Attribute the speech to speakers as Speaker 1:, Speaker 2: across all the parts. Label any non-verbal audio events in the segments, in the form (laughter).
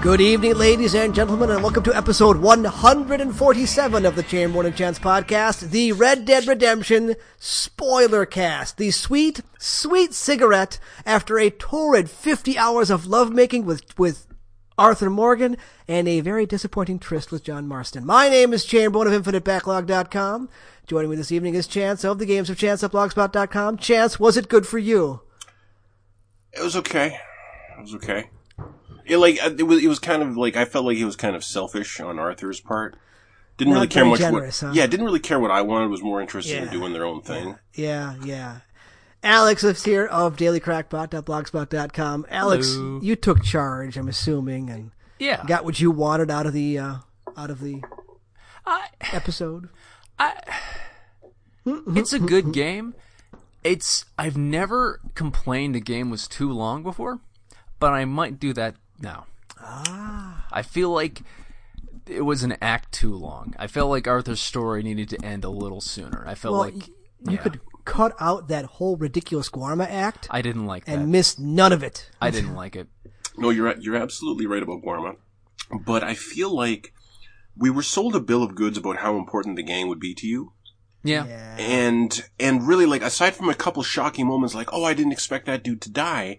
Speaker 1: Good evening, ladies and gentlemen, and welcome to episode 147 of the Chamberlain and Chance podcast, the Red Dead Redemption spoiler cast, the sweet, sweet cigarette after a torrid 50 hours of lovemaking with, with Arthur Morgan and a very disappointing tryst with John Marston. My name is Chamberlain of InfiniteBacklog.com. Joining me this evening is Chance of the Games of Chance at Blogspot.com. Chance, was it good for you?
Speaker 2: It was okay. It was okay. It like uh, it was. It was kind of like I felt like he was kind of selfish on Arthur's part. Didn't
Speaker 1: Not
Speaker 2: really care
Speaker 1: very
Speaker 2: much.
Speaker 1: generous,
Speaker 2: what,
Speaker 1: huh?
Speaker 2: Yeah, didn't really care what I wanted. Was more interested
Speaker 1: Yeah.
Speaker 2: in doing their own thing.
Speaker 1: Yeah, yeah. Alex is here of dailycrackpot.blogspot.com. Alex,
Speaker 3: Hello.
Speaker 1: you took charge, I'm assuming, and
Speaker 3: Yeah.
Speaker 1: got what you wanted out of the uh, out of the
Speaker 3: I,
Speaker 1: episode.
Speaker 3: it's a good game. It's I've never complained a game was too long before, but I might do that now. Ah. I feel like it was an act too long. I felt like Arthur's story needed to end a little sooner. I felt
Speaker 1: Well,
Speaker 3: like
Speaker 1: y- you
Speaker 3: yeah.
Speaker 1: could cut out that whole ridiculous Guarma act
Speaker 3: I didn't like that.
Speaker 1: and miss none of it. (laughs)
Speaker 3: I didn't like it.
Speaker 2: No, you're you're absolutely right about Guarma, but I feel like we were sold a bill of goods about how important the game would be to you,
Speaker 3: Yeah.
Speaker 1: Yeah.
Speaker 2: and and really like aside from a couple shocking moments, like oh I didn't expect that dude to die,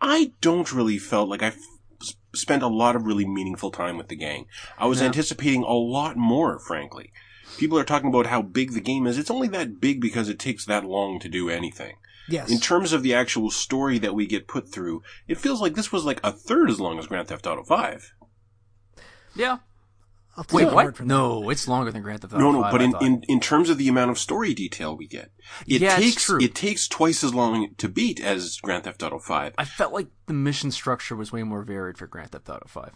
Speaker 2: I don't really felt like I f- s- spent a lot of really meaningful time with the gang. I was anticipating a lot more, frankly. People are talking about how big the game is. It's only that big because it takes that long to do anything.
Speaker 1: Yes.
Speaker 2: In terms of the actual story that we get put through, it feels like this was like a third as long as Grand Theft Auto 5.
Speaker 3: Yeah.
Speaker 1: I'll take
Speaker 3: Wait,
Speaker 1: your word
Speaker 3: what?
Speaker 1: for
Speaker 3: No, it's longer than Grand Theft Auto.
Speaker 2: No, no,
Speaker 3: five,
Speaker 2: but
Speaker 3: I
Speaker 2: in,
Speaker 3: thought.
Speaker 2: in, in terms of the amount of story detail we get, it
Speaker 3: Yeah, it's
Speaker 2: takes
Speaker 3: true.
Speaker 2: it takes twice as long to beat as Grand Theft Auto 5.
Speaker 3: I felt like the mission structure was way more varied for Grand Theft Auto 5.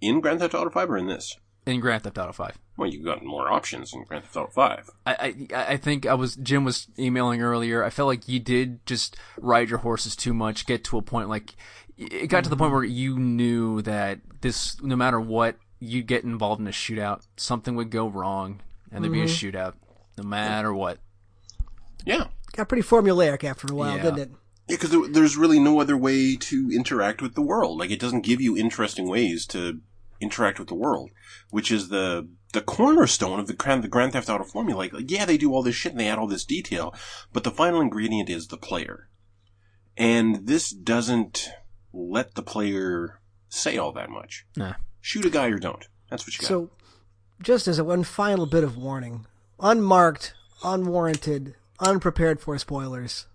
Speaker 2: In Grand Theft Auto 5 or in this?
Speaker 3: In Grand Theft Auto 5.
Speaker 2: Well, you got more options in Grand Theft Auto 5.
Speaker 3: I, I I think I was Jim was emailing earlier. I felt like you did just ride your horses too much. Get to a point like it got to the point where you knew that this, no matter what, you'd get involved in a shootout. Something would go wrong, and there'd be a shootout, no matter what.
Speaker 2: Yeah.
Speaker 1: it. Got pretty formulaic after a while,
Speaker 3: Yeah.
Speaker 1: didn't it?
Speaker 2: Because there's really no other way to interact with the world. Like, it doesn't give you interesting ways to interact with the world, which is the the cornerstone of the Grand, the Grand Theft Auto formula. Like, yeah, they do all this shit and they add all this detail, but the final ingredient is the player. And this doesn't let the player say all that much.
Speaker 3: Nah.
Speaker 2: Shoot a guy or don't. That's what you got.
Speaker 1: So, just as a one final bit of warning, unmarked, unwarranted, unprepared for spoilers,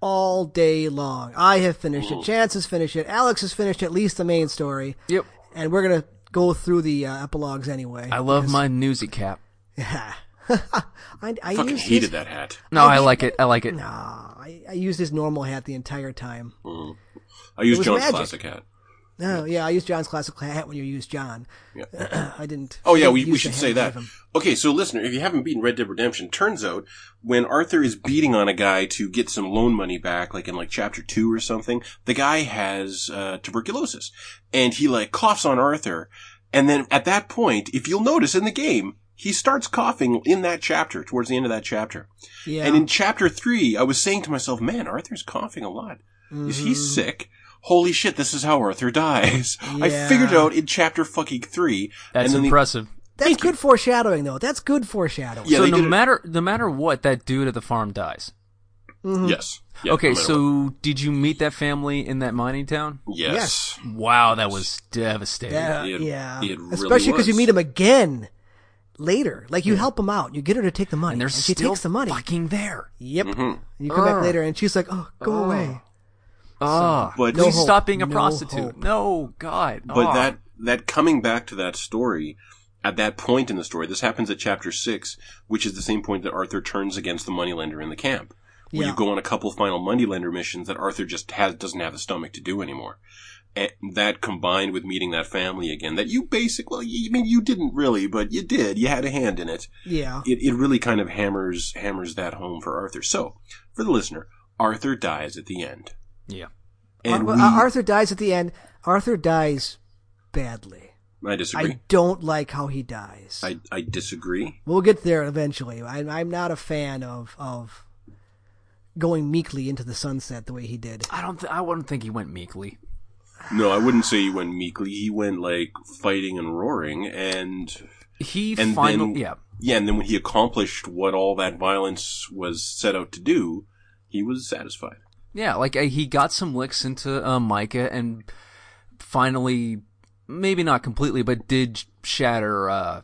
Speaker 1: all day long. I have finished it. Chance has finished it. Alex has finished at least the main story,
Speaker 3: Yep.
Speaker 1: and we're gonna go through the uh, epilogues anyway.
Speaker 3: I love my newsy cap.
Speaker 1: Yeah. (laughs) I, I used
Speaker 2: Fucking
Speaker 1: his,
Speaker 2: hated that hat.
Speaker 3: No, I like it. I like it.
Speaker 1: Aw, I, I used his normal hat the entire time.
Speaker 2: I used
Speaker 1: was
Speaker 2: John's
Speaker 1: magic.
Speaker 2: classic hat.
Speaker 1: No, yeah, I used John's classic hat when you used John. (clears throat) I didn't.
Speaker 2: Oh
Speaker 1: I
Speaker 2: yeah,
Speaker 1: didn't
Speaker 2: we, we
Speaker 1: use
Speaker 2: should
Speaker 1: the
Speaker 2: say
Speaker 1: hat
Speaker 2: that.
Speaker 1: of him.
Speaker 2: Okay, so listener, if you haven't beaten Red Dead Redemption, turns out when Arthur is beating on a guy to get some loan money back, like in like chapter two or something, the guy has uh, tuberculosis, and he like coughs on Arthur, and then at that point, if you'll notice in the game, he starts coughing in that chapter towards the end of that chapter.
Speaker 1: Yeah.
Speaker 2: And in chapter three, I was saying to myself, man, Arthur's coughing a lot. Is
Speaker 1: Mm-hmm.
Speaker 2: he sick? Holy shit, this is how Arthur (laughs) dies. I
Speaker 1: Yeah.
Speaker 2: figured out in chapter fucking three.
Speaker 3: That's
Speaker 2: and then the-
Speaker 3: impressive.
Speaker 1: That's good foreshadowing, though. That's good foreshadowing.
Speaker 2: Yeah,
Speaker 3: so
Speaker 2: they
Speaker 3: no
Speaker 2: did it-
Speaker 3: matter no matter what, that dude at the farm dies.
Speaker 2: Yes. Yeah, no
Speaker 3: okay,
Speaker 2: matter
Speaker 3: so did you meet that family in that mining town?
Speaker 2: what. yes.
Speaker 3: Wow, that was devastating.
Speaker 1: Yeah,
Speaker 2: It-
Speaker 1: yeah.
Speaker 2: it really
Speaker 1: Especially because you
Speaker 2: was.
Speaker 1: meet him again later. Like you help him out, you get her to take the money,
Speaker 3: and they're
Speaker 1: she
Speaker 3: still
Speaker 1: takes the money.
Speaker 3: fucking there.
Speaker 1: Yep.
Speaker 2: Mm-hmm.
Speaker 1: And you come back
Speaker 3: Ugh.
Speaker 1: later, and she's like, "Oh, go away."
Speaker 3: Ah,
Speaker 2: But-
Speaker 3: please
Speaker 1: No hope.
Speaker 3: stop being a
Speaker 1: No
Speaker 3: prostitute.
Speaker 1: hope.
Speaker 3: No, God.
Speaker 2: But
Speaker 3: Ah.
Speaker 2: that that coming back to that story at that point in the story, this happens at chapter six, which is the same point that Arthur turns against the moneylender in the camp. Where
Speaker 1: Yeah.
Speaker 2: you go on a couple final moneylender missions that Arthur just has doesn't have the stomach to do anymore. And that combined with meeting that family again, that you basic well, you, I mean, you didn't really, but you did. You had a hand in it.
Speaker 1: Yeah.
Speaker 2: it, it really kind of hammers hammers that home for Arthur. So, for the listener, Arthur dies at the end,
Speaker 3: Yeah.
Speaker 2: and
Speaker 1: Ar- uh,
Speaker 2: we,
Speaker 1: Ar- Arthur dies at the end. Arthur dies badly.
Speaker 2: I disagree.
Speaker 1: I don't like how he dies.
Speaker 2: I, I disagree.
Speaker 1: We'll get there eventually. I, I'm not a fan of of going meekly into the sunset the way he did.
Speaker 3: I don't. Th- I wouldn't think he went meekly.
Speaker 2: No, I wouldn't say he went meekly. He went like fighting and roaring, and
Speaker 3: He
Speaker 2: and
Speaker 3: finally,
Speaker 2: then
Speaker 3: yeah,
Speaker 2: yeah, and then when he accomplished what all that violence was set out to do, he was satisfied.
Speaker 3: yeah, like uh, he got some licks into uh, Micah and finally, maybe not completely, but did shatter uh,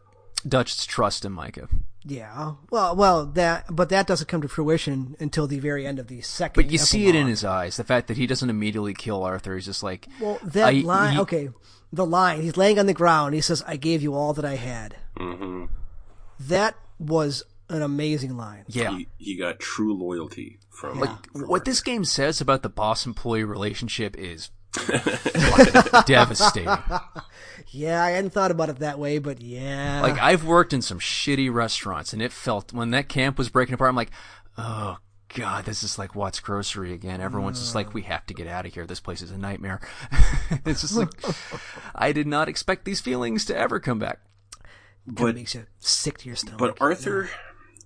Speaker 3: Dutch's trust in Micah.
Speaker 1: Yeah. Well, well, that but that doesn't come to fruition until the very end of the second.
Speaker 3: But you see it in
Speaker 1: epilogue.
Speaker 3: his eyes, the fact that he doesn't immediately kill Arthur. He's just like,
Speaker 1: Well, that
Speaker 3: I-
Speaker 1: line.
Speaker 3: he-
Speaker 1: okay, the line. He's laying on the ground. He says, "I gave you all that I had."
Speaker 3: Mm-hmm.
Speaker 2: hmm
Speaker 1: That was an amazing line.
Speaker 3: yeah.
Speaker 2: He, he got true loyalty from
Speaker 1: Like,
Speaker 2: from
Speaker 3: what this game says about the boss employee relationship
Speaker 1: (laughs)
Speaker 3: is devastating.
Speaker 1: Yeah, I hadn't thought about it that way, but yeah.
Speaker 3: Like I've worked in some shitty restaurants, and it felt when that camp was breaking apart. I'm like, oh god, this is like Watts Grocery again. Everyone's just like, we have to get out of here. This place is a nightmare. (laughs) it's just like I did not expect these feelings to ever come back.
Speaker 1: it
Speaker 2: but
Speaker 1: makes you sick to your stomach.
Speaker 2: but Arthur,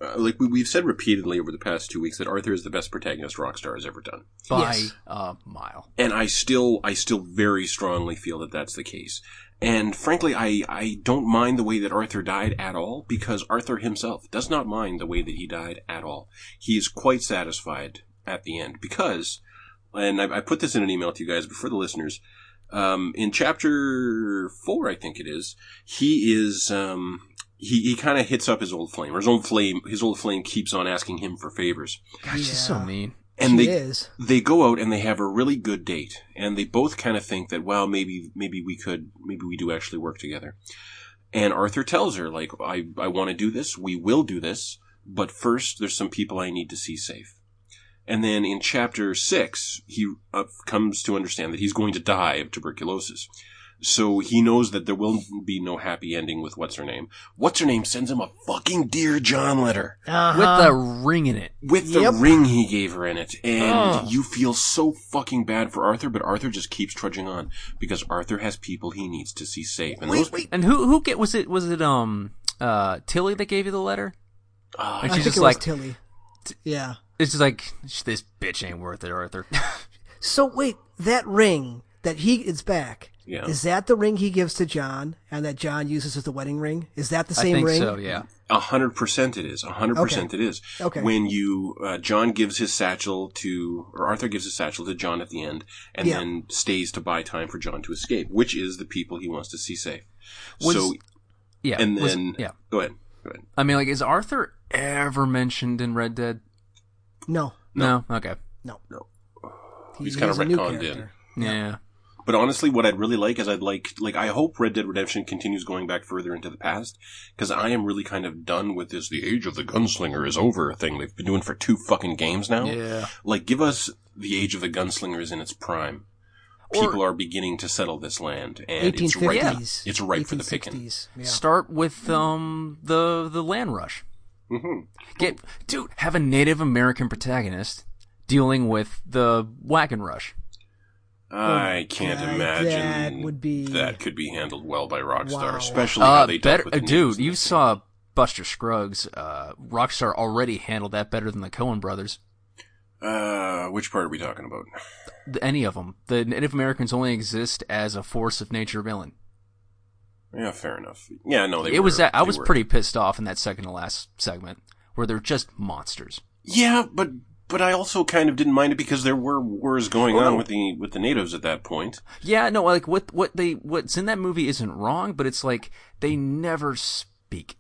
Speaker 2: uh, like we, we've said repeatedly over the past two weeks, that Arthur is the best protagonist Rockstar has ever done.
Speaker 3: By
Speaker 1: Yes.
Speaker 3: a mile.
Speaker 2: and I still I still very strongly feel that that's the case. And frankly, I I don't mind the way that Arthur died at all because Arthur himself does not mind the way that he died at all. He is quite satisfied at the end because, and I, I put this in an email to you guys before the listeners. Um, in chapter four, I think it is, he is um, he he kind of hits up his old flame, or his old flame his old flame keeps on asking him for favors,
Speaker 3: Gosh, she's so
Speaker 1: Yeah.
Speaker 3: mean.
Speaker 2: and
Speaker 1: She
Speaker 2: they
Speaker 1: is.
Speaker 2: they go out and they have a really good date and they both kind of think that well maybe maybe we could maybe we do actually work together and arthur tells her like i, I want to do this we will do this but first there's some people i need to see safe and then in chapter six he uh, comes to understand that he's going to die of tuberculosis so he knows that there will be no happy ending with what's her name what's her name sends him a fucking dear john letter
Speaker 1: Uh-huh.
Speaker 3: With the ring in it.
Speaker 2: with the
Speaker 1: Yep.
Speaker 2: ring he gave her in it. And
Speaker 3: Oh.
Speaker 2: you feel so fucking bad for Arthur, but Arthur just keeps trudging on because Arthur has people he needs to see safe. And
Speaker 1: wait,
Speaker 2: those,
Speaker 1: wait.
Speaker 3: And who who get was it was it um uh Tilly that gave you the letter?
Speaker 2: Ah,
Speaker 3: And
Speaker 1: I
Speaker 3: she's
Speaker 1: think
Speaker 3: just
Speaker 1: it
Speaker 3: like
Speaker 1: was Tilly. Yeah.
Speaker 3: it's just like "Sh- this bitch ain't worth it, Arthur. (laughs)
Speaker 1: So wait, that ring that he is back.
Speaker 2: Yeah.
Speaker 1: Is that the ring he gives to John, and that John uses as the wedding ring? Is that the
Speaker 3: I
Speaker 1: same
Speaker 3: think
Speaker 1: ring?
Speaker 3: so, yeah.
Speaker 2: A hundred percent it is. A hundred percent it is.
Speaker 1: Okay.
Speaker 2: When you, uh, John gives his satchel to, or Arthur gives his satchel to John at the end and
Speaker 1: Yeah.
Speaker 2: then stays to buy time for John to escape, which is the people he wants to see safe.
Speaker 3: Was-
Speaker 2: so,
Speaker 3: Yeah.
Speaker 2: and
Speaker 3: was-
Speaker 2: then,
Speaker 3: yeah.
Speaker 2: go ahead. Go ahead.
Speaker 3: I mean, like, is Arthur ever mentioned in Red Dead?
Speaker 1: No,
Speaker 3: No. Okay.
Speaker 1: no,
Speaker 2: No.
Speaker 1: He
Speaker 2: He's kinda
Speaker 1: is a new
Speaker 2: retconned in.
Speaker 1: character.
Speaker 3: Yeah.
Speaker 2: But honestly, what I'd really like is I'd like, like, I hope Red Dead Redemption continues going back further into the past, because I am really kind of done with this, the age of the gunslinger is over thing they've been doing for two fucking games now.
Speaker 3: Yeah.
Speaker 2: Like, give us the age of the gunslinger is in its prime.
Speaker 3: Or-
Speaker 2: People are beginning to settle this land, and it's ripe,
Speaker 1: 1850s.
Speaker 2: it's ripe for the picking.
Speaker 1: 1860s, Yeah.
Speaker 3: Start with um the the land rush.
Speaker 2: hmm
Speaker 3: Get dude have a Native American protagonist dealing with the wagon rush.
Speaker 2: I can't
Speaker 1: Oh God,
Speaker 2: imagine
Speaker 1: that would be-
Speaker 2: that could be handled well by Rockstar,
Speaker 1: Wow.
Speaker 2: especially how
Speaker 3: Uh,
Speaker 2: they dealt
Speaker 3: better,
Speaker 2: with
Speaker 3: uh,
Speaker 2: the
Speaker 3: dude,
Speaker 2: natives in
Speaker 3: you
Speaker 2: this game.
Speaker 3: saw Buster Scruggs. Uh, Rockstar already handled that better than the Cohen brothers.
Speaker 2: Uh, which part are we talking about?
Speaker 3: The- Any of them. The Native Americans only exist as a force of nature villain.
Speaker 2: Yeah, fair enough. Yeah, no, they.
Speaker 3: it
Speaker 2: were,
Speaker 3: was. that- I
Speaker 2: they
Speaker 3: was
Speaker 2: were.
Speaker 3: pretty pissed off in that second to last segment where they're just monsters.
Speaker 2: Yeah, but but I also kind of didn't mind it because there were wars going
Speaker 3: Oh,
Speaker 2: on
Speaker 3: no.
Speaker 2: with the with the natives at that point.
Speaker 3: Yeah, no, like what what they what's in that movie isn't wrong, but it's like they never speak.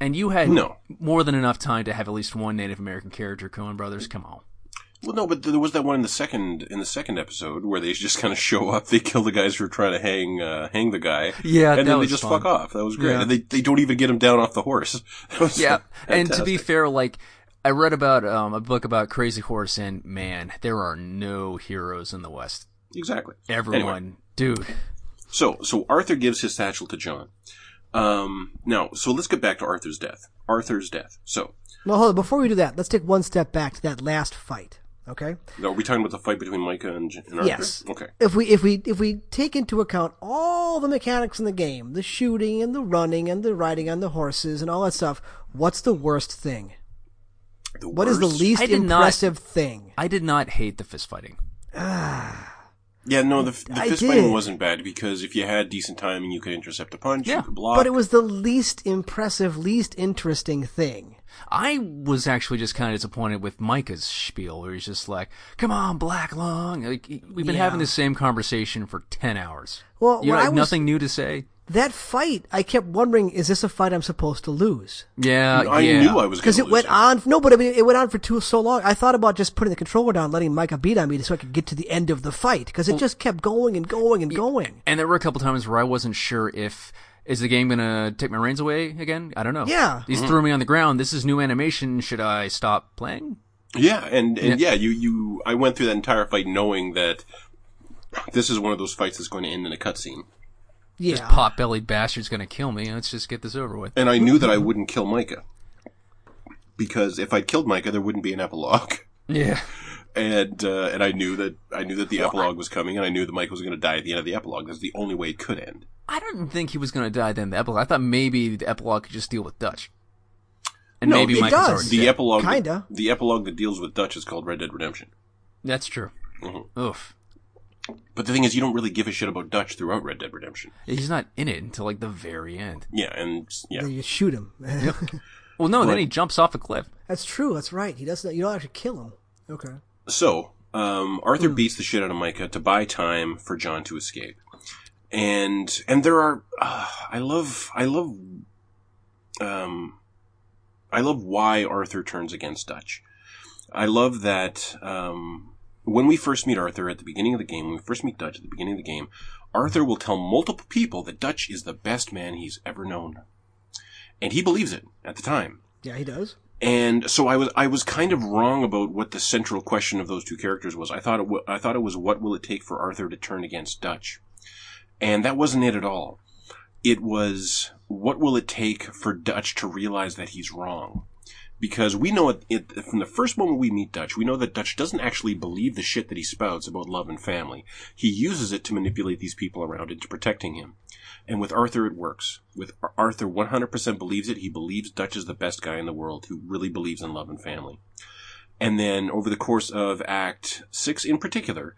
Speaker 3: And you had
Speaker 2: No.
Speaker 3: more than enough time to have at least one Native American character, Cohen Brothers. Come
Speaker 2: (laughs)
Speaker 3: on.
Speaker 2: Well, no, but there was that one in the second in the second episode where they just (laughs) kind of show up. They kill the guys who are trying to hang uh, hang the guy.
Speaker 3: Yeah,
Speaker 2: and
Speaker 3: that
Speaker 2: then
Speaker 3: was
Speaker 2: they just
Speaker 3: fun.
Speaker 2: fuck off. That was great.
Speaker 3: Yeah.
Speaker 2: And they they don't even get him down off the horse. (laughs) That was
Speaker 3: Yeah, (laughs) and to be
Speaker 2: fantastic.
Speaker 3: fair, like I read about um, a book about Crazy Horse, and man, there are no heroes in the West.
Speaker 2: exactly
Speaker 3: Everyone,
Speaker 2: Anyway.
Speaker 3: dude.
Speaker 2: So, so Arthur gives his satchel to John. Um, now, so let's get back to Arthur's death. Arthur's death. So,
Speaker 1: Well, hold on. Before we do that, let's take one step back to that last fight. Okay.
Speaker 2: are we talking about the fight between Micah and, and Arthur?
Speaker 1: Yes.
Speaker 2: Okay.
Speaker 1: If we if we if we take into account all the mechanics in the game, the shooting and the running and the riding on the horses and all that stuff, what's the worst thing?
Speaker 2: The
Speaker 1: What is the
Speaker 2: worst-
Speaker 1: least
Speaker 3: I did not-
Speaker 1: impressive thing? Ah,
Speaker 3: I did not hate the fist fighting.
Speaker 2: Yeah, no, the, the
Speaker 1: I
Speaker 2: fist
Speaker 1: did.
Speaker 2: fighting wasn't bad because if you had decent timing, you could intercept a punch,
Speaker 3: Yeah.
Speaker 2: you could block.
Speaker 1: But it was the least impressive, least interesting thing.
Speaker 3: I was actually just kind of disappointed with Micah's spiel, where he's just like, "Come on, Black Lung, like, we've been
Speaker 1: Yeah.
Speaker 3: having the same conversation for ten hours.
Speaker 1: Well,
Speaker 3: you
Speaker 1: when I
Speaker 3: have
Speaker 1: was-
Speaker 3: nothing new to say."
Speaker 1: That fight, I kept wondering, is this a fight I'm supposed to lose?
Speaker 3: Yeah,
Speaker 2: I
Speaker 3: yeah.
Speaker 2: knew I was
Speaker 1: Because it went on. No, but I mean, it went on for too so long. I thought about just putting the controller down, letting Micah beat on me, so I could get to the end of the fight. Because it just kept going and going and going.
Speaker 3: And there were a couple times where I wasn't sure if is the game gonna take my reins away again. I don't know.
Speaker 1: Yeah.
Speaker 3: he's
Speaker 2: Mm-hmm.
Speaker 3: throwing me on the ground. This is new animation. Should I stop playing?
Speaker 2: Yeah, and, and yeah. you, you, I went through that entire fight knowing that this is one of those fights that's going to end in a cutscene.
Speaker 1: Yeah,
Speaker 3: This pot bellied bastard's gonna kill me. Let's just get this over with.
Speaker 2: And I knew that I wouldn't kill Micah. Because if I killed Micah, there wouldn't be an epilogue. (laughs)
Speaker 3: Yeah.
Speaker 2: And, uh, and I knew that, I knew that the epilogue was coming and I knew that Micah was going to die at the end of the epilogue. That's the only way it could end.
Speaker 3: I didn't think he was going to die then. The epilogue. I thought maybe the epilogue could just deal with Dutch, and
Speaker 2: No,
Speaker 3: maybe
Speaker 2: it
Speaker 3: Micah's
Speaker 1: does.
Speaker 3: already
Speaker 2: The
Speaker 3: dead.
Speaker 2: epilogue,
Speaker 1: Kinda.
Speaker 2: the epilogue that deals with Dutch is called Red Dead Redemption.
Speaker 3: That's true.
Speaker 1: Mm-hmm.
Speaker 3: Oof.
Speaker 2: But the thing is, you don't really give a shit about Dutch throughout Red Dead Redemption.
Speaker 3: He's not in it until like the very end.
Speaker 2: Yeah, and
Speaker 1: (laughs)
Speaker 2: yeah,
Speaker 1: They just shoot him.
Speaker 3: Well, no, then
Speaker 2: Right.
Speaker 3: he jumps off a cliff.
Speaker 1: (laughs) that's true. That's right. He doesn't. You don't actually kill him. Okay.
Speaker 2: So, um, Arthur beats the shit out of Micah to buy time for John to escape. And, and there are, uh, I love, I love, um, I love why Arthur turns against Dutch. I love that, um, when we first meet Arthur at the beginning of the game, when we first meet Dutch at the beginning of the game, Arthur will tell multiple people that Dutch is the best man he's ever known. And he believes it at the time.
Speaker 1: Yeah, he does.
Speaker 2: And so I was I was kind of wrong about what the central question of those two characters was. I thought it wa I thought it was what will it take for Arthur to turn against Dutch, and that wasn't it at all. It was what will it take for Dutch to realize that he's wrong, because we know it, it from the first moment we meet Dutch, we know that Dutch doesn't actually believe the shit that he spouts about love and family. He uses it to manipulate these people around into protecting him. And with Arthur, it works. With Ar- Arthur, 100% believes it. He believes Dutch is the best guy in the world who really believes in love and family. And then over the course of Act 6 in particular,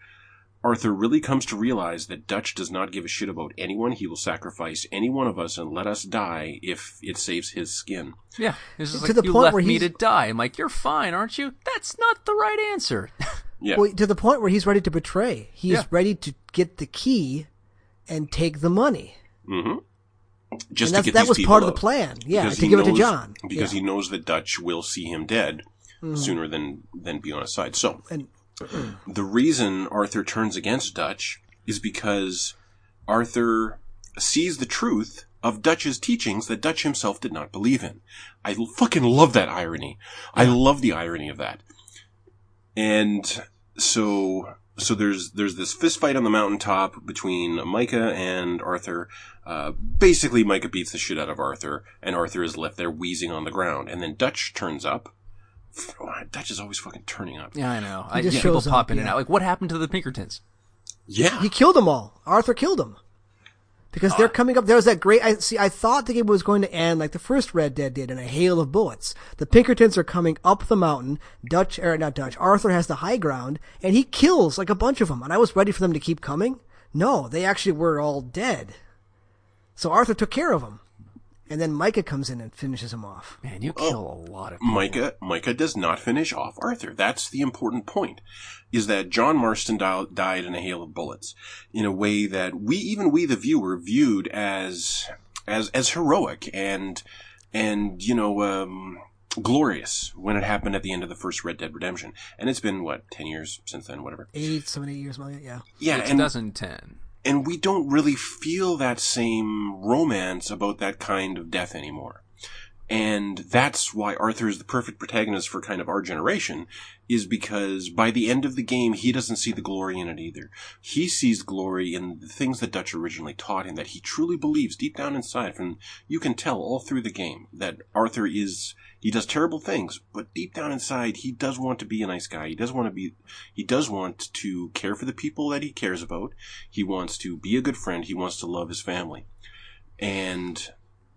Speaker 2: Arthur really comes to realize that Dutch does not give a shit about anyone. He will sacrifice any one of us and let us die if it saves his skin.
Speaker 3: Yeah, this is
Speaker 1: To
Speaker 3: like
Speaker 1: the
Speaker 3: you
Speaker 1: point
Speaker 3: left
Speaker 1: where
Speaker 3: me
Speaker 1: he's-
Speaker 3: to die. I'm like, you're fine, aren't you? That's not the right answer. (laughs)
Speaker 2: Yeah.
Speaker 1: Well, to the point where he's ready to betray. He's
Speaker 3: Yeah.
Speaker 1: ready to get the key and take the money.
Speaker 2: Mm-hmm. Just
Speaker 1: and
Speaker 2: to
Speaker 1: that's,
Speaker 2: get
Speaker 1: that
Speaker 2: these
Speaker 1: was
Speaker 2: people
Speaker 1: part of
Speaker 2: out.
Speaker 1: the plan. Yeah,
Speaker 2: Because
Speaker 1: to
Speaker 2: he
Speaker 1: give it to
Speaker 2: knows-
Speaker 1: John.
Speaker 2: Because
Speaker 1: yeah. Hmm.
Speaker 2: he knows that Dutch will see him dead sooner than, than be on his side. So.
Speaker 1: and
Speaker 2: the reason Arthur turns against Dutch is because Arthur sees the truth of Dutch's teachings that Dutch himself did not believe in. I l- fucking love that irony. I love the irony of that. And so, so there's, there's this fist fight on the mountaintop between Micah and Arthur. Uh, basically Micah beats the shit out of Arthur and Arthur is left there wheezing on the ground. And then Dutch turns up. Dutch is always fucking turning up.
Speaker 3: yeah, I know. I,
Speaker 1: just
Speaker 3: yeah, people
Speaker 1: shows
Speaker 3: pop
Speaker 1: up,
Speaker 3: in and
Speaker 1: yeah.
Speaker 3: out. Like, what happened to the Pinkertons?
Speaker 2: Yeah.
Speaker 1: he killed them all. Arthur killed them. Because they're
Speaker 2: Uh,
Speaker 1: coming up. There was that great. I see. I thought the game was going to end like the first Red Dead did, in a hail of bullets. The Pinkertons are coming up the mountain. Dutch, or not Dutch. Arthur has the high ground, and he kills like a bunch of them. And I was ready for them to keep coming. No, they actually were all dead. So Arthur took care of them, and then Micah comes in and finishes him off.
Speaker 3: Man, you kill a lot of people.
Speaker 2: Micah Micah does not finish off Arthur. That's the important point, is that John Marston dial- died in a hail of bullets, in a way that we even we the viewer viewed as as as heroic and and you know um, glorious when it happened at the end of the first Red Dead Redemption. And it's been what ten years since then, whatever.
Speaker 1: Eight, seven, eight years, something like that, yeah.
Speaker 2: Yeah,
Speaker 3: It's
Speaker 2: and
Speaker 3: 2010.
Speaker 2: and we don't really feel that same romance about that kind of death anymore. And that's why Arthur is the perfect protagonist for kind of our generation, is because by the end of the game, he doesn't see the glory in it either. He sees glory in the things that Dutch originally taught him that he truly believes deep down inside. From you can tell all through the game that Arthur is, he does terrible things, but deep down inside, he does want to be a nice guy. He does want to be, he does want to care for the people that he cares about. He wants to be a good friend. He wants to love his family. And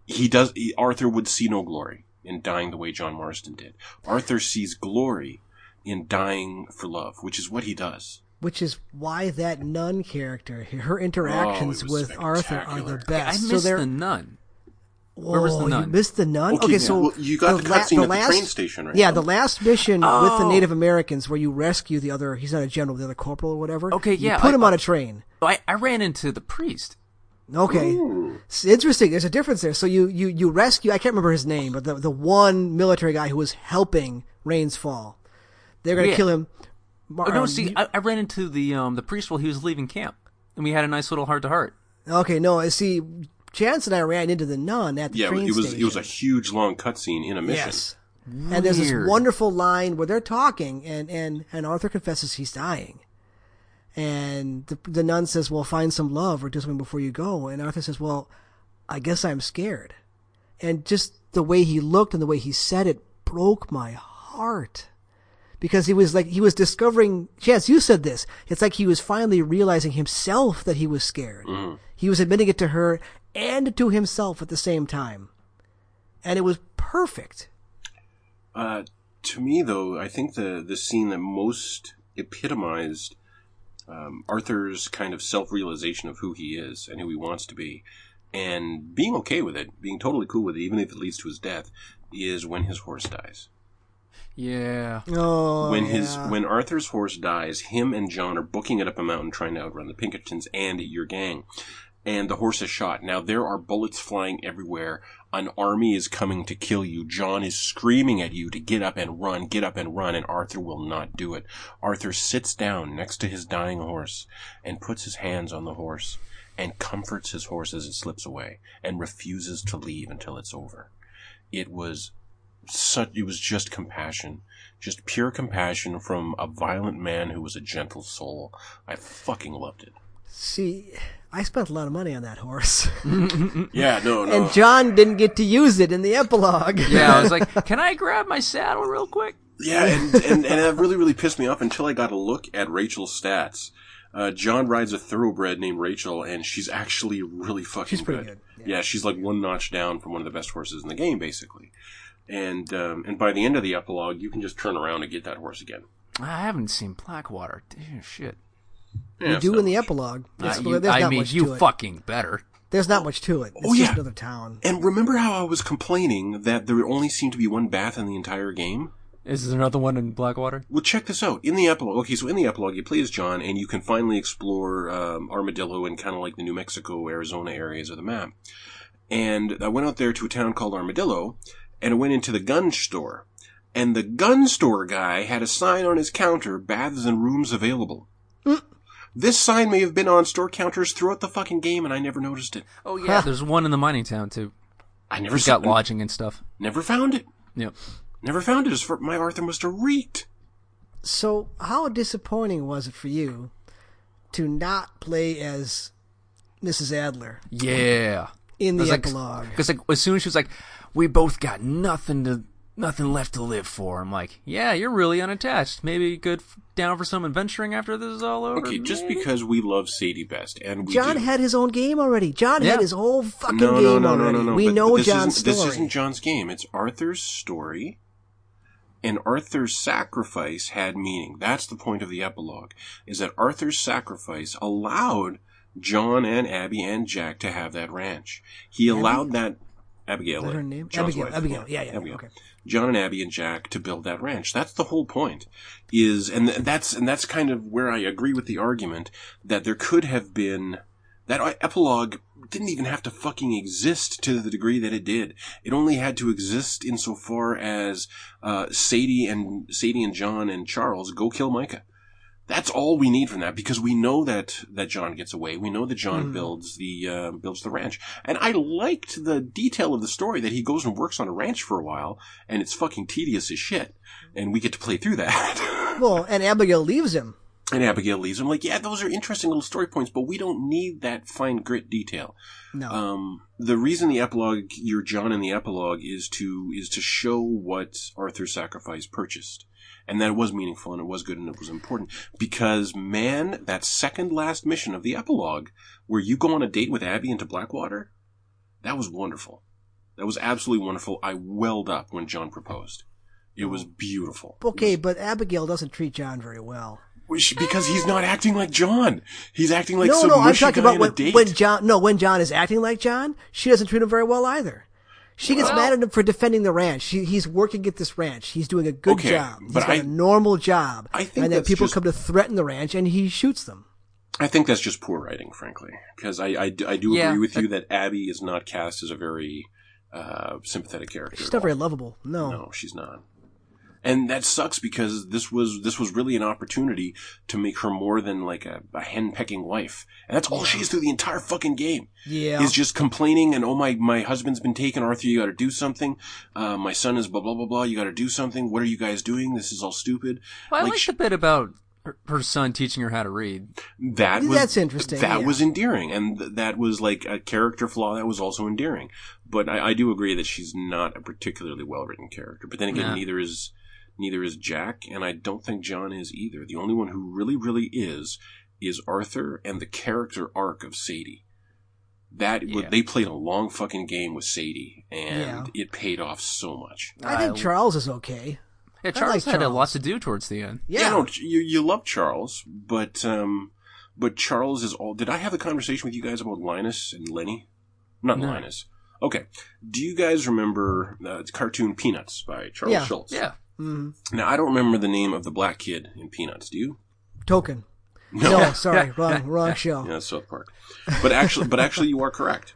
Speaker 2: he does, he, Arthur would see no glory in dying the way John Marston did. Arthur sees glory in dying for love, which is what he does.
Speaker 1: which is why that nun character, her interactions
Speaker 2: Oh, it was
Speaker 1: with Arthur are the
Speaker 2: spectacular.
Speaker 3: I
Speaker 1: best.
Speaker 3: missed
Speaker 1: so they're
Speaker 3: the nun.
Speaker 1: Whoa,
Speaker 3: where was the
Speaker 1: You
Speaker 3: nun?
Speaker 1: missed the nun. Okay,
Speaker 2: Okay,
Speaker 1: so
Speaker 2: well, you got the cutscene at the train station, right?
Speaker 1: Yeah, the last mission with
Speaker 3: Oh.
Speaker 1: the Native Americans where you rescue the other. He's not a general, the other corporal or whatever.
Speaker 3: Okay,
Speaker 1: You
Speaker 3: yeah,
Speaker 1: put
Speaker 3: I-
Speaker 1: him on a train.
Speaker 3: Oh, I, I ran into the priest.
Speaker 1: Okay.
Speaker 2: Ooh.
Speaker 1: It's interesting. There's a difference there. So you, you, you rescue, I can't remember his name, but the, the one military guy who was helping Rain's fall. They're going to
Speaker 3: Yeah.
Speaker 1: kill him. Mar-
Speaker 3: Oh, no,
Speaker 1: um,
Speaker 3: see,
Speaker 1: you-
Speaker 3: I, I ran into the um the priest while he was leaving camp, and we had a nice little heart to heart.
Speaker 1: okay, no, I see, Chance and I ran into the nun at the
Speaker 2: Yeah,
Speaker 1: train
Speaker 2: it was
Speaker 1: station.
Speaker 2: it was a huge long cutscene in a mission.
Speaker 1: Yes. And there's this
Speaker 3: Weird.
Speaker 1: wonderful line where they're talking, and, and, and Arthur confesses he's dying. And the, the nun says, Well, find some love or do something before you go. And Arthur says, Well, I guess I'm scared. And just the way he looked and the way he said it broke my heart. Because he was like, he was discovering, Chance, you said this. It's like he was finally realizing himself that he was scared. He was admitting it to her and to himself at the same time. And it was perfect.
Speaker 2: Uh, to me, though, I think the the scene that most epitomized um, Arthur's kind of self realization of who he is and who he wants to be, and being okay with it, being totally cool with it, even if it leads to his death, is when his horse dies.
Speaker 3: Yeah.
Speaker 1: Oh,
Speaker 2: when his
Speaker 1: yeah.
Speaker 2: when Arthur's horse dies, him and John are booking it up a mountain trying to outrun the Pinkertons and your gang. And the horse is shot. Now there are bullets flying everywhere. An army is coming to kill you. John is screaming at you to get up and run, get up and run, and Arthur will not do it. Arthur sits down next to his dying horse and puts his hands on the horse and comforts his horse as it slips away and refuses to leave until it's over. It was such it was just compassion just pure compassion from a violent man who was a gentle soul i fucking loved it
Speaker 1: see, I spent a lot of money on that horse,
Speaker 2: (laughs) yeah no no
Speaker 1: and John didn't get to use it in the epilogue.
Speaker 3: Yeah, I was like, (laughs) can I grab my saddle real quick?
Speaker 2: yeah and, and, and that really really pissed me off until i got a look at rachel's stats uh, john rides a thoroughbred named rachel and she's actually really fucking
Speaker 1: She's pretty
Speaker 2: Yeah. she's like one notch down from one of the best horses in the game basically and um, and by the end of the epilogue you can just turn around and get that horse again
Speaker 3: I haven't seen Blackwater. Damn, shit.
Speaker 1: (laughs)
Speaker 2: Yeah,
Speaker 1: you
Speaker 2: it's
Speaker 1: do
Speaker 2: not
Speaker 1: in the
Speaker 2: much.
Speaker 1: epilogue.
Speaker 3: Uh,
Speaker 1: It's-
Speaker 3: you-
Speaker 1: there's
Speaker 3: I
Speaker 1: not
Speaker 3: mean,
Speaker 1: much to
Speaker 3: you
Speaker 1: it.
Speaker 3: fucking better.
Speaker 1: There's not much to it. It's
Speaker 2: Oh,
Speaker 1: just
Speaker 2: yeah.
Speaker 1: another town.
Speaker 2: and remember how i was complaining that there only seemed to be one bath in the entire game
Speaker 3: Is there another one in Blackwater?
Speaker 2: Well, check this out. In the epilogue, okay, so in the epilogue, you play as John, and you can finally explore um, Armadillo and kind of like the New Mexico, Arizona areas of the map. And I went out there to a town called Armadillo, and I went into the gun store. And the gun store guy had a sign on his counter: "Baths and rooms available." This sign may have been on store counters throughout the fucking game, and I never noticed it.
Speaker 3: Oh
Speaker 1: (laughs)
Speaker 3: yeah, there's one in the mining town too.
Speaker 2: I never
Speaker 3: He's
Speaker 2: saw-
Speaker 3: got lodging and stuff.
Speaker 2: Never found it.
Speaker 3: Yep.
Speaker 2: Never found it. As for my Arthur must have reeked.
Speaker 1: So, how disappointing was it for you to not play as Mrs. Adler
Speaker 3: Yeah.
Speaker 1: in the
Speaker 3: It's like-
Speaker 1: epilogue?
Speaker 3: Because like as soon as she was like, we both got nothing to nothing left to live for. I'm like, yeah, you're really unattached. Maybe good f- down for some adventuring after this is all over.
Speaker 2: Okay, just
Speaker 3: maybe?
Speaker 2: because we love Sadie best, and we
Speaker 1: John
Speaker 2: do.
Speaker 1: had his own game already. John
Speaker 3: Yeah.
Speaker 1: had his whole fucking
Speaker 2: no,
Speaker 1: game
Speaker 2: no, no,
Speaker 1: already.
Speaker 2: no, no, no.
Speaker 1: We
Speaker 2: but-
Speaker 1: know
Speaker 2: but this
Speaker 1: John's
Speaker 2: isn't,
Speaker 1: story.
Speaker 2: This isn't John's game. It's Arthur's story, and Arthur's sacrifice had meaning. That's the point of the epilogue: is that Arthur's sacrifice allowed John and Abby and Jack to have that ranch. He allowed that Abigail.
Speaker 1: Is that her name?
Speaker 2: John's
Speaker 1: Abigail,
Speaker 2: wife.
Speaker 1: Abigail. Yeah, yeah, okay.
Speaker 2: John and Abby and Jack to build that ranch. That's the whole point. Is and th- that's and that's kind of where I agree with the argument that there could have been that e, epilogue didn't even have to fucking exist to the degree that it did. It only had to exist insofar as uh, Sadie and Sadie and John and Charles go kill Micah. That's all we need from that because we know that that John gets away. We know that John builds the uh, builds the ranch, and I liked the detail of the story that he goes and works on a ranch for a while, and it's fucking tedious as shit. And we get to play through that. (laughs)
Speaker 1: Well, and Abigail leaves him.
Speaker 2: and Abigail leaves. I'm like, yeah, those are interesting little story points, but we don't need that fine grit detail.
Speaker 1: No.
Speaker 2: Um, the reason the epilogue, your John in the epilogue, is to is to show what Arthur's sacrifice purchased, and that it was meaningful and it was good and it was important. Because man, that second last mission of the epilogue, where you go on a date with Abby into Blackwater, that was wonderful. That was absolutely wonderful. I welled up when John proposed. It was beautiful.
Speaker 1: okay, but Abigail doesn't treat John very well.
Speaker 2: Which- because he's not acting like John. He's acting like
Speaker 1: no,
Speaker 2: some
Speaker 1: no, I'm
Speaker 2: mushy
Speaker 1: talking about
Speaker 2: guy on a
Speaker 1: when,
Speaker 2: date.
Speaker 1: when John. No, when John is acting like John, she doesn't treat him very well either. She gets
Speaker 3: Well-
Speaker 1: mad at him for defending the ranch. She, he's working at this ranch. He's doing a good
Speaker 2: Okay,
Speaker 1: job. He's
Speaker 2: but
Speaker 1: got
Speaker 2: I-
Speaker 1: a normal job.
Speaker 2: I think
Speaker 1: and then
Speaker 2: that's
Speaker 1: people
Speaker 2: just-
Speaker 1: come to threaten the ranch, and he shoots them.
Speaker 2: I think that's just poor writing, frankly, because I, I d- I do
Speaker 3: Yeah,
Speaker 2: agree with you that Abby is not cast as a very uh, sympathetic character.
Speaker 1: She's
Speaker 2: at
Speaker 1: not very
Speaker 2: all.
Speaker 1: lovable. No.
Speaker 2: No, she's not. And that sucks because this was this was really an opportunity to make her more than like a, a hen pecking wife, and that's all she is through the entire fucking game.
Speaker 1: Yeah.
Speaker 2: is just complaining and oh my my husband's been taken, Arthur, you got to do something. Uh, my son is blah blah blah blah. You got to do something. What are you guys doing? This is all stupid.
Speaker 3: Well, I
Speaker 2: Like,
Speaker 3: like
Speaker 2: sh-
Speaker 3: the bit about her, her son teaching her how to read.
Speaker 2: that was
Speaker 1: That's interesting,
Speaker 2: That
Speaker 1: yeah.
Speaker 2: was endearing, and th- that was like a character flaw that was also endearing. But I, I do agree that she's not a particularly well written character. But then again,
Speaker 3: Nah.
Speaker 2: neither is neither is Jack, and I don't think John is either. The only one who really really is is Arthur and the character arc of Sadie. That w
Speaker 3: Yeah.
Speaker 2: they played a long fucking game with Sadie, and it paid off so much.
Speaker 1: I think
Speaker 3: I-
Speaker 1: Charles is okay.
Speaker 3: Uh, Yeah,
Speaker 1: I
Speaker 3: Charles
Speaker 1: like
Speaker 3: had a
Speaker 1: Charles.
Speaker 3: lot to do towards the end.
Speaker 1: Yeah.
Speaker 2: no, you you love Charles, but um, but Charles is all. Did I have a conversation with you guys about Linus and Lenny? Not
Speaker 3: No.
Speaker 2: Linus. Okay. Do you guys remember uh, the cartoon Peanuts by Charles
Speaker 1: Yeah.
Speaker 2: Schultz?
Speaker 3: Yeah.
Speaker 1: Mhm.
Speaker 2: Now I don't remember the name of the black kid in Peanuts. Do you? (laughs)
Speaker 1: Token. No, sorry, wrong, wrong show.
Speaker 2: Yeah, that's South Park. But actually, but actually, you are correct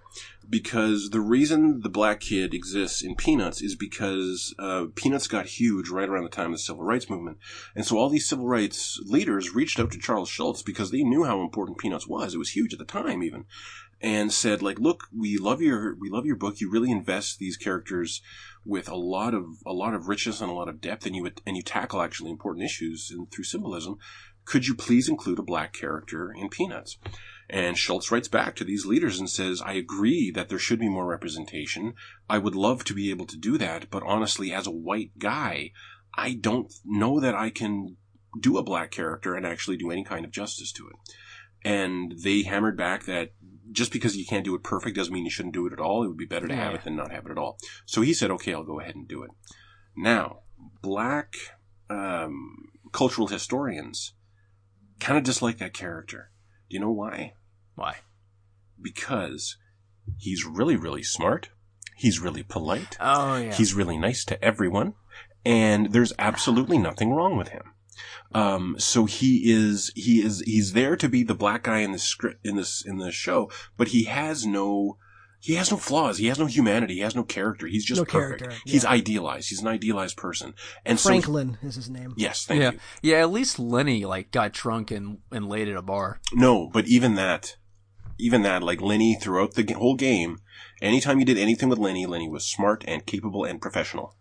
Speaker 2: because the reason the black kid exists in Peanuts is because uh, Peanuts got huge right around the time of the Civil Rights Movement, and so all these civil rights leaders reached out to Charles Schultz because they knew how important Peanuts was. It was huge at the time, even, and said like, "Look, we love your we love your book. You really invest these characters." with a lot of a lot of richness and a lot of depth, and you and you tackle actually important issues and through symbolism. Could you please include a black character in Peanuts? And Schultz writes back to these leaders and says, I agree that there should be more representation. I would love to be able to do that, but honestly, as a white guy, I don't know that I can do a black character and actually do any kind of justice to it. And they hammered back that just because you can't do it perfect doesn't mean you shouldn't do it at all. It would be better to have
Speaker 3: Yeah.
Speaker 2: it than not have it at all. So he said, okay, I'll go ahead and do it. Now, black um, cultural historians kind of dislike that character. Do you know why?
Speaker 3: Why?
Speaker 2: because he's really, really smart. He's really polite.
Speaker 3: Oh yeah.
Speaker 2: He's really nice to everyone. And there's absolutely nothing wrong with him. Um, so he is, he is, he's there to be the black guy in the script, in this, in the show, but he has no, he has no flaws. He has no humanity. He has no character. He's just
Speaker 1: No
Speaker 2: perfect.
Speaker 1: character,
Speaker 2: He's
Speaker 1: yeah.
Speaker 2: idealized. He's an idealized person. And so,
Speaker 1: Franklin is his name.
Speaker 2: yes, thank
Speaker 3: yeah.
Speaker 2: you.
Speaker 3: Yeah. At least Lenny like got drunk and and laid at a bar.
Speaker 2: No, but even that, even that, like Lenny throughout the g- whole game, anytime you did anything with Lenny, Lenny was smart and capable and professional.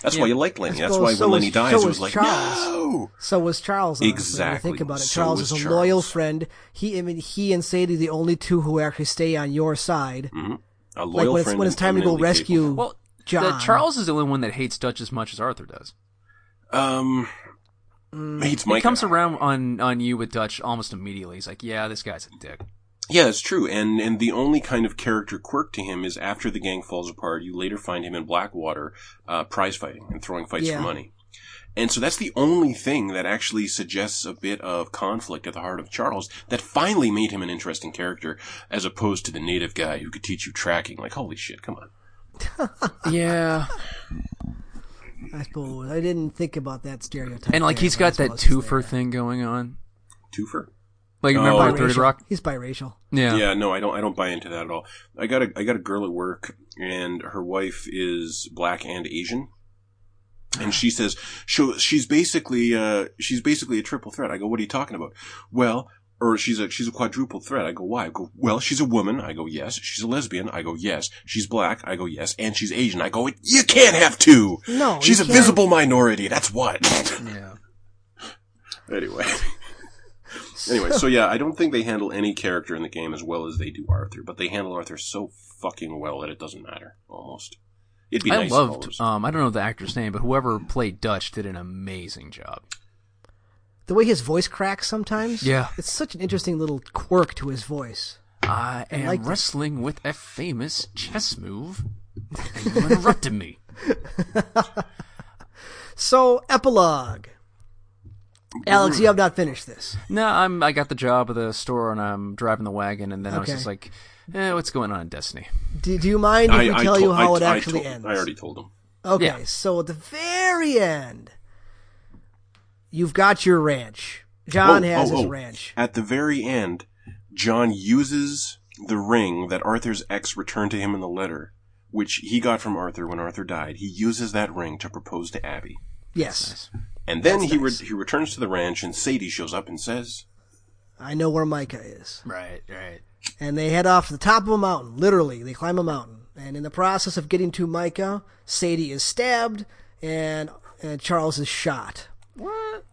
Speaker 2: That's why
Speaker 3: Yeah.
Speaker 2: you like Lenny.
Speaker 1: That's
Speaker 2: That's
Speaker 1: cool.
Speaker 2: why
Speaker 1: So
Speaker 2: when Lenny
Speaker 1: was-
Speaker 2: dies,
Speaker 1: so
Speaker 2: it
Speaker 1: was
Speaker 2: was like,
Speaker 1: Charles.
Speaker 2: no!
Speaker 1: So was Charles. Honestly.
Speaker 2: Exactly.
Speaker 1: When I think about it.
Speaker 2: So
Speaker 1: Charles
Speaker 2: was
Speaker 1: is a
Speaker 2: Charles.
Speaker 1: loyal friend. He, I mean, he and Sadie the only two who actually stay on your side.
Speaker 2: A
Speaker 1: Like
Speaker 2: Mm, loyal
Speaker 1: when it's,
Speaker 2: friend
Speaker 1: when it's
Speaker 2: and
Speaker 1: time to go
Speaker 2: eminently
Speaker 1: rescue
Speaker 3: Well,
Speaker 1: John.
Speaker 3: the- Charles is the only one that hates Dutch as much as Arthur does.
Speaker 2: capable. Um, hates
Speaker 3: He
Speaker 2: Micah.
Speaker 3: comes around on on you with Dutch almost immediately. He's like, yeah, this guy's a dick.
Speaker 2: Yeah, that's true. And and the only kind of character quirk to him is after the gang falls apart, you later find him in Blackwater uh, prize fighting and throwing fights
Speaker 1: Yeah.
Speaker 2: for money. And so that's the only thing that actually suggests a bit of conflict at the heart of Charles that finally made him an interesting character, as opposed to the native guy who could teach you tracking. Like, holy shit, come on.
Speaker 3: Yeah.
Speaker 1: I suppose I didn't think about that stereotype.
Speaker 3: And like
Speaker 1: there,
Speaker 3: he's
Speaker 1: but I
Speaker 3: got that
Speaker 1: suppose he's
Speaker 3: twofer
Speaker 1: there.
Speaker 3: thing going on.
Speaker 2: Twofer.
Speaker 3: Like remember
Speaker 2: Oh.
Speaker 3: on Thirty
Speaker 1: Biracial.
Speaker 3: Rock?
Speaker 1: He's biracial.
Speaker 3: Yeah.
Speaker 2: Yeah. no, I don't. I don't buy into that at all. I got a. I got a girl at work, and her wife is black and Asian, and she says she, she's basically uh, she's basically a triple threat. I go, what are you talking about? Well, or she's a she's a quadruple threat. I go, why? I go, well, she's a woman. I go, yes. She's a lesbian. I go, yes. She's black. I go, yes. And she's Asian. I go, you can't have two.
Speaker 1: No,
Speaker 2: she's
Speaker 1: you
Speaker 2: a
Speaker 1: can't.
Speaker 2: visible minority. That's what. (laughs)
Speaker 3: Yeah.
Speaker 1: (laughs)
Speaker 2: anyway. Anyway, so yeah, I don't think they handle any character in the game as well as they do Arthur, but they handle Arthur so fucking well that it doesn't matter almost. It'd be
Speaker 3: I
Speaker 2: nice. if all
Speaker 3: loved.
Speaker 2: those-
Speaker 1: uh,
Speaker 3: Um, I don't know the actor's name, but whoever played Dutch did an amazing job.
Speaker 1: The way his voice cracks sometimes.
Speaker 3: Yeah.
Speaker 1: It's such an interesting little quirk to his voice.
Speaker 3: I am
Speaker 1: liked it.
Speaker 3: wrestling with a famous chess move, and you interrupted me.
Speaker 1: So epilogue. Alex, you have not finished this.
Speaker 3: No, I'm. I got the job at the store, and I'm driving the wagon, and then I was
Speaker 1: Okay.
Speaker 3: just like, eh, "What's going on in Destiny?"
Speaker 1: Do, do you mind if we
Speaker 2: I
Speaker 1: tell
Speaker 2: to-
Speaker 1: you how
Speaker 2: I-
Speaker 1: it
Speaker 2: I
Speaker 1: actually
Speaker 2: told-
Speaker 1: ends?
Speaker 2: I already told him.
Speaker 1: Okay,
Speaker 3: Yeah.
Speaker 1: so at the very end, you've got your ranch. John
Speaker 2: Oh,
Speaker 1: has
Speaker 2: oh,
Speaker 1: his
Speaker 2: oh.
Speaker 1: ranch.
Speaker 2: At the very end, John uses the ring that Arthur's ex returned to him in the letter, which he got from Arthur when Arthur died. He uses that ring to propose to Abby.
Speaker 1: Yes,
Speaker 2: And then
Speaker 3: That's
Speaker 2: he,
Speaker 3: nice.
Speaker 2: re- he returns to the ranch, and Sadie shows up and says,
Speaker 1: I know where Micah is.
Speaker 3: Right, right.
Speaker 1: And they head off to the top of a mountain. Literally, they climb a mountain. And in the process of getting to Micah, Sadie is stabbed, and, and Charles is shot.
Speaker 3: What?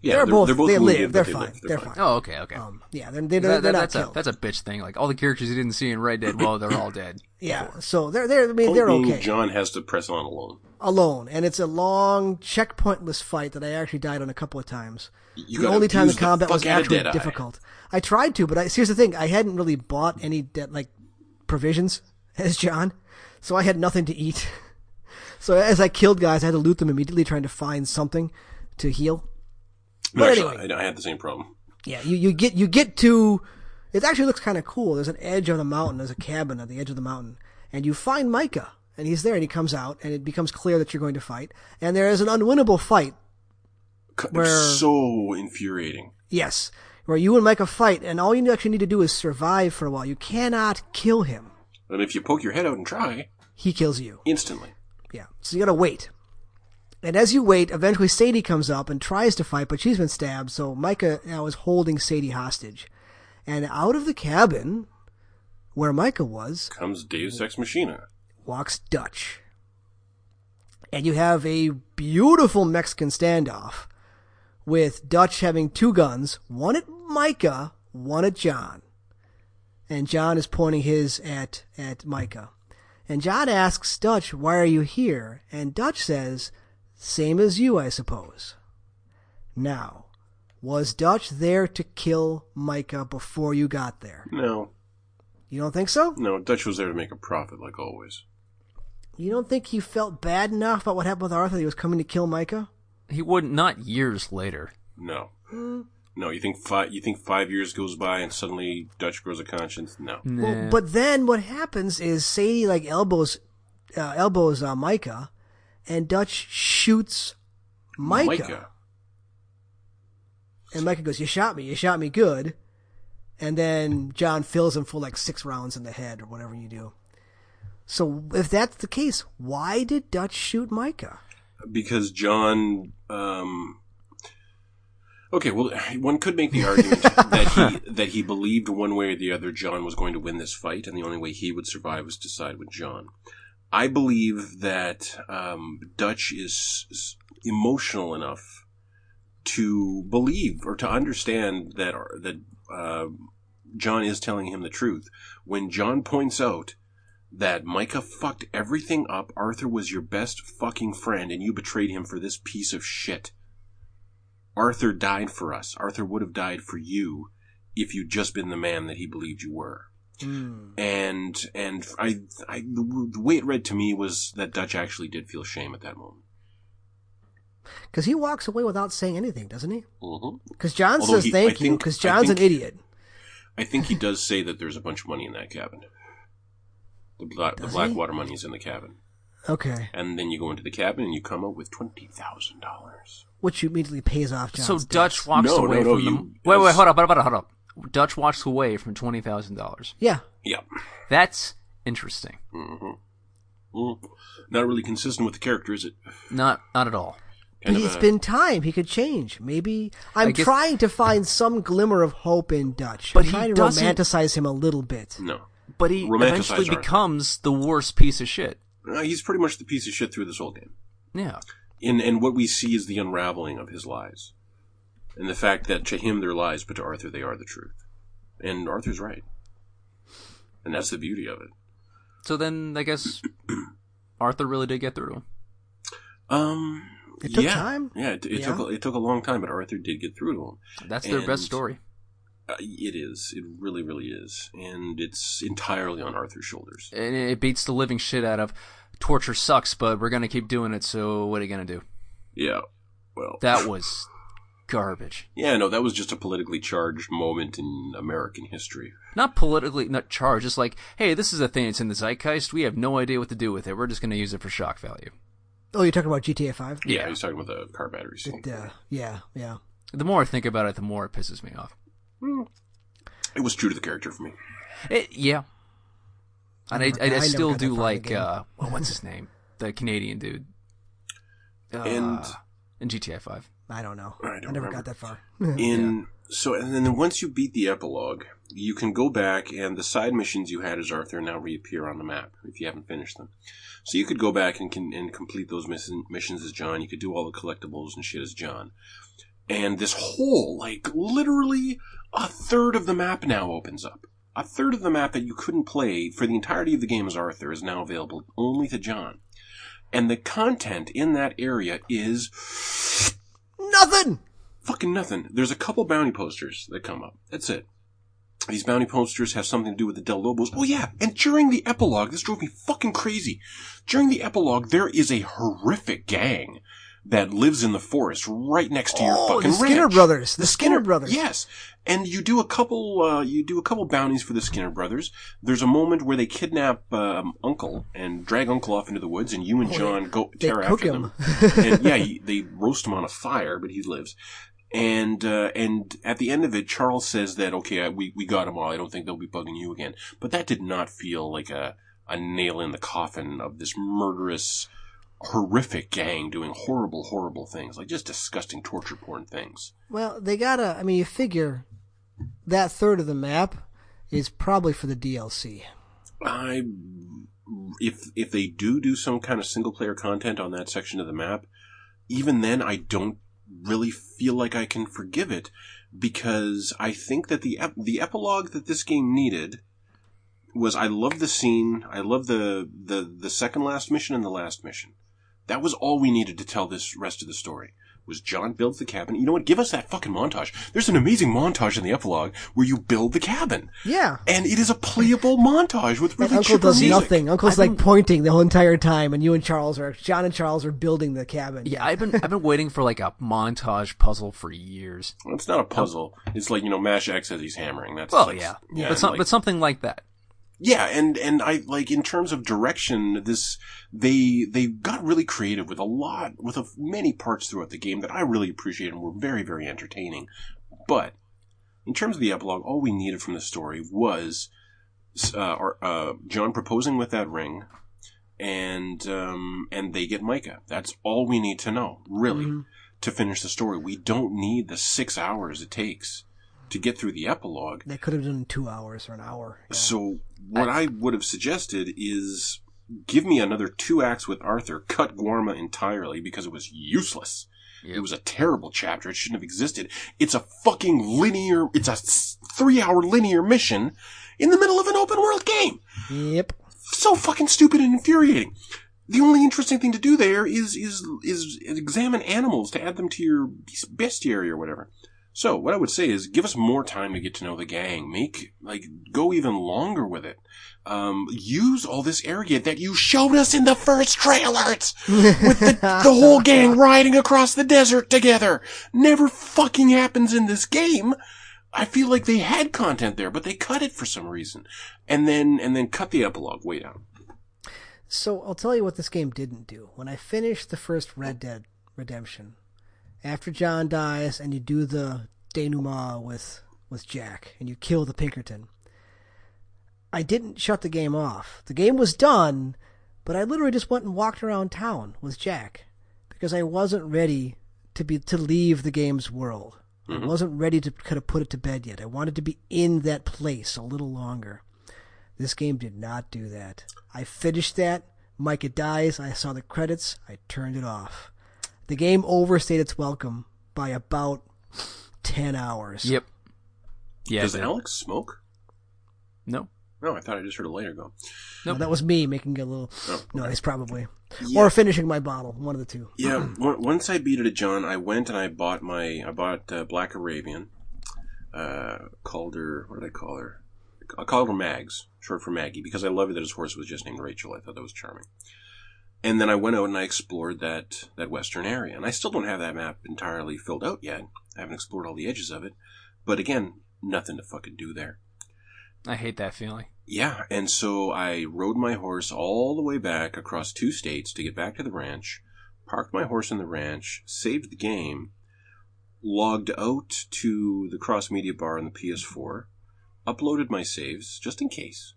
Speaker 2: Yeah,
Speaker 1: They're both- they
Speaker 2: wounded,
Speaker 1: live.
Speaker 2: but
Speaker 1: They're fine.
Speaker 2: live.
Speaker 1: They're fine.
Speaker 3: Oh, okay, okay.
Speaker 1: Um, yeah, they're, they're, they're
Speaker 3: That- that-
Speaker 1: not
Speaker 3: that's a
Speaker 1: killed.
Speaker 3: that's a bitch thing. Like all the characters you didn't see in Red Dead, well, they're all
Speaker 1: (laughs)
Speaker 3: dead.
Speaker 1: yeah, so they're they're I mean they're
Speaker 2: Only
Speaker 1: okay
Speaker 2: John has to press on alone.
Speaker 1: alone, and it's a long checkpointless fight that I actually died on a couple of times.
Speaker 2: You
Speaker 1: the
Speaker 2: gotta
Speaker 1: only time the
Speaker 2: abuse the
Speaker 1: combat was
Speaker 2: fuck outta
Speaker 1: actually
Speaker 2: Deadeye.
Speaker 1: difficult. I tried to, but I, here's the thing: I hadn't really bought any de- like provisions (laughs) as John, so I had nothing to eat. (laughs) so as I killed guys, I had to loot them immediately, trying to find something to heal.
Speaker 2: No,
Speaker 1: But
Speaker 2: actually,
Speaker 1: anyway.
Speaker 2: I, I had the same problem.
Speaker 1: Yeah, you, you get you get to. It actually looks kind of cool. There's an edge on the mountain. There's a cabin at the edge of the mountain, and you find Micah, and he's there, and he comes out, and it becomes clear that you're going to fight, and there is an unwinnable fight
Speaker 2: C-
Speaker 1: Where-
Speaker 2: So infuriating.
Speaker 1: Yes, where you and Micah fight, and all you actually need to do is survive for a while. You cannot kill him;
Speaker 2: And if you poke your head out and try,
Speaker 1: he kills you.
Speaker 2: instantly.
Speaker 1: Yeah, so you gotta wait. And as you wait, eventually Sadie comes up and tries to fight, but she's been stabbed. So Micah now is holding Sadie hostage, and out of the cabin where Micah was
Speaker 2: Comes Deus Ex Machina.
Speaker 1: walks Dutch, and you have a beautiful Mexican standoff with Dutch having two guns, one at Micah, one at John. And John is pointing his at, at Micah. And John asks Dutch, why are you here? And Dutch says, same as you, I suppose. Now, was Dutch there to kill Micah before you got there?
Speaker 2: No,
Speaker 1: You don't think so?
Speaker 2: no, Dutch was there to make a profit, like always.
Speaker 1: You don't think he felt bad enough about what happened with Arthur that he was coming to kill Micah?
Speaker 3: He wouldn't. Not years later.
Speaker 2: No.
Speaker 1: Hmm?
Speaker 2: No, you think five? You think five years goes by and suddenly Dutch grows a conscience? No.
Speaker 3: Nah.
Speaker 1: Well, but then what happens is Sadie like elbows, uh, elbows uh, Micah, and Dutch shoots Micah. and Micah goes, "You shot me. You shot me good." And then John fills him full like six rounds in the head or whatever you do. So if that's the case, why did Dutch shoot Micah?
Speaker 2: because John. Um, okay, well, one could make the argument that he that he believed one way or the other John was going to win this fight, and the only way he would survive was to side with John. I believe that um, Dutch is s- emotional enough to believe or to understand that that uh, John is telling him the truth. When John points out that Micah fucked everything up, Arthur was your best fucking friend, and you betrayed him for this piece of shit. Arthur died for us. Arthur would have died for you if you'd just been the man that he believed you were. Hmm. And and I, I the way it read to me was that Dutch actually did feel shame at that moment.
Speaker 1: Because he walks away without saying anything, doesn't he?
Speaker 2: Mm-hmm.
Speaker 1: Because John
Speaker 2: Although
Speaker 1: says
Speaker 2: he- I
Speaker 1: thank you.
Speaker 2: think-
Speaker 1: Because
Speaker 2: I
Speaker 1: John's an
Speaker 2: think-
Speaker 1: idiot.
Speaker 2: I think he does say that there's a bunch of money in that cabin. The, black the
Speaker 1: Does he?
Speaker 2: Blackwater money is in the cabin,
Speaker 1: Okay,
Speaker 2: and then you go into the cabin and you come up with twenty thousand dollars.
Speaker 1: which immediately pays off John's
Speaker 3: so
Speaker 1: debt.
Speaker 3: Dutch walks
Speaker 2: No,
Speaker 3: away
Speaker 2: no, no,
Speaker 3: from
Speaker 2: you-
Speaker 3: the. Wait, wait,
Speaker 2: that's-
Speaker 3: hold up, hold up, hold up. Dutch walks away from twenty thousand dollars.
Speaker 1: Yeah,
Speaker 2: Yeah.
Speaker 3: That's interesting.
Speaker 2: hmm Mm-hmm. Not really consistent with the character, is it?
Speaker 3: Not, not at all.
Speaker 1: But
Speaker 2: of
Speaker 1: it's
Speaker 2: a-
Speaker 1: been time. He could change. Maybe I'm
Speaker 3: I guess-
Speaker 1: trying to find some glimmer of hope in Dutch.
Speaker 3: But
Speaker 1: I'm
Speaker 3: he
Speaker 1: trying to
Speaker 3: doesn't-
Speaker 1: romanticize him a little bit.
Speaker 2: No.
Speaker 3: But he
Speaker 2: Romanticize
Speaker 3: eventually
Speaker 2: Arthur.
Speaker 3: becomes the worst piece of shit.
Speaker 2: Uh, he's pretty much the piece of shit through this whole game.
Speaker 3: Yeah.
Speaker 2: And, and what we see is the unraveling of his lies. And the fact that to him they're lies, but to Arthur they are the truth. And Arthur's right. And that's the beauty of it.
Speaker 3: So then I
Speaker 2: (clears throat)
Speaker 3: guess Arthur really did get through to him.
Speaker 2: Um,
Speaker 1: It took
Speaker 2: yeah.
Speaker 1: time?
Speaker 2: Yeah, it, it
Speaker 1: Yeah.
Speaker 2: took it took a long time, but Arthur did get through to him.
Speaker 3: That's their best
Speaker 2: And-
Speaker 3: story.
Speaker 2: Uh, it is. It really, really is, and it's entirely on Arthur's shoulders.
Speaker 3: And it beats the living shit out of torture sucks, but we're gonna keep doing it. So what are you gonna do?
Speaker 2: Yeah. Well,
Speaker 3: That was garbage.
Speaker 2: Yeah, no, that was just a politically charged moment in American history.
Speaker 3: Not politically not charged, just like, hey, this is a thing that's in the zeitgeist. We have no idea what to do with it. We're just going to use it for shock value.
Speaker 1: Oh, you're talking about GTA Five?
Speaker 2: Yeah, he's talking about the car battery scene.
Speaker 1: It, uh, yeah, yeah.
Speaker 3: The more I think about it, the more it pisses me off.
Speaker 2: It was true to the character for me.
Speaker 3: It, yeah. And I, I,
Speaker 1: I
Speaker 3: I
Speaker 1: never
Speaker 3: still
Speaker 1: got that
Speaker 3: do
Speaker 1: far in the
Speaker 3: like,
Speaker 1: game.
Speaker 3: uh, well, what's his name? The Canadian dude. Uh,
Speaker 2: And-
Speaker 3: in GTA 5.
Speaker 1: I don't know.
Speaker 2: I don't
Speaker 1: never
Speaker 2: remember.
Speaker 1: got that far. (laughs)
Speaker 2: In so, and then once you beat the epilogue, you can go back and the side missions you had as Arthur now reappear on the map if you haven't finished them. So you could go back and can and complete those miss- missions as John. You could do all the collectibles and shit as John. And this whole, like, literally a third of the map now opens up. A third of the map that you couldn't play for the entirety of the game as Arthur is now available only to John. And the content in that area is
Speaker 1: Nothing.
Speaker 2: fucking nothing. There's a couple bounty posters that come up. That's it. These bounty posters have something to do with the Del Lobos. Oh yeah, and during the epilogue, this drove me fucking crazy. During the epilogue, there is a horrific gang that lives in the forest right next to your
Speaker 1: Oh,
Speaker 2: fucking
Speaker 1: the Skinner
Speaker 2: ranch.
Speaker 1: brothers. The, Skinner, brothers.
Speaker 2: Yes, and you do a couple. Uh, you do a couple bounties for the Skinner brothers. There's a moment where they kidnap um, Uncle and drag Uncle off into the woods, and you and John go
Speaker 1: Oh, they
Speaker 2: tear
Speaker 1: cook
Speaker 2: after
Speaker 1: him.
Speaker 2: them.
Speaker 1: (laughs)
Speaker 2: and yeah, he, they roast him on a fire, but he lives. And uh, and at the end of it, Charles says that okay, I, we we got them all. I don't think they'll be bugging you again. But that did not feel like a a nail in the coffin of this murderous. Horrific gang doing horrible, horrible things, like just disgusting torture porn things.
Speaker 1: Well, they gotta. I mean, you figure that third of the map is probably for the DLC.
Speaker 2: I if if they do do some kind of single player content on that section of the map, even then I don't really feel like I can forgive it because I think that the ep- the epilogue that this game needed was I love the scene, I love the the the second last mission and the last mission. That was all we needed to tell this rest of the story. Was John builds the cabin? You know what? Give us that fucking montage. There's an amazing montage in the epilogue where you build the cabin
Speaker 1: Yeah.
Speaker 2: and it is a playable montage with
Speaker 1: And
Speaker 2: really
Speaker 1: Uncle
Speaker 2: cheaper
Speaker 1: does
Speaker 2: music.
Speaker 1: nothing. Uncle's like pointing the whole entire time, and you and Charles are John and Charles are building the cabin.
Speaker 3: Yeah, I've been I've been waiting for like a montage puzzle for years.
Speaker 2: Well, It's not a puzzle. It's like you know, Mash X as he's hammering. That's
Speaker 3: Well,
Speaker 2: like-
Speaker 3: yeah,
Speaker 2: yeah,
Speaker 3: but,
Speaker 2: and
Speaker 3: some,
Speaker 2: like-
Speaker 3: but something like that.
Speaker 2: yeah, and and I like in terms of direction, this they they got really creative with a lot with a, many parts throughout the game that I really appreciate and were very very entertaining. But in terms of the epilogue, all we needed from the story was uh, our, uh, John proposing with that ring, and um, and they get Micah. That's all we need to know, really, to finish the story. We don't need the six hours it takes to get through the epilogue.
Speaker 1: They could have done it in two hours or an hour. Yeah.
Speaker 2: So what I, would have suggested is give me another two acts with Arthur, cut Guarma entirely because it was useless. It was a terrible chapter. It shouldn't have existed. It's a fucking linear, it's a three hour linear mission in the middle of an open world game.
Speaker 1: Yep.
Speaker 2: So fucking stupid and infuriating. The only interesting thing to do there is, is, is examine animals to add them to your bestiary or whatever. So what I would say is give us more time to get to know the gang. Make like go even longer with it. Um, use all this arrogant that you showed us in the first trailers with the, the whole gang riding across the desert together. Never fucking happens in this game. I feel like they had content there, but they cut it for some reason. And then and then cut the epilogue way down.
Speaker 1: So I'll tell you what this game didn't do. When I finished the first Red Dead Redemption, after John dies and you do the denouement with with Jack and you kill the Pinkerton, I didn't shut the game off. The game was done, but I literally just went and walked around town with Jack because I wasn't ready to be to leave the game's world. I wasn't ready to kind of put it to bed yet. I wanted to be in that place a little longer. This game did not do that. I finished that. Micah dies. I saw the credits. I turned it off. The game overstayed its welcome by about 10 hours.
Speaker 3: Yep. Yeah.
Speaker 2: Does
Speaker 3: it did.
Speaker 2: Alex smoke?
Speaker 3: No.
Speaker 2: No, I thought I just heard a
Speaker 3: (clears throat)
Speaker 2: later go.
Speaker 1: No, that was me making a little
Speaker 2: Oh,
Speaker 1: noise, probably.
Speaker 2: Yeah.
Speaker 1: Or finishing my bottle. One of the two.
Speaker 2: Yeah, on- once I beat it at John, I went and I bought my I bought uh, Black Arabian. Uh, called her what did I call her? I called her Mags, short for Maggie, because I love it that his horse was just named Rachel. I thought that was charming. And then I went out and I explored that, that western area. And I still don't have that map entirely filled out yet. I haven't explored all the edges of it. But again, nothing to fucking do there.
Speaker 3: I hate that feeling.
Speaker 2: Yeah, and so I rode my horse all the way back across two states to get back to the ranch, parked my horse in the ranch, saved the game, logged out to the cross media bar on the PS4, uploaded my saves just in case,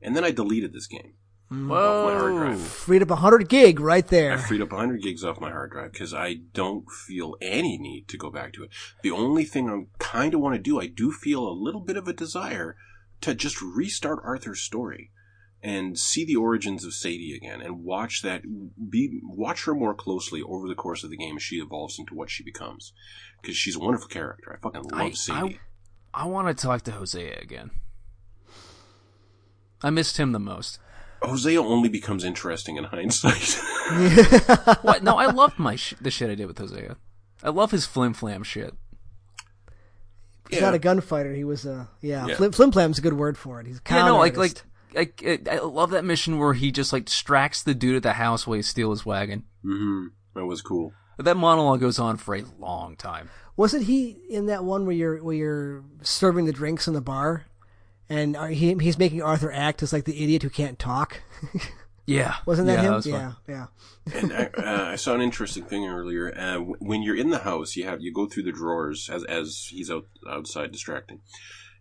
Speaker 2: and then I deleted this game.
Speaker 3: Whoa.
Speaker 2: my hard drive.
Speaker 1: Freed up 100 gig right
Speaker 2: I
Speaker 1: there.
Speaker 2: freed up 100 gigs off my hard drive because I don't feel any need to go back to it. The only thing I am kind of want to do, I do feel a little bit of a desire to just restart Arthur's story and see the origins of Sadie again and watch that be watch her more closely over the course of the game as she evolves into what she becomes because she's a wonderful character. I fucking love
Speaker 3: I,
Speaker 2: Sadie.
Speaker 3: I, I want to talk to Hosea again. I missed him the (laughs) most.
Speaker 2: Hosea only becomes interesting in hindsight. (laughs)
Speaker 1: (laughs)
Speaker 3: What? No, I love my sh- the shit I did with Hosea. I love his flim flam shit.
Speaker 1: He's
Speaker 2: Yeah.
Speaker 1: not a gunfighter. He was a yeah.
Speaker 2: Yeah.
Speaker 1: Flim, flimflam's a good word for it. He's a con
Speaker 3: yeah, no, like
Speaker 1: artist.
Speaker 3: like like it- I love that mission where he just like distracts the dude at the house while he steals his wagon.
Speaker 2: mm-hmm. That was cool.
Speaker 3: That monologue goes on for a long time.
Speaker 1: Wasn't he in that one where you're where you're serving the drinks in the bar, and are- he he's making Arthur act as like the idiot who can't talk? (laughs)
Speaker 3: Yeah,
Speaker 1: Wasn't that
Speaker 3: yeah,
Speaker 1: him?
Speaker 3: was fun.
Speaker 1: yeah, yeah.
Speaker 2: And I, uh, I saw an interesting thing earlier. Uh, w- when you're in the house, you have you go through the drawers as as he's out outside distracting.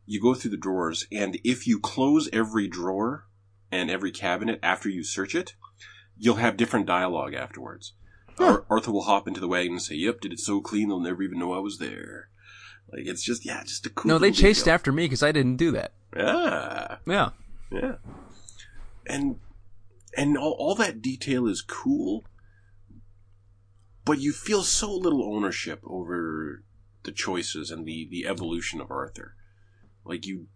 Speaker 2: You go through the drawers, and if you close every drawer and every cabinet after you search it, you'll have different dialogue afterwards. Ar- Arthur will hop into the wagon and say, "Yep, did it so clean they'll never even know I was there." Like it's just yeah, just a cool.
Speaker 3: No, they
Speaker 2: little
Speaker 3: chased
Speaker 2: detail.
Speaker 3: after me because I didn't do that.
Speaker 2: Ah.
Speaker 3: Yeah,
Speaker 2: Yeah. And and all, all that detail is cool, but you feel so little ownership over the choices and the, the evolution of Arthur. Like you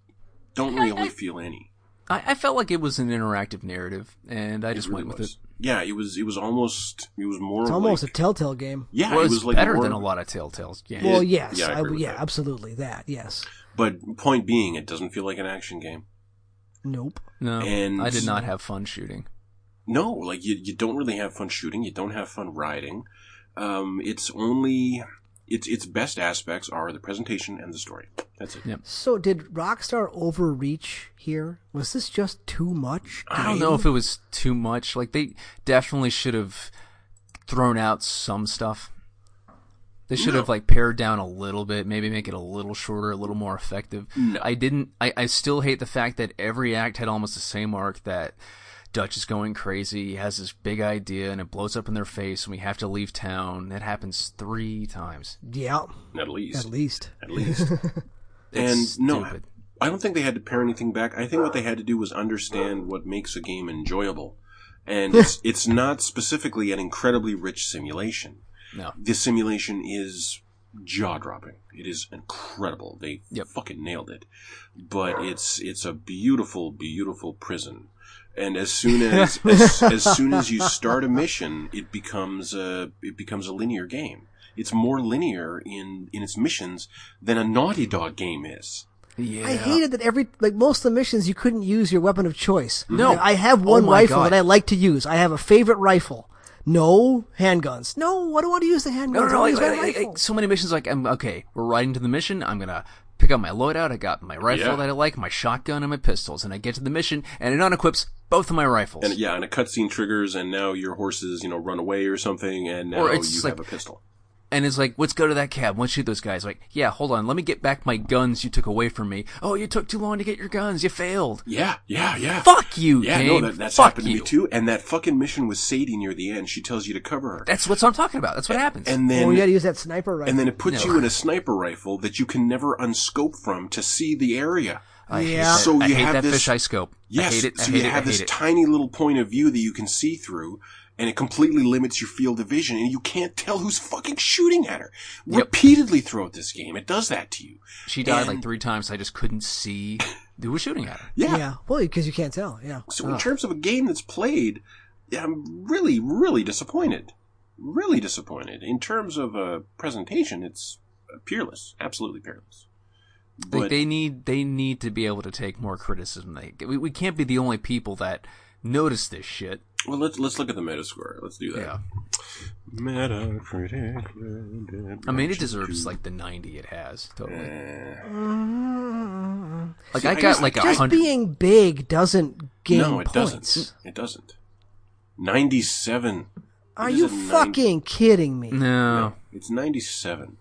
Speaker 2: don't really feel any.
Speaker 3: I, I felt like it was an interactive narrative, and I just went with it.
Speaker 2: Yeah, it was it was almost it was more
Speaker 1: It's
Speaker 2: of
Speaker 1: almost
Speaker 2: like-
Speaker 1: a telltale game.
Speaker 2: yeah,
Speaker 3: well,
Speaker 2: it
Speaker 3: it's
Speaker 2: was like
Speaker 3: better
Speaker 2: more-
Speaker 3: than a lot of Telltales games.
Speaker 2: Yeah.
Speaker 1: Well, yes,
Speaker 2: yeah, I
Speaker 1: I
Speaker 2: agree with
Speaker 1: yeah,
Speaker 2: that.
Speaker 1: absolutely that. Yes,
Speaker 2: But point being, it doesn't feel like an action game.
Speaker 1: nope.
Speaker 3: No,
Speaker 2: And-
Speaker 3: I did not have fun shooting.
Speaker 2: No, like you, you don't really have fun shooting. You don't have fun riding. Um, it's only its its best aspects are the presentation and the story. That's it.
Speaker 3: Yeah.
Speaker 1: So did Rockstar overreach here? Was this just too much?
Speaker 2: Ah.
Speaker 3: I don't
Speaker 1: game?
Speaker 3: know if it was too much. Like they definitely should have thrown out some stuff. They should have like pared down a little bit, maybe make it a little shorter, a little more effective. I didn't. I, I still hate the fact that every act had almost the same arc. That Dutch is going crazy, he has this big idea, and it blows up in their face, and we have to leave town. That happens three times.
Speaker 1: Yeah,
Speaker 2: At least.
Speaker 1: at least.
Speaker 2: At least. and
Speaker 3: It's
Speaker 2: no,
Speaker 3: stupid.
Speaker 2: I don't think they had to pare anything back. I think what they had to do was understand what makes a game enjoyable. And it's, it's not specifically an incredibly rich simulation.
Speaker 3: No.
Speaker 2: This simulation is jaw dropping. It is incredible. They
Speaker 3: Yep.
Speaker 2: fucking nailed it. But it's it's a beautiful, beautiful prison. And as
Speaker 3: (laughs)
Speaker 2: soon as, as as soon as you start a mission, it becomes a it becomes a linear game. It's more linear in in its missions than a Naughty Dog game is.
Speaker 3: Yeah.
Speaker 1: I hated that every like most of the missions you couldn't use your weapon of choice.
Speaker 3: No.
Speaker 1: Like, I have
Speaker 3: Oh
Speaker 1: one
Speaker 3: my
Speaker 1: rifle
Speaker 3: God.
Speaker 1: that I like to use. I have a favorite rifle. No handguns. No, I don't want to use the handguns.
Speaker 3: No, no, no, like,
Speaker 1: I want to use my
Speaker 3: like-
Speaker 1: rifle.
Speaker 3: like, so many missions. Like, I'm okay. We're riding to the mission. I'm gonna pick up my loadout. I got my rifle
Speaker 2: Yeah.
Speaker 3: that I like, my shotgun, and my pistols. And I get to the mission, and it unequips both of my rifles.
Speaker 2: And yeah, and a cutscene triggers, and now your horses, you know, run away or something, and now
Speaker 3: Or
Speaker 2: you
Speaker 3: it's
Speaker 2: have a
Speaker 3: like-
Speaker 2: pistol.
Speaker 3: And it's like, let's go to that cab. Let's shoot those guys. Like, yeah, hold on. Let me get back my guns you took away from me. Oh, you took too long to get your guns. You failed.
Speaker 2: Yeah, yeah, yeah.
Speaker 3: Fuck you,
Speaker 2: Yeah,
Speaker 3: game.
Speaker 2: no, that, that's
Speaker 3: Fuck
Speaker 2: happened
Speaker 3: you.
Speaker 2: to me too. And that fucking mission with Sadie near the end, she tells you to cover her,
Speaker 3: That's what I'm talking about. That's what happens.
Speaker 2: and
Speaker 1: oh, you got
Speaker 2: then
Speaker 1: to use that sniper rifle.
Speaker 2: and then it puts
Speaker 3: No.
Speaker 2: you in a sniper rifle that you can never unscope from to see the area.
Speaker 3: I hate
Speaker 1: Yeah.
Speaker 3: that.
Speaker 2: So
Speaker 3: I
Speaker 2: you
Speaker 3: hate
Speaker 2: have
Speaker 3: that
Speaker 2: this-
Speaker 3: fisheye scope.
Speaker 2: Yes,
Speaker 3: I hate it. I
Speaker 2: so
Speaker 3: hate
Speaker 2: you
Speaker 3: it.
Speaker 2: have
Speaker 3: I hate
Speaker 2: this
Speaker 3: it.
Speaker 2: tiny little point of view that you can see through, and it completely limits your field of vision, and you can't tell who's fucking shooting at her.
Speaker 3: Yep.
Speaker 2: Repeatedly throughout this game, it does that to you.
Speaker 3: she died
Speaker 2: and-
Speaker 3: like three times. I just couldn't see who was shooting at her.
Speaker 1: yeah. well, because you can't tell. Yeah,
Speaker 2: So in terms of a game that's played, I'm really, really disappointed. Really disappointed. In terms of a presentation, it's peerless, absolutely peerless.
Speaker 3: Like
Speaker 2: But
Speaker 3: they need they need to be able to take more criticism. They we, we can't be the only people that notice this shit.
Speaker 2: Well, let's let's look at the Metascore. Let's do that.
Speaker 3: Yeah.
Speaker 2: Metacritic.
Speaker 3: I mean, it deserves like the 90 it has. Totally.
Speaker 2: Eh,
Speaker 3: Like
Speaker 2: See,
Speaker 3: I
Speaker 2: I guess
Speaker 3: got like a
Speaker 1: Just
Speaker 3: hundred.
Speaker 1: being big doesn't gain
Speaker 2: no, it
Speaker 1: points.
Speaker 2: doesn't. It doesn't. Ninety-seven.
Speaker 1: Are
Speaker 2: It is
Speaker 1: you
Speaker 2: a nine-
Speaker 1: fucking kidding me?
Speaker 3: No.
Speaker 2: It's ninety-seven,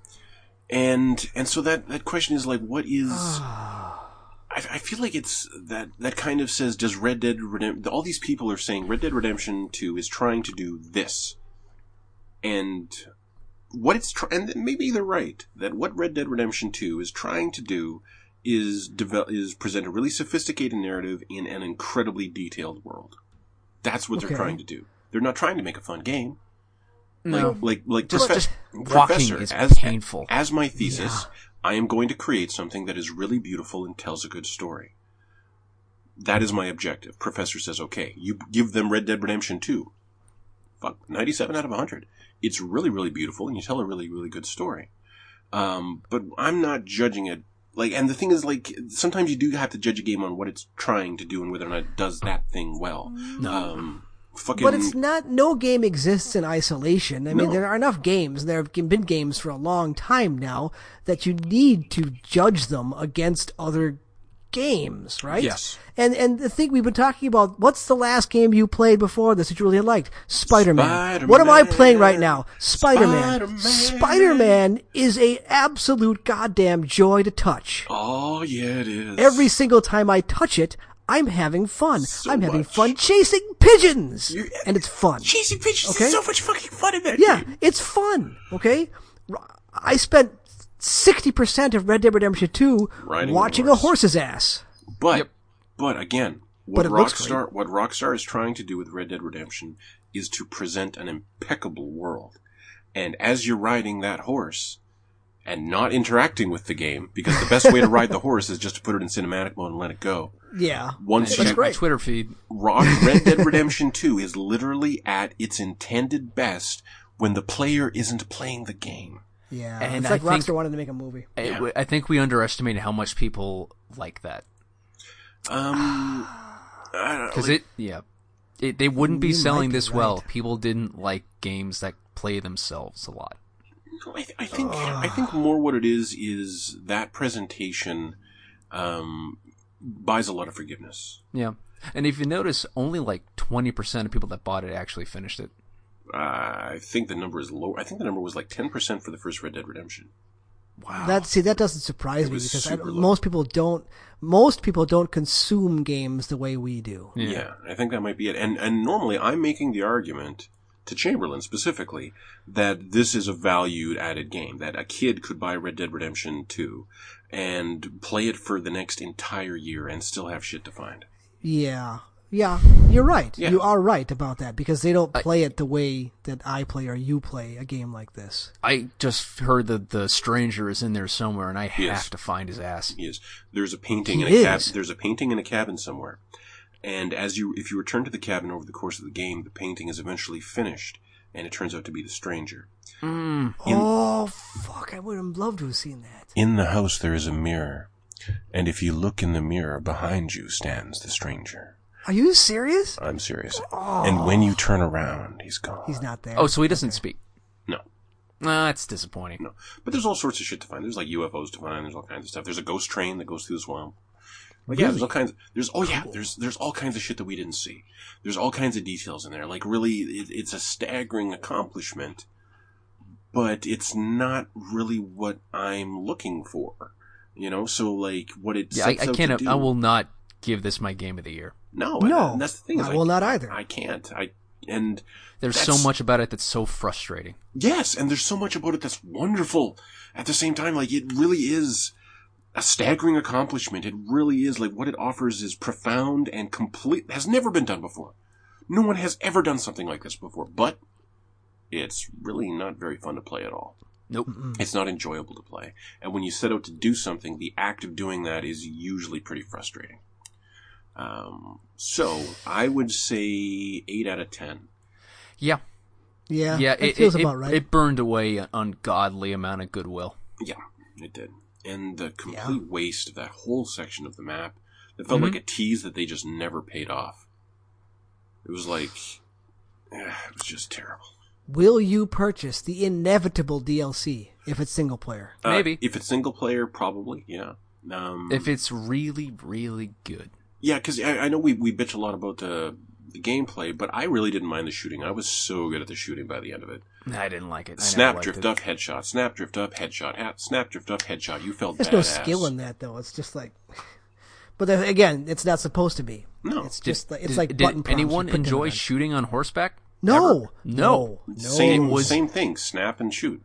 Speaker 2: and and so that that question is like, what is?
Speaker 3: Ah.
Speaker 2: I,
Speaker 1: Ah.
Speaker 2: I feel like it's that that kind of says, does Red Dead Redemption? All these people are saying Red Dead Redemption Two is trying to do this, and what it's try- and maybe they're right that what Red Dead Redemption Two is trying to do is develop is present a really sophisticated narrative in an incredibly detailed world. That's what
Speaker 1: Okay.
Speaker 2: they're trying to do. They're not trying to make a fun game
Speaker 3: No.
Speaker 2: like like
Speaker 3: Just-
Speaker 2: profess-
Speaker 3: just
Speaker 2: professor
Speaker 3: walking is
Speaker 2: as
Speaker 3: painful.
Speaker 2: as my thesis i am going to create something that is really beautiful and tells a good story that is my objective professor says okay you give them red dead redemption 2 fuck 97 out of 100 it's really really beautiful and you tell a really really good story um, but i'm not judging it like and the thing is like sometimes you do have to judge a game on what it's trying to do and whether or not it does that thing well
Speaker 3: No.
Speaker 2: um, fucking
Speaker 1: But it's not. No game exists in isolation. I mean,
Speaker 2: No.
Speaker 1: there are enough games. There have been games for a long time now that you need to judge them against other games, right?
Speaker 2: Yes.
Speaker 1: And and the thing we've been talking about. What's the last game you played before this that you really liked? Spider Man.
Speaker 2: Spider-Man.
Speaker 1: What am I playing right now? Spider Man.
Speaker 2: Spider-Man.
Speaker 1: Spider Man is a absolute goddamn joy to touch.
Speaker 2: oh yeah it is
Speaker 1: Every single time I touch it, I'm having fun.
Speaker 2: So
Speaker 1: I'm having
Speaker 2: much.
Speaker 1: fun chasing pigeons,
Speaker 2: You-
Speaker 1: and it's fun.
Speaker 2: Chasing Pigeons
Speaker 1: Okay.
Speaker 2: is so much fucking fun in that
Speaker 1: Yeah,
Speaker 2: game.
Speaker 1: it's fun. Okay, R- I spent sixty percent of Red Dead Redemption Two
Speaker 2: Riding a
Speaker 1: watching a
Speaker 2: horse.
Speaker 1: horse's ass.
Speaker 2: But
Speaker 3: Yep.
Speaker 2: but again,
Speaker 1: But
Speaker 2: what
Speaker 1: it looks
Speaker 2: Rockstar what Rockstar is trying to do with Red Dead Redemption is to present an impeccable world. And as you're riding that horse and not interacting with the game, because the best way
Speaker 1: (laughs)
Speaker 2: to ride the horse is just to put it in cinematic mode and let it go.
Speaker 1: Yeah,
Speaker 2: Once
Speaker 1: That's
Speaker 2: you
Speaker 3: Check my
Speaker 1: great.
Speaker 3: Twitter feed.
Speaker 2: Rock Red Dead Redemption 2 is literally at its intended best when the player isn't playing the game.
Speaker 1: yeah.
Speaker 3: And
Speaker 1: it's
Speaker 3: I
Speaker 1: like
Speaker 3: think-
Speaker 1: Rockstar wanted to make a movie.
Speaker 3: I-
Speaker 2: Yeah.
Speaker 3: I think we underestimated how much people like that
Speaker 1: (sighs)
Speaker 2: Um I don't-
Speaker 3: because it, yeah, it, they wouldn't be
Speaker 1: You
Speaker 3: selling
Speaker 1: might be
Speaker 3: this well.
Speaker 1: right.
Speaker 3: People didn't like games that play themselves a lot.
Speaker 2: I, th- I think I think more what it is is that presentation um, buys a lot of forgiveness.
Speaker 3: Yeah, and if you notice, only like twenty percent of people that bought it actually finished it.
Speaker 2: Uh, I think the number is lower. I think the number was like ten percent for the first Red Dead Redemption.
Speaker 3: Wow,
Speaker 1: That see, that doesn't surprise
Speaker 2: Ah, It
Speaker 1: me
Speaker 2: was
Speaker 1: because I,
Speaker 2: super low.
Speaker 1: most people don't. Most people don't consume games the way we do.
Speaker 2: Yeah.
Speaker 3: Yeah.
Speaker 2: I think that might be it. And and normally I'm making the argument to Chamberlain specifically that this is a valued added game that a kid could buy Red Dead Redemption two and play it for the next entire year and still have shit to find.
Speaker 1: Yeah. Yeah, you're right.
Speaker 2: Yeah.
Speaker 1: You are right about that because they don't play it the way that I play or you play a game like this.
Speaker 3: I just heard that the stranger is in there somewhere, and I have
Speaker 2: Yes.
Speaker 3: to find his ass.
Speaker 2: He is. There's a painting
Speaker 1: He
Speaker 2: in a cab-
Speaker 1: is.
Speaker 2: There's a painting in a cabin somewhere, and as you if you return to the cabin over the course of the game, the painting is eventually finished, and it turns out to be the stranger.
Speaker 3: Mm.
Speaker 2: In-
Speaker 1: oh fuck! I would have loved to have seen that.
Speaker 2: In the house there is a mirror, and if you look in the mirror behind you stands the stranger.
Speaker 1: Are you serious?
Speaker 2: I'm serious. And when you turn around, he's gone.
Speaker 1: He's not there.
Speaker 3: Oh, so he doesn't speak.
Speaker 2: No,
Speaker 3: Ah, that's disappointing.
Speaker 2: no. But there's all sorts of shit to find. There's like UFOs to find. There's all kinds of stuff. There's a ghost train that goes through the swamp. Like, yeah, there's all kinds. There's oh yeah, there's there's all kinds of shit that we didn't see. There's all kinds of details in there. Like really, it, it's a staggering accomplishment, but it's not really what I'm looking for. You know, so like what it
Speaker 3: Yeah, I, I
Speaker 2: sets out to
Speaker 3: can't.
Speaker 2: do-
Speaker 3: I will not give this my game of the year.
Speaker 2: no
Speaker 1: No,
Speaker 2: and, and that's the thing. Is
Speaker 1: I
Speaker 2: like,
Speaker 1: will not either.
Speaker 2: I can't. I and
Speaker 3: There's so
Speaker 2: That's-
Speaker 3: much about it that's so frustrating.
Speaker 2: Yes, and there's so much about it that's wonderful. At the same time, like it really is a staggering accomplishment. It really is like what it offers is profound and complete. Has never been done before. No one has ever done something like this before. But it's really not very fun to play at all.
Speaker 3: Nope.
Speaker 2: It's not enjoyable to play. And when you set out to do something, the act of doing that is usually pretty frustrating. Um, so I would say eight out of ten.
Speaker 3: Yeah.
Speaker 1: yeah,
Speaker 3: yeah,
Speaker 1: It,
Speaker 3: it,
Speaker 1: feels
Speaker 3: it-
Speaker 1: about
Speaker 3: it-
Speaker 1: right.
Speaker 3: It burned away an ungodly amount of goodwill.
Speaker 2: Yeah, it did. And the complete waste
Speaker 3: Mm-hmm.
Speaker 2: of that whole section of the map that felt like a tease that they just never paid off. It was like, (sighs) eh, it was just terrible.
Speaker 1: Will you purchase the inevitable DLC if it's single player?
Speaker 2: Uh,
Speaker 3: Maybe.
Speaker 2: if it's single player, probably yeah. Um,
Speaker 3: If it's really, really good.
Speaker 2: Yeah, because I, I know we, we bitch a lot about the, the gameplay, but I really didn't mind the shooting. I was so good at the shooting by the end of it.
Speaker 3: I didn't like it. I never
Speaker 2: snap,
Speaker 3: liked
Speaker 2: drift
Speaker 3: it.
Speaker 2: up, headshot. Snap, drift up, headshot. Ha- snap, drift up, headshot. You felt
Speaker 1: There's
Speaker 2: badass.
Speaker 1: no skill in that though. It's just like, (laughs) but then, again, it's not supposed to be.
Speaker 2: No.
Speaker 1: it's
Speaker 3: Did-
Speaker 1: just like it's
Speaker 3: did-
Speaker 1: like
Speaker 3: did
Speaker 1: button prompts you
Speaker 3: anyone
Speaker 1: put them
Speaker 3: enjoy
Speaker 1: on.
Speaker 3: shooting on horseback?
Speaker 1: no,
Speaker 3: No.
Speaker 1: no, no.
Speaker 2: same
Speaker 3: was-
Speaker 2: same thing. Snap and shoot.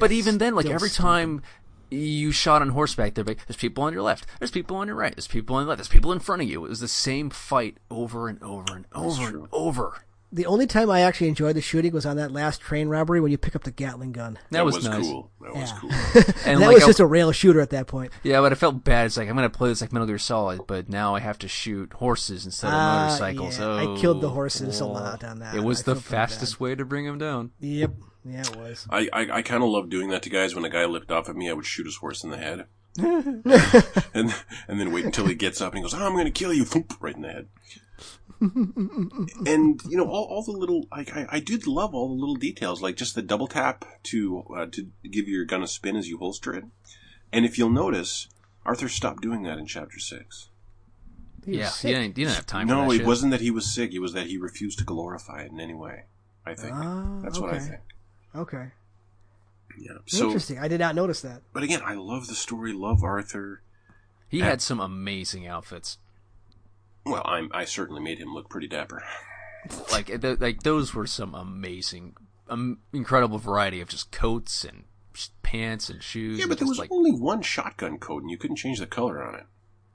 Speaker 3: But even then, like
Speaker 1: still
Speaker 3: every time you shot on horseback, they're like, "There's people on your left. There's people on your right. There's people on your left. There's people in front of you." It was the same fight over and over and over and over.
Speaker 1: The only time I actually enjoyed the shooting was on that last train robbery when you pick up the Gatling gun.
Speaker 3: That, was, nice.
Speaker 2: cool. That was
Speaker 1: Yeah.
Speaker 2: cool.
Speaker 3: (laughs) And
Speaker 1: that
Speaker 3: like,
Speaker 1: was
Speaker 3: I-
Speaker 1: just a rail shooter at that point.
Speaker 3: yeah, but I felt bad. It's like I'm gonna play this like Metal Gear Solid, but now I have to shoot horses instead of
Speaker 1: Ah,
Speaker 3: motorcycles.
Speaker 1: yeah. I
Speaker 3: Oh,
Speaker 1: killed the horses a
Speaker 3: oh.
Speaker 1: lot on that.
Speaker 3: It was
Speaker 1: I
Speaker 3: the
Speaker 1: feel pretty bad.
Speaker 3: fastest way to bring them down.
Speaker 1: Yep, yeah, it was.
Speaker 2: I, I, I kind of love doing that to guys. When a guy lipped off at me, I would shoot his horse in
Speaker 1: (laughs)
Speaker 2: the head. and and then wait until he gets up and he goes, "Oh, I'm going to kill you, Thump, right in the head. and, you know, all, all the little, like, I, I did love all the little details, like just the double tap to, uh, to give your gun a spin as you holster it. And if you'll notice, Arthur stopped doing that in Chapter 6.
Speaker 1: He was
Speaker 3: yeah,
Speaker 1: sick.
Speaker 3: you didn't, you didn't have time. for
Speaker 2: No,
Speaker 3: that
Speaker 2: it
Speaker 3: shit.
Speaker 2: wasn't that he was sick. It was that he refused to glorify it in any way, I think.
Speaker 1: Ah,
Speaker 2: That's what I
Speaker 1: okay.
Speaker 2: think.
Speaker 1: Okay,
Speaker 2: Yeah. So,
Speaker 1: interesting. I did not notice that.
Speaker 2: but again, I love the story, love Arthur.
Speaker 3: He had some amazing outfits.
Speaker 2: Well, I'm, I certainly made him look pretty dapper.
Speaker 3: Like, th- like those were some amazing, um, incredible variety of just coats and sh- pants and shoes.
Speaker 2: Yeah,
Speaker 3: and
Speaker 2: but there
Speaker 3: just,
Speaker 2: was
Speaker 3: like,
Speaker 2: only one shotgun coat, and you couldn't change the color on it.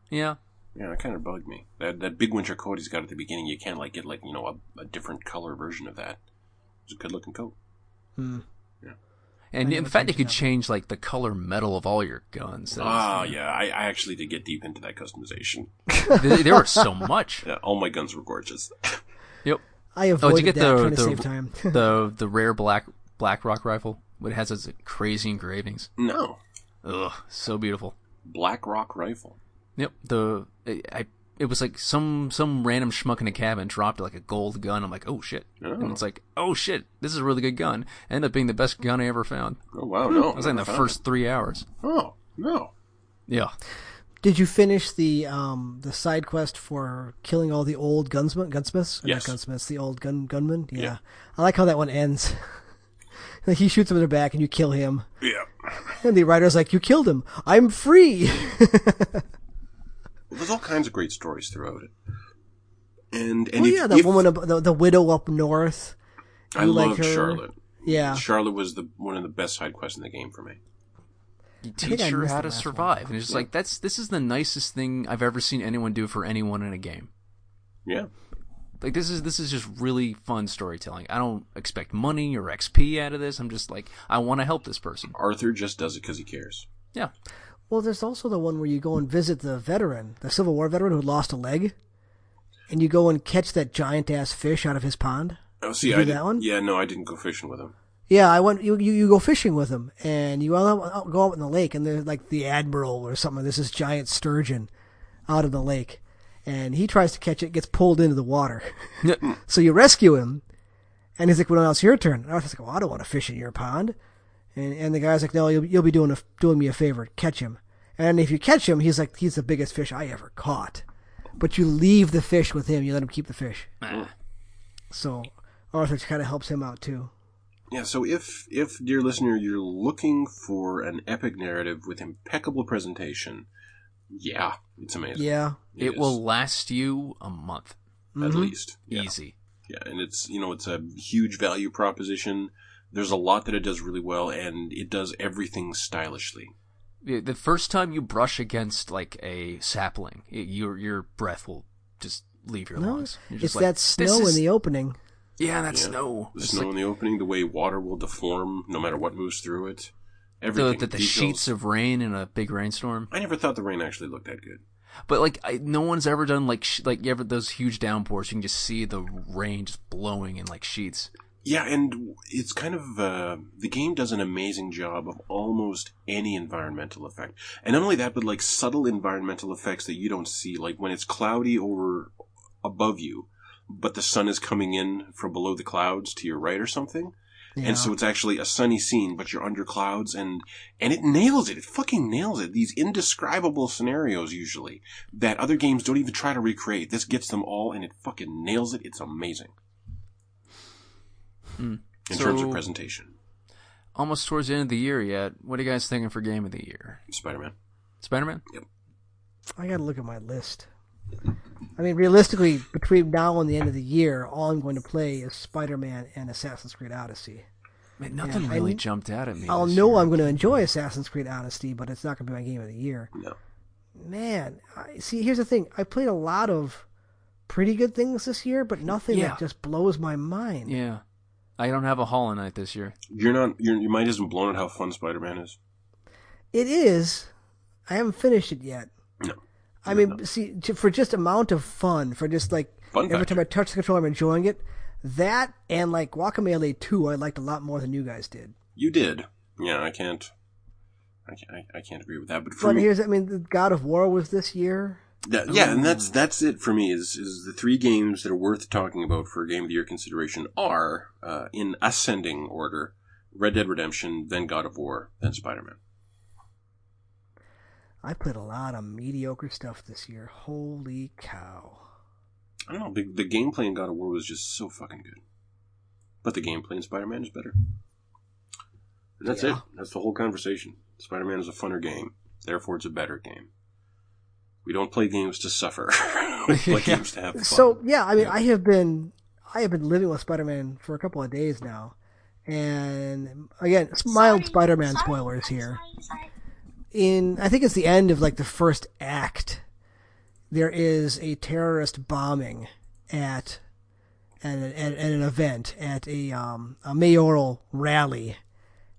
Speaker 3: yeah,
Speaker 2: Yeah, that kind of bugged me. That that big winter coat he's got at the beginning, you can't like get like you know a, a different color version of that. It's a good looking coat.
Speaker 1: Hmm.
Speaker 3: and
Speaker 1: I
Speaker 3: in
Speaker 1: never
Speaker 3: fact, it
Speaker 1: picked
Speaker 3: could
Speaker 1: it up.
Speaker 3: change like the color metal of all your guns. That was- (laughs)
Speaker 2: Ah, yeah, I, I actually did get deep into that customization.
Speaker 3: there, there were so much.
Speaker 2: Yeah, all my guns were gorgeous.
Speaker 3: Yep.
Speaker 1: I
Speaker 3: Oh,
Speaker 1: avoided
Speaker 3: did you get
Speaker 1: that
Speaker 3: the
Speaker 1: trying to
Speaker 3: the,
Speaker 1: save time. (laughs)
Speaker 3: the the rare black black rock rifle? It has those crazy engravings.
Speaker 2: no,
Speaker 3: Ugh, so beautiful.
Speaker 2: Black Rock rifle.
Speaker 3: Yep. The I, I it was like some some random schmuck in a cabin dropped like a gold gun. I'm like, oh shit, and it's like, oh shit, this is a really good gun. Ended up being the best gun I ever found.
Speaker 2: Oh wow, no,
Speaker 3: I was like in the
Speaker 2: Huh.
Speaker 3: first three hours.
Speaker 2: Oh no,
Speaker 3: Yeah.
Speaker 1: Did you finish the um the side quest for killing all the old gunsmen, gunsmiths? Or
Speaker 2: Yes.
Speaker 1: Not gunsmiths, the old gun gunmen. Yeah.
Speaker 2: Yeah.
Speaker 1: I like how that one ends. (laughs) like he shoots him in the back and you kill him,
Speaker 2: yeah.
Speaker 1: and the writer's like, "You killed him. I'm free."
Speaker 2: Well, there's all kinds of great stories throughout it. And
Speaker 1: (laughs)
Speaker 2: and
Speaker 1: well,
Speaker 2: if-
Speaker 1: Oh, yeah, the
Speaker 2: if-
Speaker 1: woman, up, the, the widow up north.
Speaker 2: I
Speaker 1: you like
Speaker 2: love
Speaker 1: her.
Speaker 2: Charlotte.
Speaker 1: Yeah.
Speaker 2: Charlotte was the one of the best side quests in the game for me.
Speaker 3: You
Speaker 1: think
Speaker 3: teach
Speaker 1: I
Speaker 3: her
Speaker 1: missed
Speaker 3: how
Speaker 1: the
Speaker 3: to
Speaker 1: last one.
Speaker 3: survive, and it's just like that's this is the nicest thing I've ever seen anyone do for anyone in a game.
Speaker 2: Yeah.
Speaker 3: Like this is this is just really fun storytelling. I don't expect money or XP out of this. I'm just like I want to help this person.
Speaker 2: Arthur just does it because he cares.
Speaker 3: Yeah.
Speaker 1: Well, there's also the one where you go and visit the veteran, the Civil War veteran who lost a leg, and you go and catch that giant ass fish out of his pond.
Speaker 2: Oh, see,
Speaker 1: You
Speaker 2: I
Speaker 1: do
Speaker 2: did-
Speaker 1: that one?
Speaker 2: Yeah, no, I didn't go fishing with him.
Speaker 1: Yeah, I went. You, you, you go fishing with him, and you all out, go out in the lake, and there's like the admiral or something. There's this giant sturgeon out of the lake, and he tries to catch it, gets pulled into the water. (laughs) so you rescue him, and he's like, "Well, now it's your turn." And Arthur's like, "Well, I don't want to fish in your pond," and and the guy's like, "No, you'll, you'll be doing a, doing me a favor. Catch him." And if you catch him, he's like, "He's the biggest fish I ever caught," but you leave the fish with him. You let him keep the fish. So Arthur kind of helps him out too.
Speaker 2: Yeah, so if if dear listener, you're looking for an epic narrative with impeccable presentation, yeah, it's amazing.
Speaker 1: Yeah.
Speaker 3: It
Speaker 2: is,
Speaker 3: will last you a month,
Speaker 2: at
Speaker 1: mm-hmm.
Speaker 2: least yeah.
Speaker 3: easy.
Speaker 2: Yeah, and it's you know it's a huge value proposition. There's a lot that it does really well, and it does everything stylishly.
Speaker 3: Yeah, The first time you brush against like a sapling, it, your your breath will just leave your
Speaker 1: No,
Speaker 3: lungs. You're
Speaker 1: it's
Speaker 3: just like,
Speaker 1: that
Speaker 3: "This
Speaker 1: snow
Speaker 3: is-
Speaker 1: in the opening.
Speaker 3: (laughs) yeah, that
Speaker 2: Yeah.
Speaker 3: snow.
Speaker 2: The
Speaker 3: It's
Speaker 2: snow
Speaker 3: like
Speaker 2: in the opening, the way water will deform no matter what moves through it.
Speaker 3: the,
Speaker 2: Everything.
Speaker 3: the, the
Speaker 2: details.
Speaker 3: sheets of rain in a big rainstorm.
Speaker 2: I never thought the rain actually looked that good.
Speaker 3: But like, I, no one's ever done like sh- like you ever those huge downpours. You can just see the rain just blowing in like sheets.
Speaker 2: Yeah, and it's kind of uh, the game does an amazing job of almost any environmental effect, and not only that, but like subtle environmental effects that you don't see, like when it's cloudy over above you, but the sun is coming in from below the clouds to your right or something.
Speaker 1: Yeah.
Speaker 2: And so it's actually a sunny scene, but you're under clouds and, and it nails it. It fucking nails it. These indescribable scenarios usually that other games don't even try to recreate. This gets them all and it fucking nails it. It's amazing.
Speaker 1: Hmm.
Speaker 2: In
Speaker 3: So-
Speaker 2: terms of presentation,
Speaker 3: Almost towards the end of the year yet. What are you guys thinking for game of the year?
Speaker 2: Spider-Man.
Speaker 3: Spider Man?
Speaker 1: I gotta look at my list. I mean, realistically, between now and the end of the year, all I'm going to play is Spider-Man and Assassin's Creed Odyssey.
Speaker 3: Man, nothing
Speaker 1: I-
Speaker 3: really jumped out at me.
Speaker 1: I'll
Speaker 3: this
Speaker 1: know
Speaker 3: year.
Speaker 1: I'm going to enjoy Assassin's Creed Odyssey, but it's not going to be my game of the year.
Speaker 2: No.
Speaker 1: Man, I, see, here's the thing: I played a lot of pretty good things this year, but nothing
Speaker 3: Yeah.
Speaker 1: that just blows my mind.
Speaker 3: Yeah. I don't have a Hollow Knight this year.
Speaker 2: You're not, you're, your mind isn't blown at how fun Spider-Man is.
Speaker 1: It is. I haven't finished it yet.
Speaker 2: No.
Speaker 1: I mean, see, ju- for just amount of fun, for just like
Speaker 2: Fun
Speaker 1: every
Speaker 2: factor.
Speaker 1: time I touch the controller, I'm enjoying it. That and like Guacamelee 2, I liked a lot more than you guys did.
Speaker 2: You did. Yeah, I can't, I can't, I, I can't agree with that. But for
Speaker 1: But
Speaker 2: me,
Speaker 1: here's, I mean, the God of War was this year.
Speaker 2: That, yeah, and that's that's it for me. Is is the three games that are worth talking about for game of the year consideration are uh, in ascending order: Red Dead Redemption, then God of War, then Spider Man.
Speaker 1: I played a lot of mediocre stuff this year. Holy cow.
Speaker 2: I don't know. The, the gameplay in God of War was just so fucking good, but the gameplay in Spider Man is better. And that's
Speaker 1: Yeah.
Speaker 2: it. That's the whole conversation. Spider Man is a funner game, therefore it's a better game. We don't play games to suffer. (laughs) we play
Speaker 3: Yeah.
Speaker 2: games to have fun.
Speaker 1: So yeah, I mean, I have been I have been living with Spider Man for a couple of days now, and again, it's mild Spider Man spoilers here. In I think it's the end of like the first act. There is a terrorist bombing at at, an- at, at an event at a um, a mayoral rally,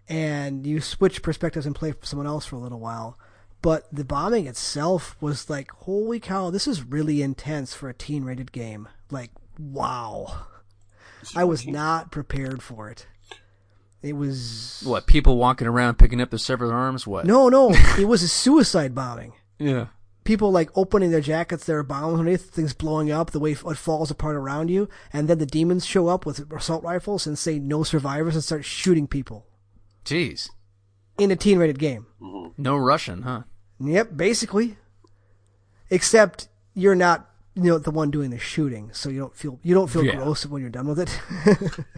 Speaker 1: and you switch perspectives and play for someone else for a little while. But the bombing itself was like, holy cow, this is really intense for a teen rated game. Like, wow. I was not prepared for it. It was.
Speaker 3: What, people walking around picking up their severed arms? What?
Speaker 1: No, no, it was a suicide bombing.
Speaker 3: Yeah.
Speaker 1: People like opening their jackets, there are bombs underneath, things blowing up, the way it falls apart around you, and then the demons show up with assault rifles and say no survivors and start shooting people
Speaker 3: Jeez.
Speaker 1: in a teen rated game.
Speaker 3: No Russian, huh?
Speaker 1: Yep, basically. Except you're not, you know, the one doing the shooting, so you don't feel you don't feel
Speaker 3: Yeah.
Speaker 1: gross when you're done with it. (laughs)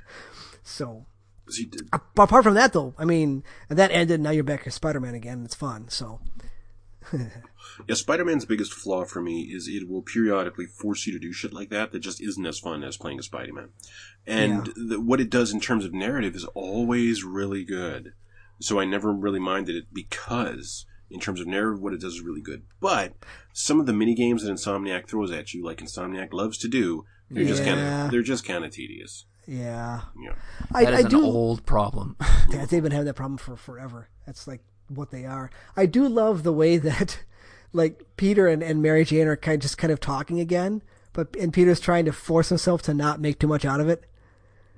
Speaker 1: so,
Speaker 2: See, d-
Speaker 1: a- apart from that, though, I mean, that ended. Now you're back as Spider-Man again. and It's fun. So,
Speaker 2: Yeah, Spider Man's biggest flaw for me is it will periodically force you to do shit like that that just isn't as fun as playing as Spider Man. And the, what it does in terms of narrative is always really good. So I never really minded it because, in terms of narrative, what it does is really good. But some of the mini games that Insomniac throws at you, like Insomniac loves to do, they're just kind
Speaker 1: Yeah.
Speaker 2: of they're just kind of tedious.
Speaker 1: yeah,
Speaker 2: Yeah.
Speaker 1: I,
Speaker 3: That is
Speaker 1: I
Speaker 3: an
Speaker 1: do.
Speaker 3: old problem. (laughs)
Speaker 1: Yeah, they've been having that problem for forever. That's like what they are. I do love the way (laughs) that like Peter and, and Mary Jane are kind of just kind of talking again, but and Peter's trying to force himself to not make too much out of it. It's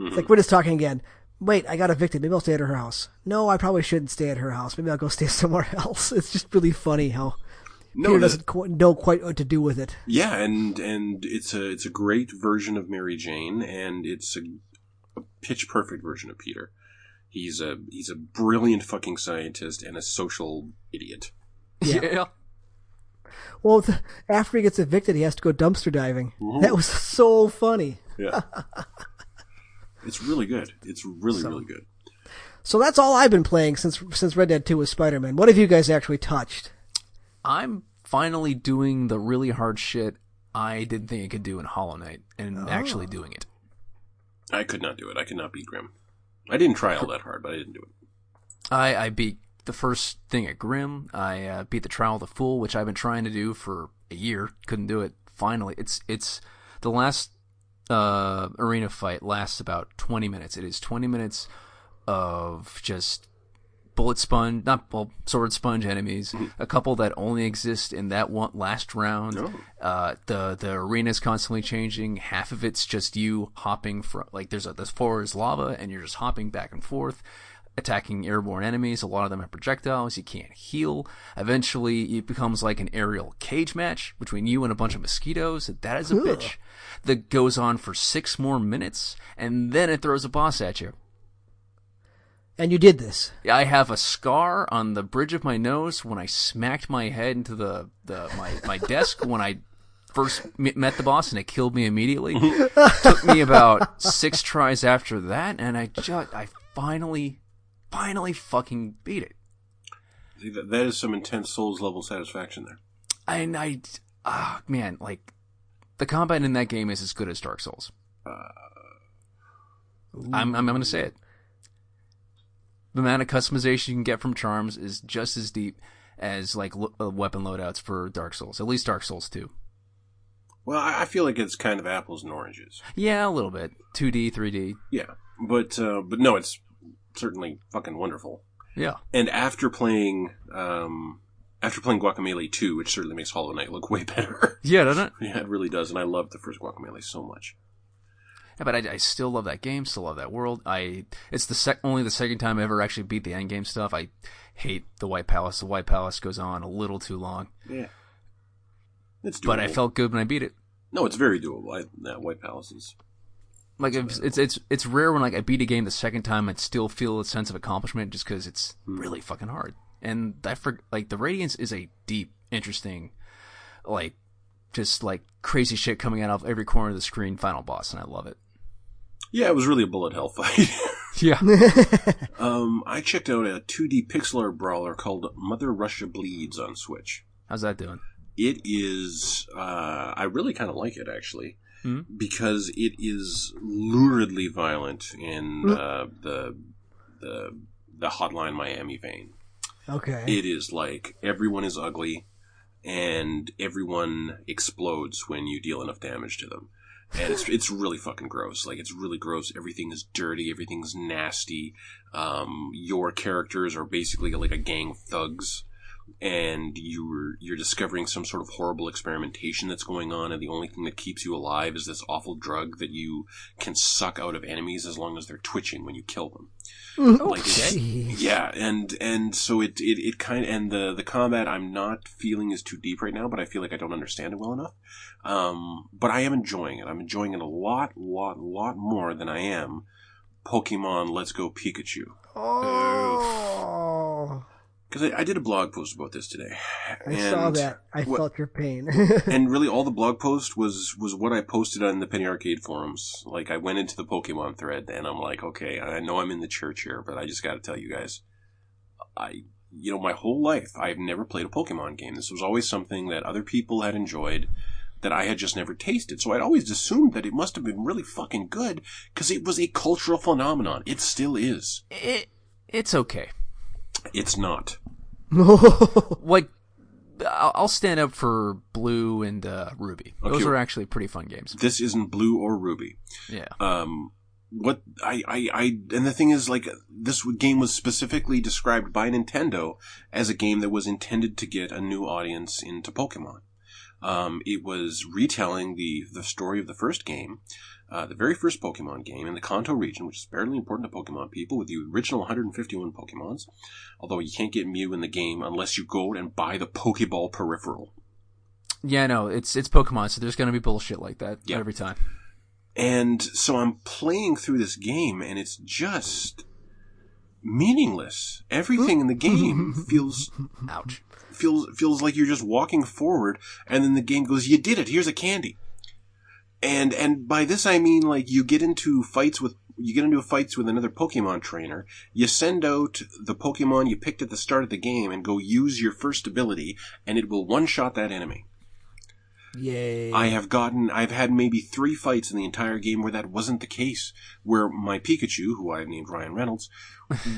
Speaker 2: Mm-hmm.
Speaker 1: like we're just talking again. Wait, I got evicted. Maybe I'll stay at her house. No, I probably shouldn't stay at her house. Maybe I'll go (laughs) stay somewhere else. It's just really funny how
Speaker 2: No,
Speaker 1: Peter
Speaker 2: the-
Speaker 1: doesn't qu- know quite what to do with it.
Speaker 2: Yeah, and and it's a it's a great version of Mary Jane, and it's a, a pitch perfect version of Peter. He's a he's a brilliant fucking scientist and a social idiot.
Speaker 1: Yeah.
Speaker 3: yeah.
Speaker 1: Well, th- after he gets evicted, he has to go dumpster diving.
Speaker 2: Mm-hmm.
Speaker 1: That was so funny.
Speaker 2: Yeah, (laughs) it's really good. It's really really good.
Speaker 1: So that's all I've been playing since since Red Dead 2 was Spider Man. What have you guys actually touched?
Speaker 3: I'm finally doing the really hard shit I didn't think I could do in Hollow Knight and
Speaker 1: Oh.
Speaker 3: actually doing it.
Speaker 2: I could not do it. I could not beat Grim. I didn't try all that hard, but I didn't do it.
Speaker 3: I, I beat the first thing at Grim. I uh, beat the Trial of the Fool, which I've been trying to do for a year. Couldn't do it. Finally, it's it's the last uh, arena fight lasts about 20 minutes. It is 20 minutes of just bullet sponge, not well, sword sponge enemies. A couple that only exist in that one last round. Uh, the the arena is constantly changing. Half of it's just you hopping from like there's a this floor is lava and you're just hopping back and forth. attacking airborne enemies. A lot of them have projectiles. You can't heal. Eventually, it becomes like an aerial cage match between you and a bunch of mosquitoes. That is a
Speaker 1: Ugh.
Speaker 3: bitch that goes on for six more minutes, and then it throws a boss at you.
Speaker 1: And you did this.
Speaker 3: I have a scar on the bridge of my nose when I smacked my head into the, the my, my desk (laughs) when I first m- met the boss and it killed me immediately. Took me about six tries after that, and I just I finally, finally fucking beat it.
Speaker 2: See, that, that is some intense Souls level satisfaction there.
Speaker 3: And I, ah, man, like the combat in that game is as good as Dark Souls. I'm, I'm, I'm going to say it. The amount of customization you can get from charms is just as deep as like lo- uh, weapon loadouts for Dark Souls, at least Dark Souls 2.
Speaker 2: Well, I, I feel like it's kind of apples and oranges.
Speaker 3: Yeah, a little bit. 2D, 3D.
Speaker 2: Yeah, but uh, but no, it's certainly fucking wonderful.
Speaker 3: Yeah.
Speaker 2: And after playing um, after playing Guacamelee two, which certainly makes Hollow Knight look (laughs) way better.
Speaker 3: Yeah, doesn't it?
Speaker 2: yeah, it really does. And I love the first Guacamelee so much.
Speaker 3: Yeah, but I, I still love that game. Still love that world. I it's the sec- only the second time I ever actually beat the end game stuff. I hate the White Palace. The White Palace goes on a little too long,
Speaker 2: Yeah, it's doable.
Speaker 3: but I felt good when I beat it.
Speaker 2: no, it's very doable. I, that White Palace is
Speaker 3: Like it's, it's it's it's rare when like I beat a game the second time and still feel a sense of accomplishment just because it's
Speaker 2: Hmm.
Speaker 3: really fucking hard. And I for like the Radiance is a deep, interesting, like just like crazy shit coming out of every corner of the screen. Final boss, and I love
Speaker 2: (laughs)
Speaker 3: it.
Speaker 2: yeah, it was really a bullet hell (laughs) fight.
Speaker 3: Yeah.
Speaker 2: um, I checked out a two D pixel art brawler called Mother Russia Bleeds on Switch.
Speaker 3: (laughs) How's that doing?
Speaker 2: it is uh, i really kind of like it actually
Speaker 3: Hmm?
Speaker 2: because it is luridly violent in uh, the the the hotline miami vein
Speaker 1: Okay.
Speaker 2: it is like everyone is ugly and everyone explodes when you deal enough damage to them and it's it's really fucking gross. Like it's really gross. Everything is dirty. Everything's nasty. Um, your characters are basically like a gang of thugs, and you're you're discovering some sort of horrible experimentation that's going on. And the only thing that keeps you alive is this awful drug that you can suck out of enemies as long as they're twitching when you kill them. Like, it's-
Speaker 1: Jeez.
Speaker 2: yeah, and and so it it, it kind of, and the the combat I'm not feeling is too deep right now, but I feel like I don't understand it well enough. Um, but I am enjoying it. I'm enjoying it a lot, lot, lot more than I am Pokemon Let's Go Pikachu
Speaker 1: Oh.
Speaker 2: because I, I did a blog post about this today.
Speaker 1: I saw
Speaker 2: and-
Speaker 1: that. I
Speaker 2: what-
Speaker 1: felt your pain. (laughs)
Speaker 2: and really all the blog post was was what I posted on the Penny Arcade forums. Like I went into the Pokemon thread and I'm like, okay, I know I'm in the church here, but I just got to tell you guys, I you know my whole life I've never played a Pokemon game. This was always something that other people had enjoyed that I had just never tasted. So I'd always assumed that it must have been really fucking good because it was a cultural phenomenon. It still is.
Speaker 3: It it's okay.
Speaker 2: It's not.
Speaker 3: like I'll I'll stand up for Blue and uh, Ruby. Those
Speaker 2: Okay.
Speaker 3: are actually pretty fun games.
Speaker 2: This isn't blue or ruby.
Speaker 3: Yeah,
Speaker 2: um what I, I i and the thing is like this game was specifically described by nintendo as a game that was intended to get a new audience into pokemon um, it was retelling the the story of the first game uh, the very first Pokemon game in the Kanto region, which is fairly important to Pokemon people, with the original 151 Pokemons, although you can't get Mew in the game unless you go and buy the Pokeball peripheral.
Speaker 3: yeah, no, it's it's Pokemon, so there's gonna be bullshit like that
Speaker 2: Yeah.
Speaker 3: every
Speaker 2: (laughs)
Speaker 3: time.
Speaker 2: And so I'm playing through this game and it's just meaningless. Everything in the game feels
Speaker 3: Ouch.
Speaker 2: feels feels like you're just walking forward and then the game goes, "You did it. Here's a candy." And and by this I mean like you get into fights with you get into fights with another Pokemon trainer. You send out the Pokemon you picked at the start of the game and go use your first ability and it will one-shot that enemy.
Speaker 1: Yay.
Speaker 2: I have gotten, I've had maybe three fights in the entire game where that wasn't the case, where my Pikachu, who I have named Ryan Reynolds,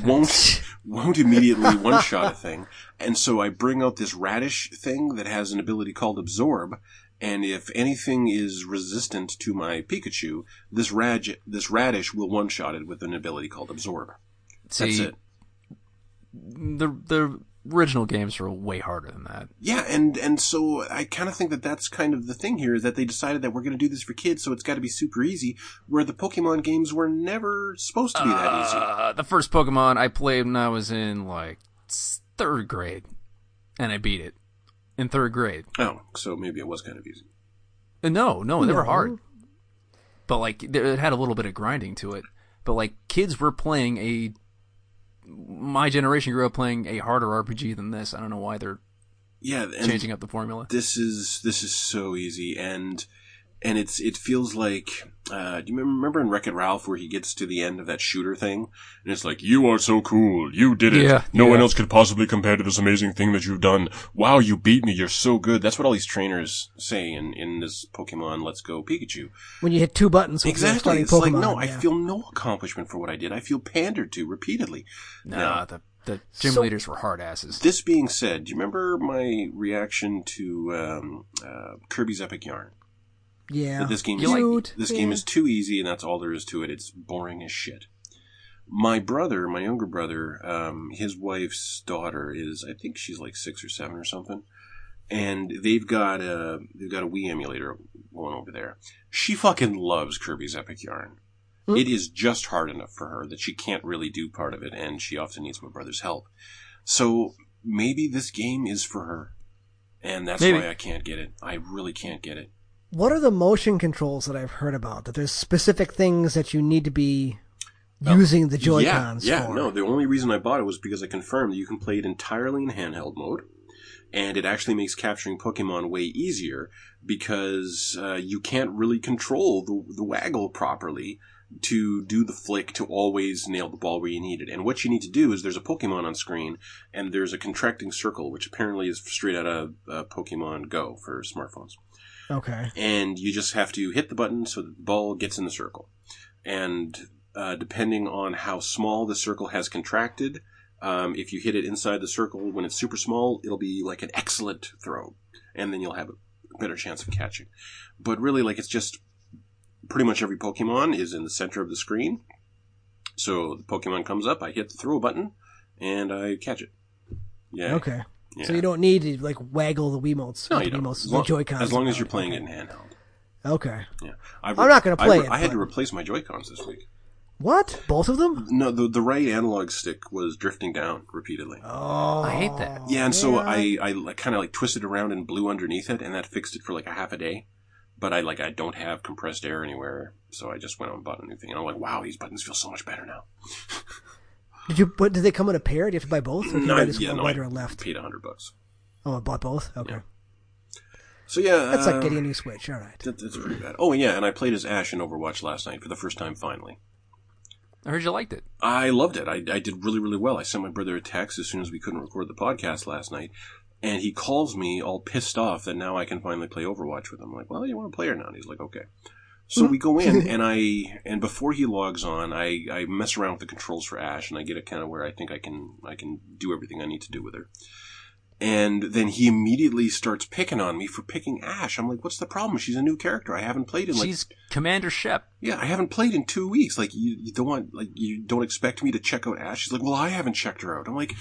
Speaker 2: won't, won't immediately one shot a thing. And so I bring out this radish thing that has an ability called Absorb, and if anything is resistant to my Pikachu, this rad, this radish will one shot it with an ability called Absorb.
Speaker 3: See,
Speaker 2: That's it.
Speaker 3: the the original games are way harder than that.
Speaker 2: Yeah, and and so I kind of think that that's kind of the thing here is that they decided that we're going to do this for kids, so it's got to be super easy. Where the Pokemon games were never supposed to be that easy.
Speaker 3: Uh, the first Pokemon I played when I was in like s- third grade, and I beat it in third grade.
Speaker 2: Oh, so maybe it was kind of easy.
Speaker 3: Uh, No, no, they were
Speaker 1: No.
Speaker 3: hard, but like there- it had a little bit of grinding to it. But like kids were playing a, my generation grew up playing a harder RPG than this. I don't know why they're
Speaker 2: Yeah, and
Speaker 3: changing up the formula.
Speaker 2: this is this is so easy and and it's it feels like uh, do you remember- remember in Wreck It Ralph where he gets to the end of that shooter thing and it's like you are so cool you did it
Speaker 3: Yeah,
Speaker 2: no one
Speaker 3: yeah.
Speaker 2: else could possibly compare to this amazing thing that you've done wow you beat me you're so good that's what all these trainers say in in this Pokemon Let's Go Pikachu
Speaker 1: When you hit two buttons, when you're
Speaker 2: exactly
Speaker 1: starting
Speaker 2: it's like
Speaker 1: Pokemon,
Speaker 2: no I
Speaker 1: yeah.
Speaker 2: feel no accomplishment for what I did I feel pandered to repeatedly
Speaker 3: Nah, the the gym
Speaker 1: So-
Speaker 3: leaders were hard asses.
Speaker 2: this being said do you remember my reaction to um, uh, Kirby's Epic Yarn
Speaker 1: yeah.
Speaker 2: that this game is
Speaker 3: You
Speaker 1: Cute,
Speaker 2: this
Speaker 1: yeah.
Speaker 2: game is too easy, and that's all there is to it. It's boring as shit. My brother, my younger brother, um, his wife's daughter is, I think she's like six or seven or something, and they've got a they've got a Wii emulator going over there. She fucking loves Kirby's Epic Yarn.
Speaker 1: Mm.
Speaker 2: It is just hard enough for her that she can't really do part of it, and she often needs my brother's help. So maybe this game is for her, and that's
Speaker 3: Maybe.
Speaker 2: why I can't get it. I really can't get it.
Speaker 1: What are the motion controls that I've heard about? That there's specific things that you need to be using the Joy Cons
Speaker 2: Oh. Yeah, yeah.
Speaker 1: for.
Speaker 2: No, the only reason I bought it was because I confirmed that you can play it entirely in handheld mode, and it actually makes capturing Pokemon way easier because uh, you can't really control the, the waggle properly to do the flick to always nail the ball where you need it. And what you need to do is there's a Pokemon on screen, and there's a contracting circle, which apparently is straight out of uh, Pokemon Go for smartphones
Speaker 1: Okay.
Speaker 2: and you just have to hit the button so that the ball gets in the circle. And uh, depending on how small the circle has contracted, um, if you hit it inside the circle when it's super small, it'll be like an excellent throw, and then you'll have a better chance of catching. But really, like it's just pretty much every Pokemon is in the center of the screen. So the Pokemon comes up, I hit the throw button, and I catch it. Yeah.
Speaker 1: Okay.
Speaker 2: Yeah.
Speaker 1: So you don't need to like waggle the Wiimotes,
Speaker 2: No,
Speaker 1: not
Speaker 2: you
Speaker 1: the
Speaker 2: don't.
Speaker 1: Wiimotes,
Speaker 2: As
Speaker 1: the
Speaker 2: long-
Speaker 1: Joy Cons.
Speaker 2: as long as you're playing it in handheld.
Speaker 1: Okay.
Speaker 2: Yeah, I
Speaker 1: I'm not gonna
Speaker 2: I
Speaker 1: play
Speaker 2: re-
Speaker 1: it,
Speaker 2: I had to
Speaker 1: but-
Speaker 2: replace my Joy Cons this week.
Speaker 1: What? Both of them?
Speaker 2: No, the the right analog stick was drifting down repeatedly.
Speaker 1: Oh,
Speaker 3: I hate that.
Speaker 2: yeah, and so I I like, kind of like twisted around and blew underneath it, and that fixed it for like a half a day. But I like I don't have compressed air anywhere, so I just went out and bought a new thing. And I'm like, wow, these buttons feel so much better now.
Speaker 1: Did you? But did they come in a pair? Do you have to buy both, or do you
Speaker 2: No, I-
Speaker 1: buy just
Speaker 2: yeah,
Speaker 1: one
Speaker 2: no,
Speaker 1: right
Speaker 2: I
Speaker 1: or left?
Speaker 2: Paid a hundred bucks.
Speaker 1: Oh, I bought both. Okay.
Speaker 2: So yeah,
Speaker 1: That's
Speaker 2: uh,
Speaker 1: like getting a new Switch. All right.
Speaker 2: that- that's pretty bad. Oh yeah, and I played as Ash in Overwatch last night for the first time. Finally,
Speaker 3: I heard you liked it.
Speaker 2: I loved it. I, I did really, really well. I sent my brother a text as soon as we couldn't record the podcast last night, and he calls me all pissed off that now I can finally play Overwatch with him. I'm like, well, you want to play or not? He's like, okay. So we go in, and I and before he logs on, I, I mess around with the controls for Ash, and I get it kind of where I think I can I can do everything I need to do with her. And then he immediately starts picking on me for picking Ash. I'm like, what's the problem? She's a new character. I haven't played in like
Speaker 3: She's Commander Shep.
Speaker 2: (laughs) yeah, I haven't played in two weeks. Like you, you don't want, like you don't expect me to check out Ash. She's like, well, I haven't checked her out. I'm like,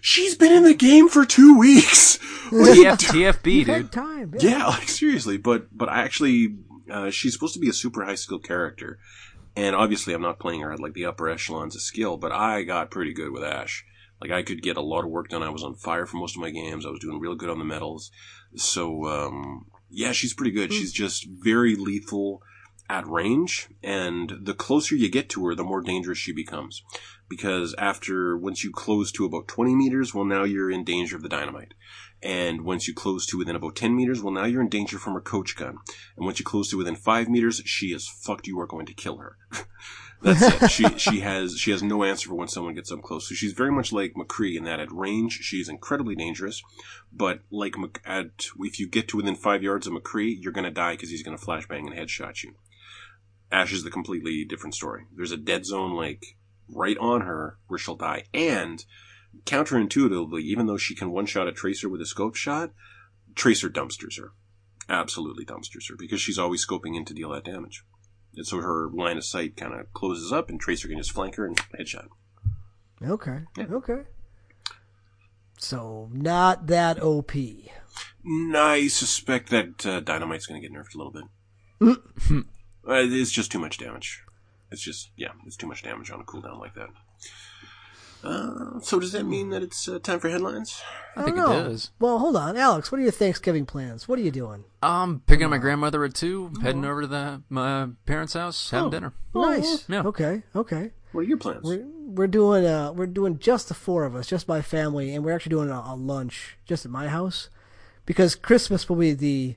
Speaker 2: she's been in the game for two weeks. (laughs) What are you
Speaker 3: TF,
Speaker 2: do-
Speaker 3: TFB, dude.
Speaker 1: You've had time. Yeah.
Speaker 2: yeah, like seriously. But but I actually, uh, she's supposed to be a super high skill character, and obviously I'm not playing her at like the upper echelons of skill. But I got pretty good with Ash. Like I could get a lot of work done. I was on fire for most of my games. I was doing real good on the medals. So um, yeah, she's pretty good. She's just very lethal at range, and the closer you get to her, the more dangerous she becomes. Because after once you close to about 20 meters, well, now you're in danger of the dynamite. And once you close to within about 10 meters, well, now you're in danger from her coach gun. And once you close to within five meters, she is fucked. You are going to kill her. (laughs) That's it. She she has she has no answer for when someone gets up close. So she's very much like McCree in that at range she's incredibly dangerous, but like Mc- at if you get to within five yards of McCree, you're gonna die because he's gonna flashbang and headshot you. Ash is the completely different story. There's a dead zone like right on her where she'll die, and counterintuitively, even though she can one shot a tracer with a scope shot, tracer dumpsters her, absolutely dumpsters her because she's always scoping in to deal that damage. And so her line of sight kind of closes up, and Tracer can just flank her and headshot.
Speaker 1: Okay.
Speaker 2: Yeah.
Speaker 1: Okay. So not that OP.
Speaker 2: Mm, I suspect that uh, Dynamite's going to get nerfed a little bit.
Speaker 1: (laughs)
Speaker 2: Uh, it's just too much damage. It's just, yeah, it's too much damage on a cooldown like that. Uh, so does that mean that it's uh, time for headlines?
Speaker 1: I,
Speaker 3: think it
Speaker 1: don't know.
Speaker 3: does.
Speaker 1: Well, hold on, Alex. What are your Thanksgiving plans? What are you doing?
Speaker 3: I'm picking up my grandmother at two, heading over to the my parents' house, having dinner.
Speaker 1: Oh, nice.
Speaker 3: yeah.
Speaker 1: Okay. Okay.
Speaker 2: What are your plans?
Speaker 1: We're, we're doing uh we're doing just the four of us, just my family, and we're actually doing a, a lunch just at my house because Christmas will be the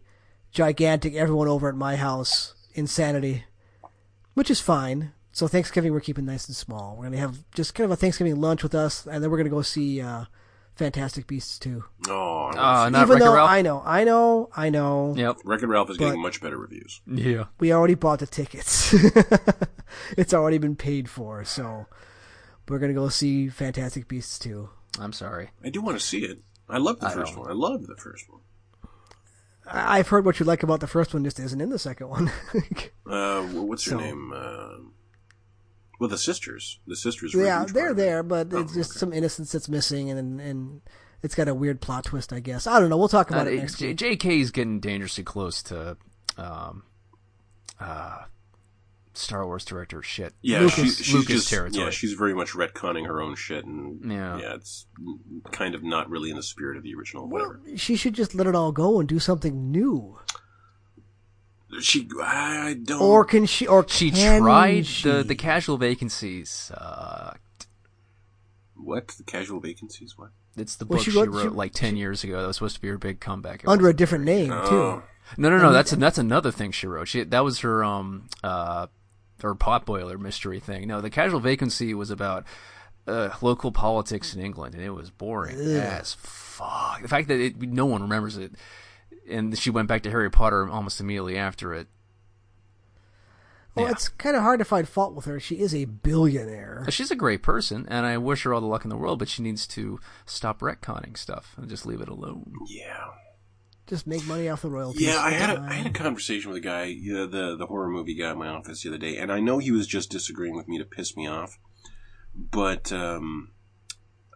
Speaker 1: gigantic everyone over at my house insanity, which is fine. So Thanksgiving we're keeping nice and small. We're gonna have just kind of a Thanksgiving lunch with us, and then we're gonna go see uh, Fantastic Beasts too.
Speaker 2: Oh,
Speaker 3: Uh, not
Speaker 1: Even
Speaker 3: Wreck-It
Speaker 1: though
Speaker 3: Ralph.
Speaker 1: I know, I know, I know.
Speaker 3: Yep.
Speaker 2: Record Ralph is
Speaker 1: but-
Speaker 2: getting much better reviews.
Speaker 3: Yeah.
Speaker 1: we already bought the tickets. (laughs) it's already been paid for, so we're gonna go see Fantastic Beasts two.
Speaker 3: I'm sorry.
Speaker 2: I do want to see it. I love the first one. I love the first one.
Speaker 1: I- I've heard what you like about the first one just isn't in the second one. (laughs)
Speaker 2: Uh, wh- what's her
Speaker 1: So-
Speaker 2: name? Um well, the sisters. The sisters. were a
Speaker 1: yeah,
Speaker 2: huge
Speaker 1: they're
Speaker 2: part of it. Oh,
Speaker 1: there, but it's just some innocence that's missing, and and it's got a weird plot twist, I guess. I don't know. We'll talk
Speaker 3: Uh,
Speaker 1: about it next
Speaker 3: J-
Speaker 1: week.
Speaker 3: JK is getting dangerously close to um, uh, Star Wars director shit.
Speaker 2: Yeah,
Speaker 3: Lucas,
Speaker 2: she- she's
Speaker 3: Lucas
Speaker 2: just,
Speaker 3: territory.
Speaker 2: Yeah, she's very much retconning her own shit, and
Speaker 3: Yeah.
Speaker 2: it's kind of not really in the spirit of the original. Whatever.
Speaker 1: She should just let it all go and do something new,
Speaker 2: She, I don't.
Speaker 1: or can she? Or
Speaker 3: She
Speaker 1: can
Speaker 3: tried
Speaker 1: she?
Speaker 3: the the casual vacancies. Uh,
Speaker 2: what the casual vacancies? What?
Speaker 3: it's the book
Speaker 1: Well, she
Speaker 3: she,
Speaker 1: wrote-
Speaker 3: wrote
Speaker 1: she-
Speaker 3: like ten years ago. That was supposed to be her big comeback. It
Speaker 1: under a
Speaker 3: wasn't.
Speaker 1: different name
Speaker 2: Oh.
Speaker 3: no, no, no. That's that's another thing she wrote. She that was her um uh her potboiler mystery thing. No, the casual vacancy was about uh, local politics in England, and it was boring as fuck. The fact that it, no one remembers it, and she went back to Harry Potter almost immediately after it.
Speaker 1: too. Well,
Speaker 3: yeah.
Speaker 1: it's kind of hard to find fault with her. She is a billionaire.
Speaker 3: Uh, She's a great person, and I wish her all the luck in the world. But she needs to stop retconning stuff and just leave it alone.
Speaker 2: Yeah.
Speaker 1: Just make money off the royalties.
Speaker 2: Yeah, I had a,
Speaker 1: Uh,
Speaker 2: I had a conversation with a guy, uh, the the horror movie guy in my office the other day, and I know he was just disagreeing with me to piss me off, but um,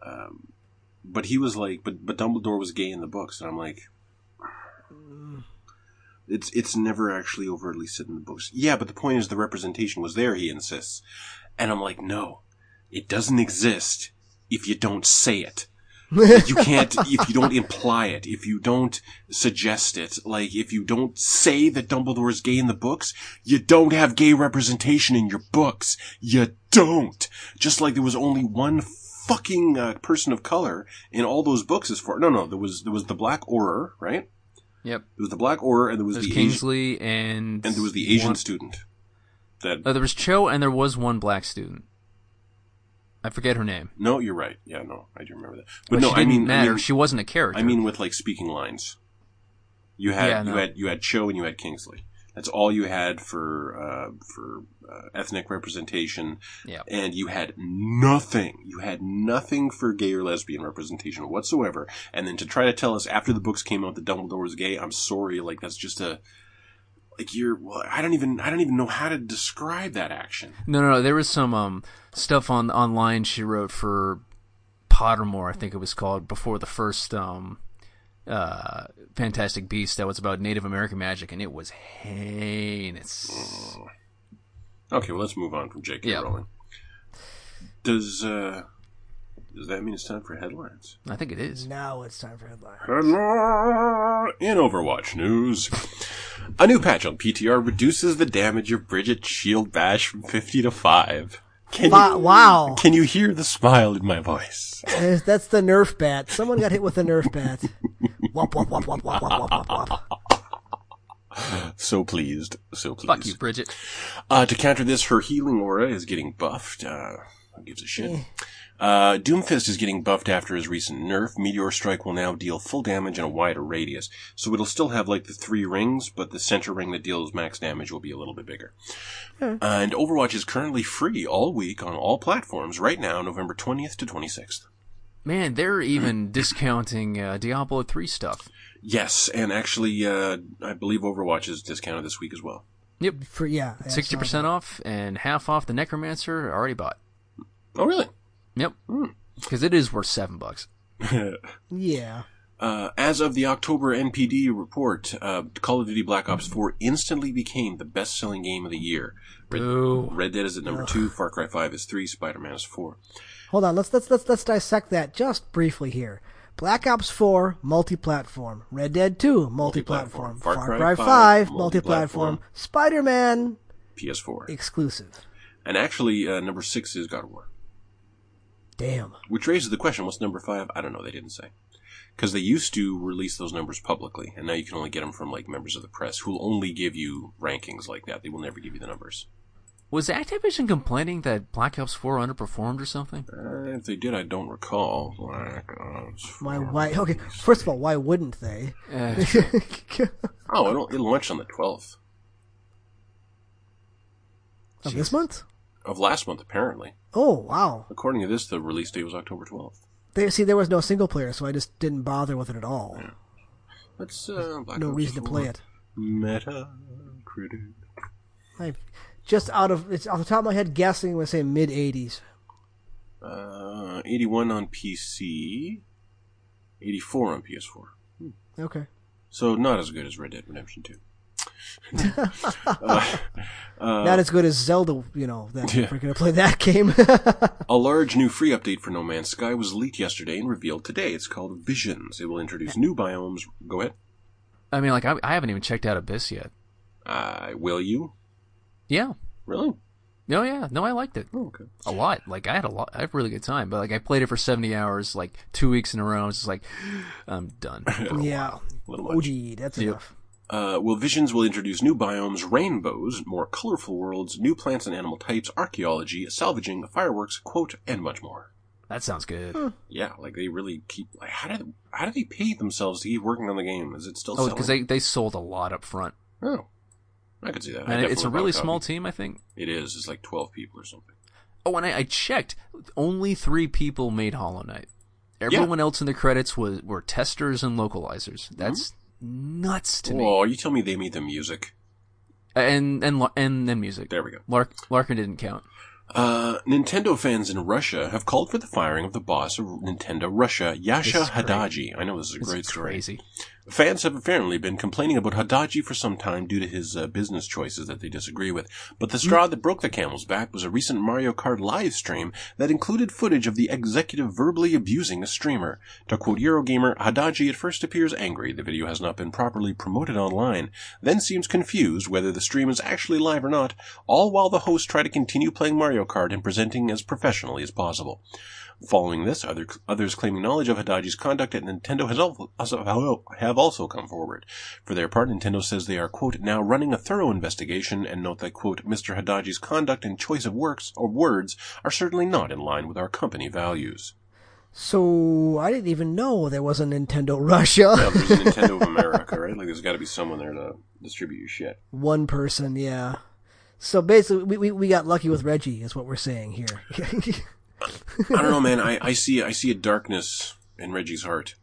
Speaker 2: um, but he was like, but but Dumbledore was gay in the books, and I'm like, it's it's never actually overtly said in the books. Yeah, but the point is the representation was there. He insists, and I'm like, no, it doesn't exist if you don't say it you can't if you don't imply it if you don't suggest it like if you don't say that dumbledore is gay in the books you don't have gay representation in your books you don't just like there was only one fucking uh, person of color in all those books as far no no there was there was the black auror right
Speaker 3: Yep.
Speaker 2: there was the black auror and there was
Speaker 3: There's
Speaker 2: the asian
Speaker 3: Kingsley and
Speaker 2: and there was the asian
Speaker 3: one-
Speaker 2: student that
Speaker 3: Uh, there was Cho and there was one black student. I forget her name.
Speaker 2: no you're right yeah no i do remember that but,
Speaker 3: But,
Speaker 2: no
Speaker 3: she
Speaker 2: i
Speaker 3: didn't
Speaker 2: mean
Speaker 3: matter.
Speaker 2: I mean,
Speaker 3: she wasn't a character.
Speaker 2: I mean, with like speaking lines. You had
Speaker 3: Yeah, no.
Speaker 2: you had you had Cho and you had Kingsley. That's all you had for uh, for uh, ethnic representation,
Speaker 3: yeah.
Speaker 2: and you had nothing. You had nothing for gay or lesbian representation whatsoever. And then to try to tell us after the books came out that Dumbledore was gay, I'm sorry, like that's just a like you're. Well, I don't even I don't even know how to describe that action.
Speaker 3: No, no, no. There was some um stuff on online she wrote for Pottermore, I think it was called, before the first um uh Fantastic Beast that was about Native American magic, and it was heinous.
Speaker 2: Okay, well let's move on from J.K.
Speaker 3: Yeah.
Speaker 2: Rowling. Does uh, does that mean it's time for headlines?
Speaker 3: I think it is.
Speaker 1: Now it's time for headlines. (laughs)
Speaker 2: Hello. In Overwatch news, a new patch on PTR reduces the damage of Bridget Shield Bash from 50 to 5. Can
Speaker 1: Wow. wow.
Speaker 2: Can you hear the smile in my voice?
Speaker 1: There's, that's the Nerf bat. Someone got hit with a Nerf
Speaker 2: (laughs)
Speaker 1: bat. Womp, womp, womp, womp, womp, womp, womp, womp.
Speaker 2: So pleased. So pleased.
Speaker 3: Fuck you, Bridget.
Speaker 2: Uh, to counter this, her healing aura is getting buffed. Uh, who gives a shit? Uh, Doomfist is getting buffed after his recent nerf. Meteor Strike will now deal full damage in a wider radius. So it'll still have like the three rings, but the center ring that deals max damage will be a little bit bigger. And Overwatch is currently free all week on all platforms right now, November 20th to 26th.
Speaker 3: Man, they're
Speaker 2: (coughs)
Speaker 3: even discounting uh, Diablo three stuff.
Speaker 2: Yes, and actually, uh, I believe Overwatch is discounted this week as well.
Speaker 3: Yep,
Speaker 1: For yeah, yeah,
Speaker 3: sixty percent off and half off the Necromancer already bought.
Speaker 2: (laughs) Oh, really?
Speaker 3: Yep, because it is worth seven bucks.
Speaker 1: Yeah.
Speaker 2: Uh, as of the October NPD report, uh, Call of Duty Black Ops 4 instantly became the best selling game of the year.
Speaker 3: Boo.
Speaker 2: Red Dead is at number two, Far Cry 5 is three, Spider Man is four.
Speaker 1: Hold on. Let's let's let's let's dissect that just briefly here. Black Ops 4 multi-platform, Red Dead 2 multi-platform,
Speaker 2: Multi-platform. Far
Speaker 1: Far
Speaker 2: Cry
Speaker 1: Cry
Speaker 2: 5
Speaker 1: 5
Speaker 2: multi-platform.
Speaker 1: multi-platform, Spider-Man
Speaker 2: PS4.
Speaker 1: exclusive.
Speaker 2: And actually, uh, number six is God of War.
Speaker 1: Damn.
Speaker 2: Which raises the question what's number five? I don't know, they didn't say. Because they used to release those numbers publicly, and now you can only get them from like members of the press who will only give you rankings like that. They will never give you the numbers.
Speaker 3: Was Activision complaining that Black Ops 4 underperformed or something? (sighs)
Speaker 2: Uh, if they did, I don't recall. Black Ops 4.
Speaker 1: Why? Why? Okay. First of all, why wouldn't
Speaker 2: (laughs)
Speaker 1: they?
Speaker 3: Eh,
Speaker 2: Oh, it'll, it launched on the 12th
Speaker 1: Of this month?
Speaker 2: of last month, apparently.
Speaker 1: Oh wow.
Speaker 2: According to this, the release date was October 12th.
Speaker 1: They see there was no single player, so I just didn't bother with it at all.
Speaker 2: That's uh, Black
Speaker 1: No
Speaker 2: Ops
Speaker 1: reason to
Speaker 2: 4.
Speaker 1: play it.
Speaker 2: Metacritic.
Speaker 1: I just out of it's off the top of my head guessing. I'm gonna say mid 80s.
Speaker 2: Uh, 81 on PC, 84 on PS4.
Speaker 1: Okay.
Speaker 2: So not as good as Red Dead Redemption 2.
Speaker 1: Not as good as Zelda, you know. That
Speaker 2: Uh, (laughs) Yeah.
Speaker 1: if we're gonna play that (laughs) game.
Speaker 2: A large new free update for No Man's Sky was leaked yesterday and revealed today. It's called Visions. It will introduce new biomes. Go ahead.
Speaker 3: I mean, like, I, I haven't even checked out Abyss yet.
Speaker 2: Uh, will you?
Speaker 3: Yeah.
Speaker 2: Really?
Speaker 3: No, yeah. No, I liked it.
Speaker 2: Oh, okay.
Speaker 3: a lot. Like I had a lot, I had a really good time, but like I played it for seventy hours, like two weeks in a row. I was just like, (sighs) I'm
Speaker 2: (laughs)
Speaker 3: done.
Speaker 1: yeah.
Speaker 2: Little
Speaker 1: Oh
Speaker 2: much.
Speaker 1: gee, that's
Speaker 3: Yep.
Speaker 1: enough.
Speaker 2: Uh, well, Visions will introduce new biomes, rainbows, more colorful worlds, new plants and animal types, archaeology, salvaging, fireworks, quote, and much more.
Speaker 3: That sounds good.
Speaker 2: Yeah, like they really keep. Like, how do how do they pay themselves to keep working on the game? Is it still?
Speaker 3: Oh,
Speaker 2: selling?
Speaker 3: because they they sold a lot up front,
Speaker 2: Oh, I could see that. I
Speaker 3: and it's
Speaker 2: definitely
Speaker 3: a
Speaker 2: bought
Speaker 3: really
Speaker 2: copy.
Speaker 3: small team, I think.
Speaker 2: It is. It's like twelve people or something.
Speaker 3: Oh, and I, I checked. Only three people made Hollow Knight. Everyone else in the credits was were testers and localizers.
Speaker 2: Mm-hmm.
Speaker 3: That's nuts to me. Uh,
Speaker 2: Oh, you tell me they made the music.
Speaker 3: And and Lar- and then music.
Speaker 2: There we go.
Speaker 3: Lark, Larkin didn't count.
Speaker 2: Uh, Nintendo fans in Russia have called for the firing of the boss of Nintendo Russia, Yasha
Speaker 3: This is great.
Speaker 2: Hadaji. I know this is a
Speaker 3: It's
Speaker 2: great story.
Speaker 3: crazy.
Speaker 2: Fans have apparently been complaining about Hadaji for some time due to his uh, business choices that they disagree with. But the straw that broke the camel's back was a recent Mario Kart live stream that included footage of the executive verbally abusing a streamer. To quote Eurogamer, Hadaji at first appears angry the video has not been properly promoted online, then seems confused whether the stream is actually live or not, all while the hosts try to continue playing Mario Kart and presenting as professionally as possible. Following this, other, others claiming knowledge of Hadaji's conduct at Nintendo has al- also, have also come forward. For their part, Nintendo says they are, quote, now running a thorough investigation and note that, quote, Mr. Hadaji's conduct and choice of works or words are certainly not in line with our company values.
Speaker 1: So I didn't even know there was a Nintendo Russia.
Speaker 2: Now, there's Nintendo of America, right? Like, there's got to be someone there to distribute your shit.
Speaker 1: (laughs) One person, yeah. So basically, we, we, we got lucky with Reggie, is what we're saying here. (laughs)
Speaker 2: I don't know, man. I, I see I see a darkness in Reggie's heart.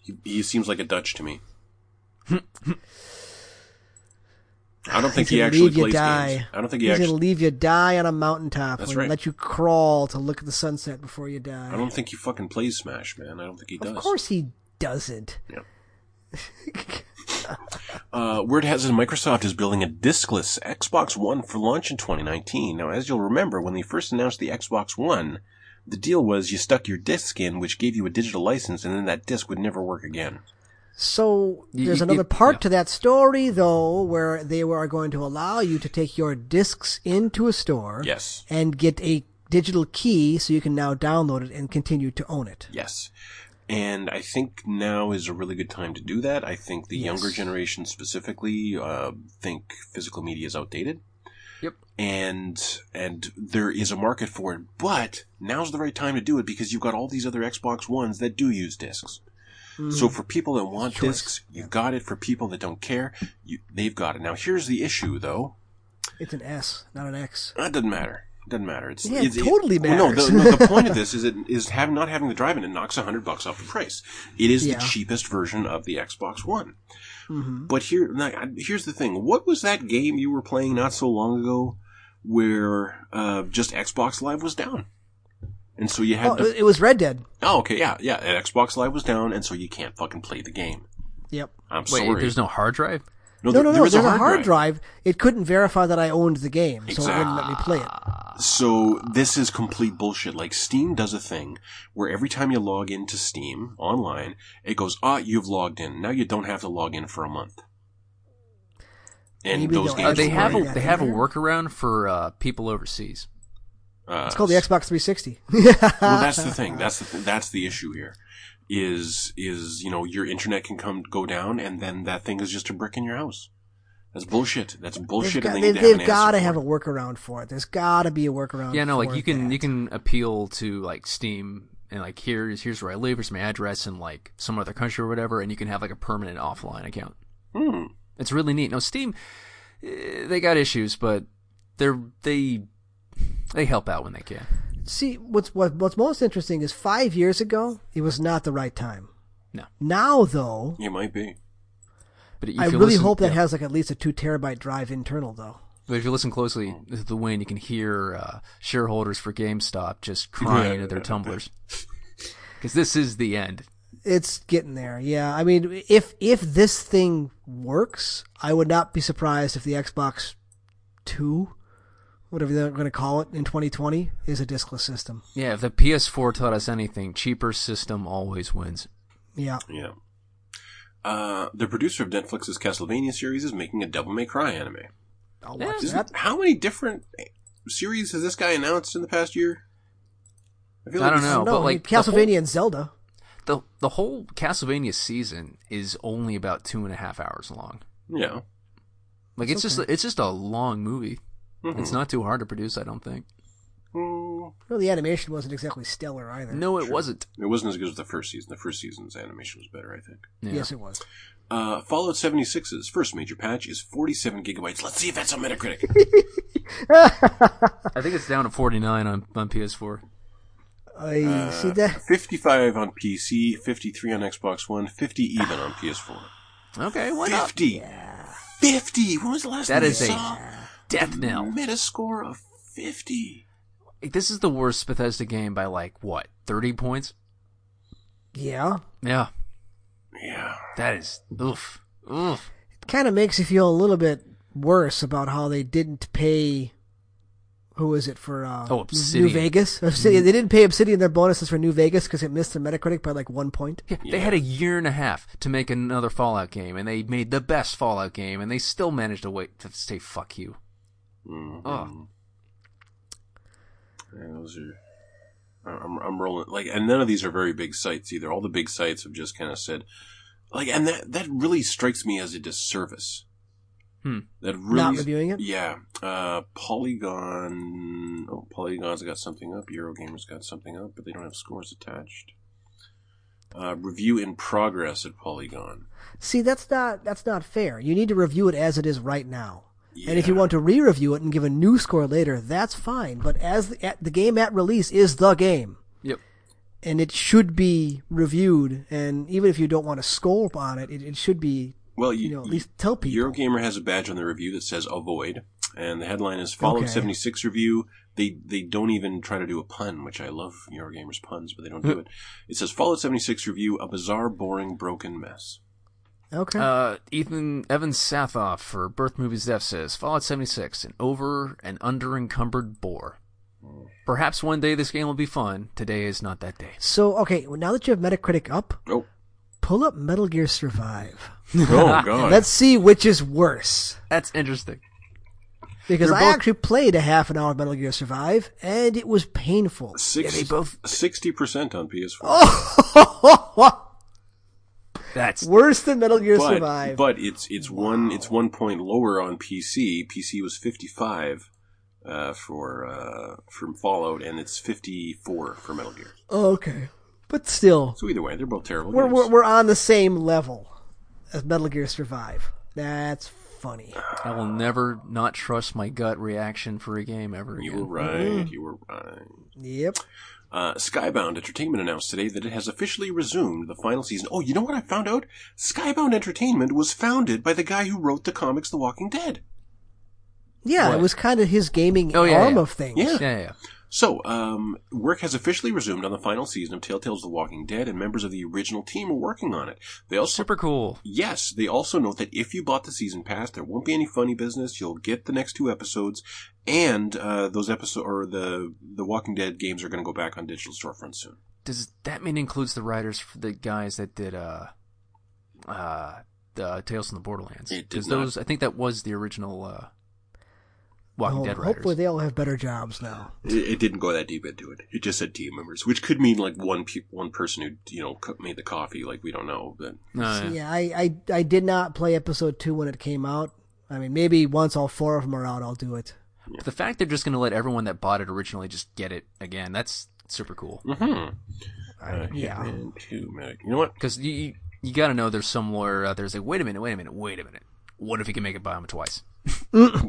Speaker 2: He, he seems like a Dutch to me. I don't think
Speaker 1: He's
Speaker 2: he
Speaker 1: gonna
Speaker 2: actually
Speaker 1: leave you
Speaker 2: plays
Speaker 1: die.
Speaker 2: games. I don't think he
Speaker 1: He's
Speaker 2: actually.
Speaker 1: gonna leave you die on a mountaintop
Speaker 2: That's
Speaker 1: when he
Speaker 2: right.
Speaker 1: let you crawl to look at the sunset before you die.
Speaker 2: I don't think he fucking plays Smash, man. I don't think he does.
Speaker 1: Of course he doesn't.
Speaker 2: Yeah.
Speaker 1: (laughs)
Speaker 2: Uh, word has it Microsoft is building a discless Xbox One for launch in 2019. Now, as you'll remember, when they first announced the Xbox One, the deal was you stuck your disc in, which gave you a digital license, and then that disc would never work again.
Speaker 1: So
Speaker 3: You-
Speaker 1: there's
Speaker 3: you-
Speaker 1: another
Speaker 3: you-
Speaker 1: part
Speaker 3: yeah.
Speaker 1: to that story, though, where they are going to allow you to take your discs into a store
Speaker 2: Yes.
Speaker 1: and get a digital key so you can now download it and continue to own it.
Speaker 2: Yes. And I think now is a really good time to do that. I think the
Speaker 1: Yes.
Speaker 2: younger generation specifically uh, think physical media is outdated.
Speaker 3: Yep.
Speaker 2: And and there is a market for it, but now's the right time to do it because you've got all these other Xbox Ones that do use discs. So for people that want
Speaker 1: Choice.
Speaker 2: discs, you've got it. For people that don't care, you, they've got it. Now here's the issue, though.
Speaker 1: It's an S, not an X.
Speaker 2: That doesn't matter. Doesn't matter. It's,
Speaker 1: Yeah, it totally
Speaker 2: well, no,
Speaker 1: matters.
Speaker 2: the, no, the point
Speaker 1: (laughs)
Speaker 2: of this is it is have not having the drive in. It knocks a hundred bucks off the price. It is
Speaker 1: Yeah. Mm-hmm.
Speaker 2: the cheapest version of the Xbox One. But here, now, I- here's the thing. What was that game you were playing not so long ago, where uh, just Xbox Live was down? And so you had
Speaker 1: Oh,
Speaker 2: the,
Speaker 1: it was Red Dead.
Speaker 2: oh, okay, yeah, yeah. And Xbox Live was down, and so you can't fucking play the game.
Speaker 1: Yep.
Speaker 2: I'm
Speaker 3: Wait,
Speaker 2: sorry.
Speaker 3: there's no hard drive?
Speaker 1: No, no, no.
Speaker 2: was
Speaker 1: There's a hard drive. It couldn't verify that I owned the game, so it wouldn't let me play it.
Speaker 2: Ah, So this is complete bullshit. Like Steam does a thing where every time you log into Steam online, it goes, ah, you've logged in. Now you don't have to log in for a month. And
Speaker 1: Maybe
Speaker 2: those
Speaker 1: they'll
Speaker 2: games
Speaker 3: Uh,
Speaker 1: Actually,
Speaker 3: they have
Speaker 1: yeah,
Speaker 3: a,
Speaker 1: yeah,
Speaker 3: they have a
Speaker 1: yeah.
Speaker 3: workaround for uh, people overseas.
Speaker 2: uh,
Speaker 1: It's called the Xbox (laughs) 360.
Speaker 2: (laughs) well, that's the
Speaker 1: (laughs)
Speaker 2: thing. That's the th- that's the issue here. Is is you know your internet can come go down, and then that thing is just a brick in your house. That's bullshit. That's
Speaker 1: They've
Speaker 2: bullshit.
Speaker 1: got,
Speaker 2: and
Speaker 1: they,
Speaker 2: need to have
Speaker 1: have
Speaker 2: an
Speaker 1: got to
Speaker 2: answer
Speaker 1: have
Speaker 2: for
Speaker 1: a
Speaker 2: it.
Speaker 1: workaround for it. There's got to be a workaround.
Speaker 3: Yeah, no, like
Speaker 1: Oh, for
Speaker 3: you can
Speaker 1: that.
Speaker 3: you can appeal to like Steam and like here's here's where I live, here's my address in like some other country or whatever, and you can have like a permanent offline account.
Speaker 2: Hmm.
Speaker 3: It's really neat. No, Steam, eh, they got issues, but they're they they help out when they can.
Speaker 1: see what's what, what's most interesting is five years ago it was not the right time.
Speaker 3: No.
Speaker 1: Now though,
Speaker 2: You might be.
Speaker 3: But if
Speaker 1: I
Speaker 3: you
Speaker 1: really
Speaker 3: listen-
Speaker 1: hope that
Speaker 3: yeah.
Speaker 1: has like at least a two terabyte drive internal though.
Speaker 3: But if you listen closely to the wind, you can hear uh, shareholders for GameStop just crying at their tumblers (laughs) because this is the end.
Speaker 1: It's getting there. Yeah, I mean, if if this thing works, I would not be surprised if the Xbox Two, whatever they're going to call it in 2020, is a discless system.
Speaker 3: Yeah, if the PS4 taught us anything, cheaper system always wins.
Speaker 1: Yeah.
Speaker 2: Yeah. Uh, the producer of Netflix's Castlevania series is making a Devil May Cry anime.
Speaker 1: I'll
Speaker 3: Yeah.
Speaker 1: watch
Speaker 2: This-
Speaker 1: that.
Speaker 2: how many different series has this guy announced in the past year? feel
Speaker 3: I don't
Speaker 1: I
Speaker 3: know.
Speaker 1: don't
Speaker 3: but,
Speaker 1: know. I mean,
Speaker 3: like, the whole-
Speaker 1: Castlevania and Zelda.
Speaker 3: the The whole Castlevania season is only about two and a half hours long.
Speaker 2: Yeah.
Speaker 3: Like it's, just it's just a long movie.
Speaker 2: Mhm.
Speaker 3: It's not too hard to produce, I don't think.
Speaker 2: Mm,
Speaker 1: Well, the animation wasn't exactly stellar either.
Speaker 3: No, it wasn't.
Speaker 2: It wasn't as good as the first season. The first season's animation was better, I think.
Speaker 3: Yeah.
Speaker 1: Yes, it was.
Speaker 2: Uh, Fallout 76's first major patch is 47 gigabytes. Let's see if that's on
Speaker 3: (laughs)
Speaker 2: Metacritic.
Speaker 3: I think it's down to 49 on, on PS4. Uh,
Speaker 1: I see that.
Speaker 2: 55 on PC, 53 on Xbox One, 50 even on PS4.
Speaker 3: Okay, why not?
Speaker 2: 50! 50! When was the last
Speaker 3: That
Speaker 2: time
Speaker 3: is
Speaker 2: you
Speaker 3: a
Speaker 2: saw
Speaker 3: death knell.
Speaker 2: Metascore of 50?
Speaker 3: This is the worst Bethesda game by like what, 30 points?
Speaker 1: Yeah.
Speaker 3: Yeah,
Speaker 2: Yeah.
Speaker 3: that is oof. Oof.
Speaker 1: kind of makes you feel a little bit worse about how they didn't pay. Who is it for? Uh,
Speaker 3: Oh, Obsidian.
Speaker 1: New Vegas. Obsidian. They didn't pay Obsidian their bonuses for New Vegas because it missed their Metacritic by like one point.
Speaker 3: Yeah, They had a year and a half to make another Fallout game, and they made the best Fallout game, and they still managed to wait to say fuck you.
Speaker 2: Mhm.
Speaker 3: Oh.
Speaker 2: Yeah, those are. I- I'm, I'm rolling like, and none of these are very big sites either. All the big sites have just kind of said, like, and that that really strikes me as a disservice.
Speaker 3: Hmm.
Speaker 2: That really
Speaker 1: Not reviewing it?
Speaker 2: Yeah, uh, Polygon. Oh, Polygon's got something up. Eurogamer's got something up, but they don't have scores attached. Uh, review in progress at Polygon.
Speaker 1: See, that's not that's not fair. You need to review it as it is right now. And if you
Speaker 2: Yeah.
Speaker 1: want to re-review it and give a new score later, that's fine. But as the, at, the game at release is the game,
Speaker 3: Yep.
Speaker 1: and it should be reviewed. And even if you don't want to score on it, it, it should be
Speaker 2: Well, you,
Speaker 1: you know at least tell people.
Speaker 2: Eurogamer has a badge on the review that says "Avoid," and the headline is "Fallout
Speaker 1: Okay.
Speaker 2: 76 review." They they don't even try to do a pun, which I love Eurogamer's puns, but they don't do it. It says "Fallout 76 review: A bizarre, boring, broken mess."
Speaker 1: okay.
Speaker 3: Uh, Ethan Evan Sathoff for Birth Movies Death says Fallout 76, an over and under encumbered bore. Perhaps one day this game will be fun. Today is not that day.
Speaker 1: So okay, well, now that you have Metacritic up,
Speaker 2: Oh,
Speaker 1: pull up Metal Gear Survive.
Speaker 2: (laughs) oh
Speaker 1: (laughs)
Speaker 2: god!
Speaker 1: Let's see which is worse.
Speaker 3: That's interesting.
Speaker 1: Because
Speaker 3: They're
Speaker 1: I
Speaker 3: both-
Speaker 1: actually played a half an hour of Metal Gear Survive, and it was painful.
Speaker 3: Yeah, they both-
Speaker 2: sixty percent on PS4.
Speaker 3: That's
Speaker 1: (laughs) worse than Metal Gear
Speaker 2: but,
Speaker 1: Survive.
Speaker 2: but it's it's one it's one point lower on PC. PC was fifty five uh, for uh, from Fallout, and it's fifty four for Metal Gear.
Speaker 1: okay, but still,
Speaker 2: So either way, they're both terrible.
Speaker 1: we're,
Speaker 2: games.
Speaker 1: we're we're on the same level as Metal Gear Survive. That's funny.
Speaker 3: I will never not trust my gut reaction for a game ever
Speaker 2: You
Speaker 3: again.
Speaker 2: were right. You were right.
Speaker 1: Yep.
Speaker 2: Uh, Skybound Entertainment announced today that it has officially resumed the final season. Oh, you know what I found out? Skybound Entertainment was founded by the guy who wrote the comics The Walking Dead.
Speaker 1: Yeah,
Speaker 3: What?
Speaker 1: it was kind of his gaming
Speaker 3: Oh, yeah,
Speaker 1: arm
Speaker 3: yeah.
Speaker 1: of things.
Speaker 2: Yeah.
Speaker 3: Yeah, yeah, yeah.
Speaker 2: So, um, work has officially resumed on the final season of Telltale's The Walking Dead, and members of the original team are working on it. They also
Speaker 3: Super cool.
Speaker 2: Yes, they also note that if you bought the season pass, there won't be any funny business. You'll get the next two episodes, and uh, those episode or the the Walking Dead games are going to go back on digital storefronts soon.
Speaker 3: Does that mean includes the writers, for the guys that did uh, uh, the Tales from the Borderlands?
Speaker 2: It did
Speaker 3: Because
Speaker 2: not.
Speaker 3: those, I think that was the original uh, Walking
Speaker 1: Well,
Speaker 3: Dead writers.
Speaker 1: Oh, hopefully they all have better jobs now.
Speaker 2: It, it didn't go that deep into it. It just said team members, which could mean like one pe- one person who you know co- made the coffee. Like we don't know, but
Speaker 3: Uh,
Speaker 1: So, yeah, I, I I did not play episode two when it came out. I mean, maybe once all four of them are out, I'll do it.
Speaker 3: But the fact they're just going to let everyone that bought it originally just get it again, that's super cool.
Speaker 2: mm-hmm.
Speaker 1: yeah.
Speaker 2: two medic. You know what?
Speaker 3: Because you, you, you got to know there's some lawyer out there's like, wait a minute, wait a minute, wait a minute. What if he can make it buy them twice?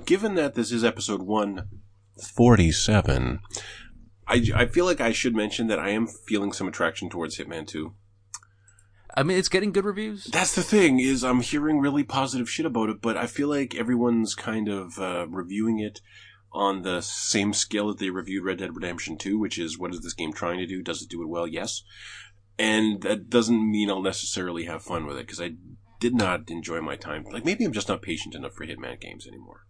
Speaker 2: Given that this is episode one forty-seven, I I feel like I should mention that I am feeling some attraction towards Hitman Two.
Speaker 3: I mean, it's getting good reviews.
Speaker 2: That's the thing is I'm hearing really positive shit about it, but I feel like everyone's kind of uh, reviewing it on the same scale that they reviewed Red Dead Redemption 2, which is what is this game trying to do? Does it do it well? Yes. And that doesn't mean I'll necessarily have fun with it because I did not enjoy my time. Like maybe I'm just not patient enough for Hitman games anymore.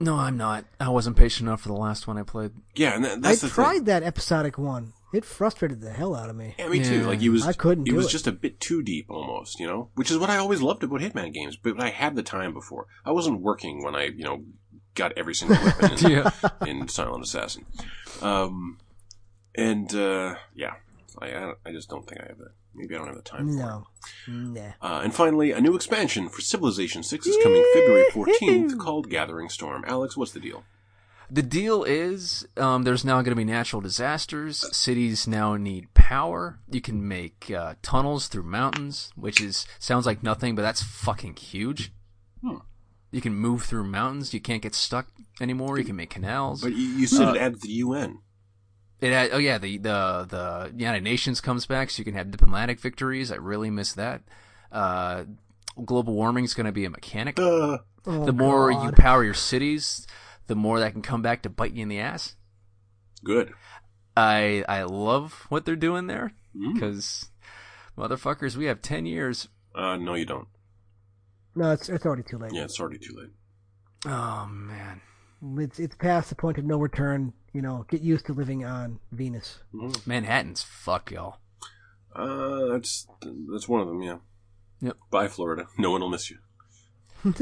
Speaker 3: No, I'm not. I wasn't patient enough for the last one I played.
Speaker 2: Yeah, and that, that's
Speaker 1: I
Speaker 2: the
Speaker 1: tried
Speaker 2: thing.
Speaker 1: that episodic one. It frustrated the hell out of me.
Speaker 2: Yeah, me too.
Speaker 3: Yeah.
Speaker 2: Like it was,
Speaker 1: I couldn't
Speaker 2: It
Speaker 1: do
Speaker 2: was
Speaker 1: it.
Speaker 2: just a bit too deep, almost. You know, which is what I always loved about Hitman games. But I had the time before. I wasn't working when I, you know, got every single weapon
Speaker 3: (laughs)
Speaker 2: in,
Speaker 3: Yeah.
Speaker 2: in Silent Assassin. Um, and uh, yeah, I, I don't- I just don't think I have the. Maybe I don't have the time. For it.
Speaker 1: No, nah.
Speaker 2: Uh, and finally, a new expansion for Civilization 6 is coming February 14th called Gathering Storm. Alex, what's the deal?
Speaker 3: The deal is um, there's now going to be natural disasters. Cities now need power. You can make uh, tunnels through mountains, which is sounds like nothing, but that's fucking huge.
Speaker 2: Hmm.
Speaker 3: You can move through mountains. You can't get stuck anymore. You can make canals.
Speaker 2: But you, you said
Speaker 3: Uh,
Speaker 2: it added the UN.
Speaker 3: It had, oh yeah, the, the the United Nations comes back, so you can have diplomatic victories. I really miss that. Uh, global warming's going to be a mechanic.
Speaker 2: Duh.
Speaker 1: Oh,
Speaker 3: the more
Speaker 1: God.
Speaker 3: you power your cities, the more that can come back to bite you in the ass.
Speaker 2: Good.
Speaker 3: I I love what they're doing there
Speaker 2: Mm.
Speaker 3: because motherfuckers, we have ten years.
Speaker 2: Uh, no, you don't.
Speaker 1: No, it's it's already too late.
Speaker 2: Yeah, it's already too late.
Speaker 3: Oh man,
Speaker 1: It's it's past the point of no return. You know, get used to living on Venus.
Speaker 2: Mhm.
Speaker 3: Manhattan's fuck y'all.
Speaker 2: Uh, that's that's one of them. Yeah.
Speaker 3: Yep.
Speaker 2: Bye, Florida. No one will miss you.
Speaker 3: (laughs)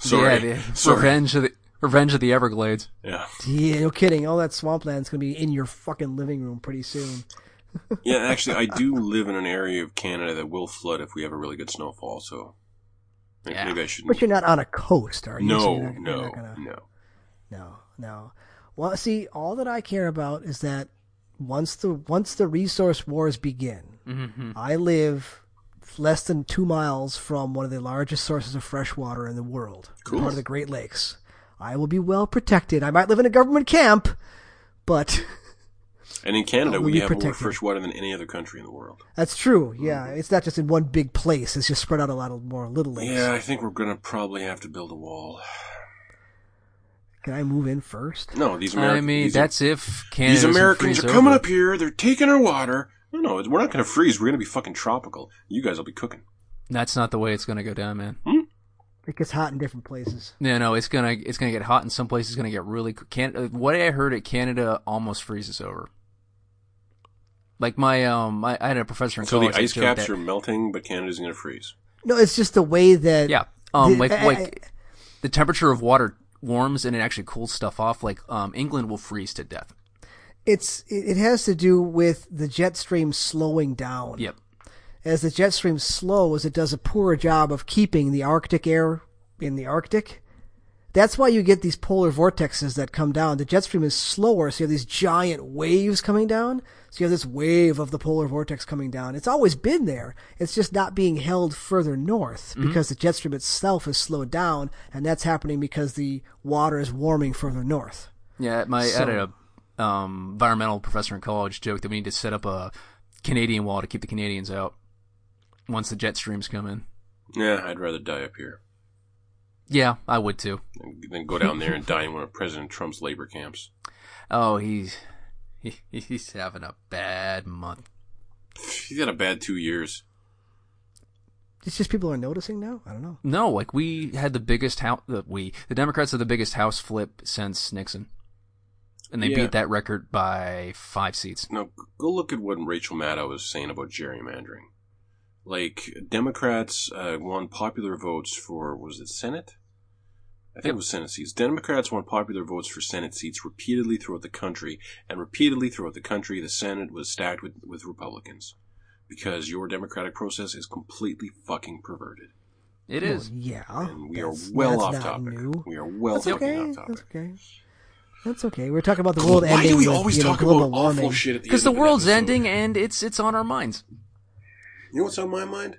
Speaker 2: Sorry.
Speaker 3: Yeah, the-
Speaker 2: (laughs) Sorry.
Speaker 3: Revenge of the Revenge of the Everglades.
Speaker 2: Yeah.
Speaker 1: Yeah, no kidding. All that swampland's gonna be in your fucking living room pretty soon.
Speaker 2: Yeah. Actually, I do live in an area of Canada that will flood if we have a really good snowfall. So maybe,
Speaker 3: Yeah.
Speaker 2: maybe I shouldn't.
Speaker 1: But you're not on a coast, are you? So
Speaker 2: no,
Speaker 1: you're not- you're
Speaker 2: no,
Speaker 1: not gonna-
Speaker 2: no.
Speaker 1: No, no. Well, see, all that I care about is that once the once the resource wars begin,
Speaker 3: Mm-hmm.
Speaker 1: I live less than two miles from one of the largest sources of fresh water in the world,
Speaker 2: Cool.
Speaker 1: part of the Great Lakes. I will be well protected. I might live in a government camp, but (laughs)
Speaker 2: And in Canada,
Speaker 1: Oh,
Speaker 2: we
Speaker 1: you
Speaker 2: have more
Speaker 1: protect it.
Speaker 2: fresh water than any other country in the world.
Speaker 1: that's true. Yeah, it's not just in one big place. It's just spread out a lot of more little lakes.
Speaker 2: Yeah, I think we're gonna probably have to build a wall.
Speaker 1: Can I move in first?
Speaker 2: No, these
Speaker 3: I
Speaker 2: Americans.
Speaker 3: mean,
Speaker 2: these,
Speaker 3: that's if Canada.
Speaker 2: these Americans are coming
Speaker 3: over.
Speaker 2: up here. They're taking our water. No, no, we're not gonna freeze. We're gonna be fucking tropical. You guys will be cooking.
Speaker 3: That's not the way it's gonna go down, man.
Speaker 1: It gets hot in different places.
Speaker 3: No, no, it's gonna it's gonna get hot in some places. It's gonna get really Canada. What I heard at Canada almost freezes over. Like my um, I, I had a professor in
Speaker 2: So the
Speaker 3: college. that
Speaker 2: ice
Speaker 3: joked
Speaker 2: caps
Speaker 3: that-
Speaker 2: are melting, but Canada's going to freeze.
Speaker 1: No, it's just the way that
Speaker 3: yeah, um,
Speaker 1: Uh, the-
Speaker 3: like
Speaker 1: I-
Speaker 3: like the temperature of water warms and it actually cools stuff off. Like um, England will freeze to death.
Speaker 1: it's it it has to do with the jet stream slowing down.
Speaker 3: Yep.
Speaker 1: As the jet stream slows, it does a poorer job of keeping the Arctic air in the Arctic. That's why you get these polar vortexes that come down. The jet stream is slower, so you have these giant waves coming down. So you have this wave of the polar vortex coming down. It's always been there. It's just not being held further north because the jet stream itself is slowed down, and that's happening because the water is warming further north.
Speaker 3: Yeah, my I had
Speaker 1: So-
Speaker 3: a um, environmental professor in college joked that we need to set up a Canadian wall to keep the Canadians out once the jet streams come in.
Speaker 2: Yeah, I'd rather die up here
Speaker 3: Yeah, I would too.
Speaker 2: than, than go down there and die in one of President Trump's labor camps.
Speaker 3: Oh, he's he, he's having a bad month.
Speaker 2: He's had a bad two years.
Speaker 1: It's just people are noticing now. I don't know.
Speaker 3: No, like we had the biggest house. The, we the Democrats had the biggest house flip since Nixon, and they
Speaker 2: Yeah.
Speaker 3: beat that record by five seats.
Speaker 2: Now, go look at what Rachel Maddow was saying about gerrymandering. Like, Democrats uh, won popular votes for, was it Senate? I think it was Senate seats. Democrats won popular votes for Senate seats repeatedly throughout the country, and repeatedly throughout the country, the Senate was stacked with, with Republicans. Because your democratic process is completely fucking perverted.
Speaker 3: It
Speaker 1: Well,
Speaker 3: is.
Speaker 1: yeah.
Speaker 2: And we are
Speaker 1: That's-
Speaker 2: well
Speaker 1: that's
Speaker 2: off
Speaker 1: not
Speaker 2: topic.
Speaker 1: New.
Speaker 2: We are well
Speaker 1: that's
Speaker 2: fucking
Speaker 1: okay.
Speaker 2: off topic.
Speaker 1: That's okay. That's okay. We're talking about the world
Speaker 2: Why
Speaker 1: ending.
Speaker 2: do we
Speaker 1: with,
Speaker 2: always
Speaker 1: you know,
Speaker 2: talk
Speaker 1: global
Speaker 2: about
Speaker 1: warming.
Speaker 2: awful shit at the
Speaker 3: Because the
Speaker 2: end of an
Speaker 3: world's
Speaker 2: episode?
Speaker 3: ending and it's it's on our minds.
Speaker 2: You know what's on my mind?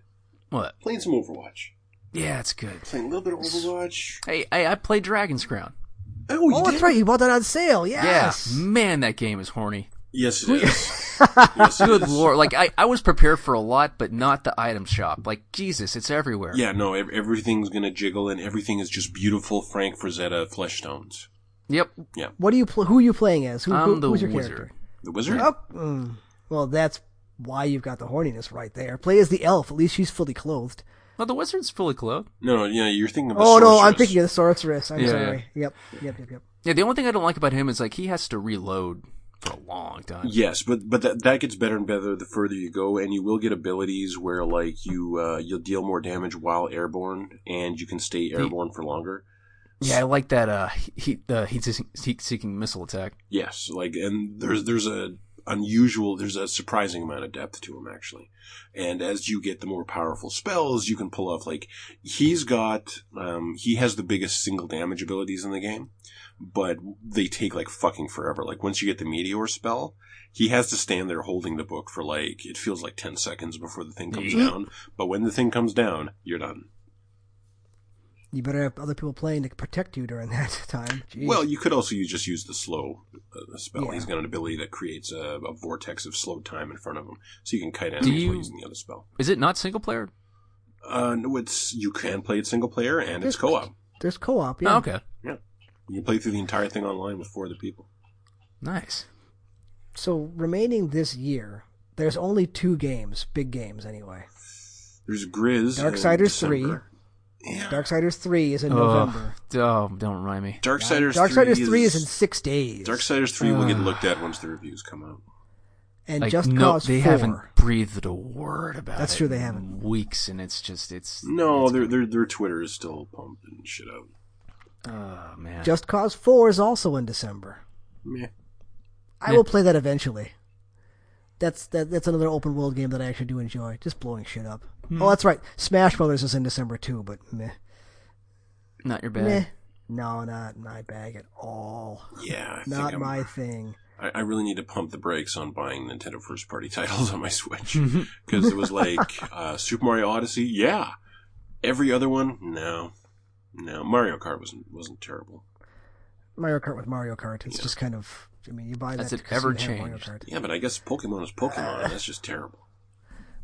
Speaker 3: What?
Speaker 2: Playing some Overwatch.
Speaker 3: Yeah, it's good.
Speaker 2: Playing a little bit of Overwatch.
Speaker 3: Hey, I, I played Dragon's Crown.
Speaker 2: Oh, you
Speaker 1: Oh,
Speaker 2: did?
Speaker 1: that's right. You bought that on sale. Yes.
Speaker 3: Yeah, man, that game is horny.
Speaker 2: Yes,
Speaker 3: (laughs)
Speaker 2: it is. yes,
Speaker 1: (laughs)
Speaker 2: it
Speaker 3: Good
Speaker 2: is.
Speaker 3: lord! Like I, I was prepared for a lot, but not the item shop. Like Jesus, it's everywhere.
Speaker 2: Yeah, no, ev- everything's gonna jiggle and everything is just beautiful Frank Frazetta flesh tones.
Speaker 3: Yep.
Speaker 1: What do you? Pl- who are you playing as? Who, who-
Speaker 3: I'm the
Speaker 1: who's your
Speaker 3: wizard.
Speaker 2: The wizard?
Speaker 1: character? Oh, mm. well, that's why you've got the horniness right there. Play as the elf. At least she's fully clothed.
Speaker 3: Well, the wizard's fully clothed.
Speaker 2: No, no, yeah, you're thinking of. a
Speaker 1: Oh no, I'm
Speaker 2: sorceress.
Speaker 1: thinking of the sorceress. I'm
Speaker 3: Yeah,
Speaker 1: sorry. Yep. Yep. Yep. Yep.
Speaker 3: Yeah. The only thing I don't like about him is like he has to reload for a long time.
Speaker 2: Yes, but but that that gets better and better the further you go, and you will get abilities where like you uh, you'll deal more damage while airborne, and you can stay airborne for longer.
Speaker 3: Yeah, I like that. Uh, heat the heat-seeking missile attack.
Speaker 2: Yes, like and there's there's a unusual there's a surprising amount of depth to him actually. And as you get the more powerful spells, you can pull off like he's got um he has the biggest single damage abilities in the game, but they take like fucking forever. Like once you get the meteor spell, he has to stand there holding the book for like it feels like 10 seconds before the thing comes
Speaker 3: Yeah.
Speaker 2: down, but when the thing comes down, you're done.
Speaker 1: You better have other people playing to protect you during (laughs) that time. Jeez.
Speaker 2: Well, you could also you just use the slow uh, spell.
Speaker 1: Yeah.
Speaker 2: He's got an ability that creates a, a vortex of slow time in front of him, so you can kite
Speaker 3: Do
Speaker 2: enemies while
Speaker 3: you-
Speaker 2: using the other spell.
Speaker 3: Is it not single player?
Speaker 2: Uh, no, it's you can play it single player and it's co-op.
Speaker 1: there's co-op. Yeah.
Speaker 3: Oh, okay.
Speaker 2: Yeah, you can play through the entire thing online with four other people.
Speaker 3: Nice.
Speaker 1: So remaining this year, there's only two games, big games anyway.
Speaker 2: There's Grizz. in
Speaker 1: Darksiders three.
Speaker 2: December. Yeah.
Speaker 1: Darksiders three is in
Speaker 3: Ugh.
Speaker 1: November.
Speaker 3: Oh, don't remind me.
Speaker 2: Darksiders.
Speaker 1: Darksiders
Speaker 2: 3
Speaker 1: three is in Ah. six days.
Speaker 2: Darksiders three will get
Speaker 3: Ugh.
Speaker 2: looked at once the reviews come out.
Speaker 1: and
Speaker 3: Like,
Speaker 1: Just
Speaker 3: no,
Speaker 1: Cause
Speaker 3: they
Speaker 1: 4.
Speaker 3: haven't breathed a word about
Speaker 1: That's
Speaker 3: it
Speaker 1: true, they
Speaker 3: in
Speaker 1: haven't.
Speaker 3: Weeks, and it's just it's
Speaker 2: No,
Speaker 3: it's-
Speaker 2: their their their Twitter is still pumping shit out.
Speaker 3: Oh man.
Speaker 1: Just Cause Four is also in December.
Speaker 2: Meh.
Speaker 1: I
Speaker 3: Yeah.
Speaker 1: will play that eventually. That's that, that's another open world game that I actually do enjoy. Just blowing shit up.
Speaker 3: Hmm.
Speaker 1: Oh, that's right. Smash Brothers is in December too, but meh.
Speaker 3: not your
Speaker 1: Meh.
Speaker 3: bag.
Speaker 1: No, not my bag at all.
Speaker 2: Yeah, I think
Speaker 1: Not
Speaker 2: I'm-
Speaker 1: my thing.
Speaker 2: I, I really need to pump the brakes on buying Nintendo first party (laughs) titles on my Switch because it was like uh, Super Mario Odyssey, yeah. Every other one, no, no. Mario Kart wasn't wasn't terrible.
Speaker 1: Mario Kart with Mario Kart. It's just kind of. I mean, you buy
Speaker 3: Has
Speaker 1: that
Speaker 3: it
Speaker 1: because you
Speaker 3: ever
Speaker 1: have Mario
Speaker 3: changed?
Speaker 1: Kart.
Speaker 2: Yeah, but I guess Pokemon is Pokemon, and that's just terrible.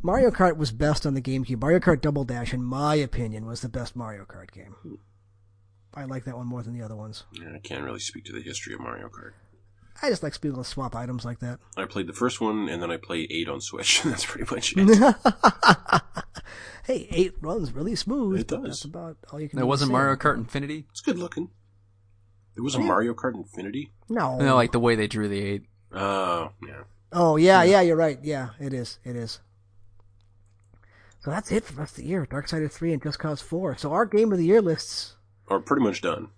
Speaker 1: Mario Kart was best on the GameCube. Mario Kart Double Dash, in my opinion, was the best Mario Kart game. I like that one more than the other ones.
Speaker 2: Yeah, I can't really speak to the history of Mario Kart.
Speaker 1: I just like being able to swap items like that.
Speaker 2: I played the first one, and then I played eight on Switch, (laughs) and that's pretty much it.
Speaker 1: (laughs) hey, eight runs really smooth.
Speaker 2: It
Speaker 1: but
Speaker 2: does.
Speaker 1: That's about all you can.
Speaker 3: There
Speaker 1: really
Speaker 3: wasn't
Speaker 1: say.
Speaker 3: Mario Kart Infinity.
Speaker 2: It's good looking. There was a Mario Kart Infinity.
Speaker 1: No.
Speaker 3: No, like the way they drew the eight.
Speaker 2: Uh, yeah.
Speaker 1: oh yeah, yeah, you're right. Yeah, it is. It is. So that's it for the rest of the year. Darksiders three and Just Cause four. So our game of the year lists.
Speaker 2: Or pretty much done.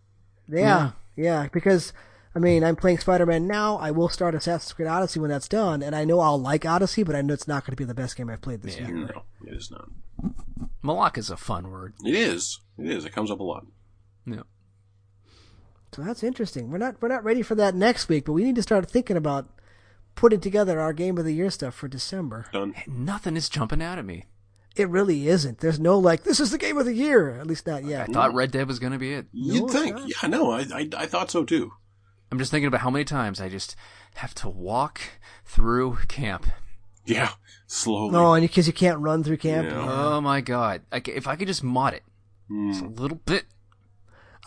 Speaker 1: Yeah, yeah. because I mean, I'm playing Spider-Man now. I will start Assassin's Creed Odyssey when that's done, and I know I'll like Odyssey, but I know it's not going to be the best game I've played this year.
Speaker 2: No, it is not.
Speaker 3: Malak is a fun word.
Speaker 2: It is. It is. It comes up a lot.
Speaker 3: No.
Speaker 1: So that's interesting. We're not we're not ready for that next week, but we need to start thinking about putting together our game of the year stuff for December.
Speaker 2: Done.
Speaker 3: Nothing is jumping out at me.
Speaker 1: It really isn't. There's no like this is the game of the year, at least not
Speaker 3: I
Speaker 1: yet.
Speaker 3: thought Red Dead was gonna be it.
Speaker 2: You'd
Speaker 1: it's
Speaker 2: think.
Speaker 1: not.
Speaker 2: Yeah, no, I, I, I thought so too.
Speaker 3: I'm just thinking about how many times I just have to walk through camp.
Speaker 2: Yeah, slowly.
Speaker 1: No, Oh, and because you can't run through camp. Uh,
Speaker 2: Yeah.
Speaker 3: Oh my god! I c if I could just mod it
Speaker 2: Hmm.
Speaker 3: just a little bit,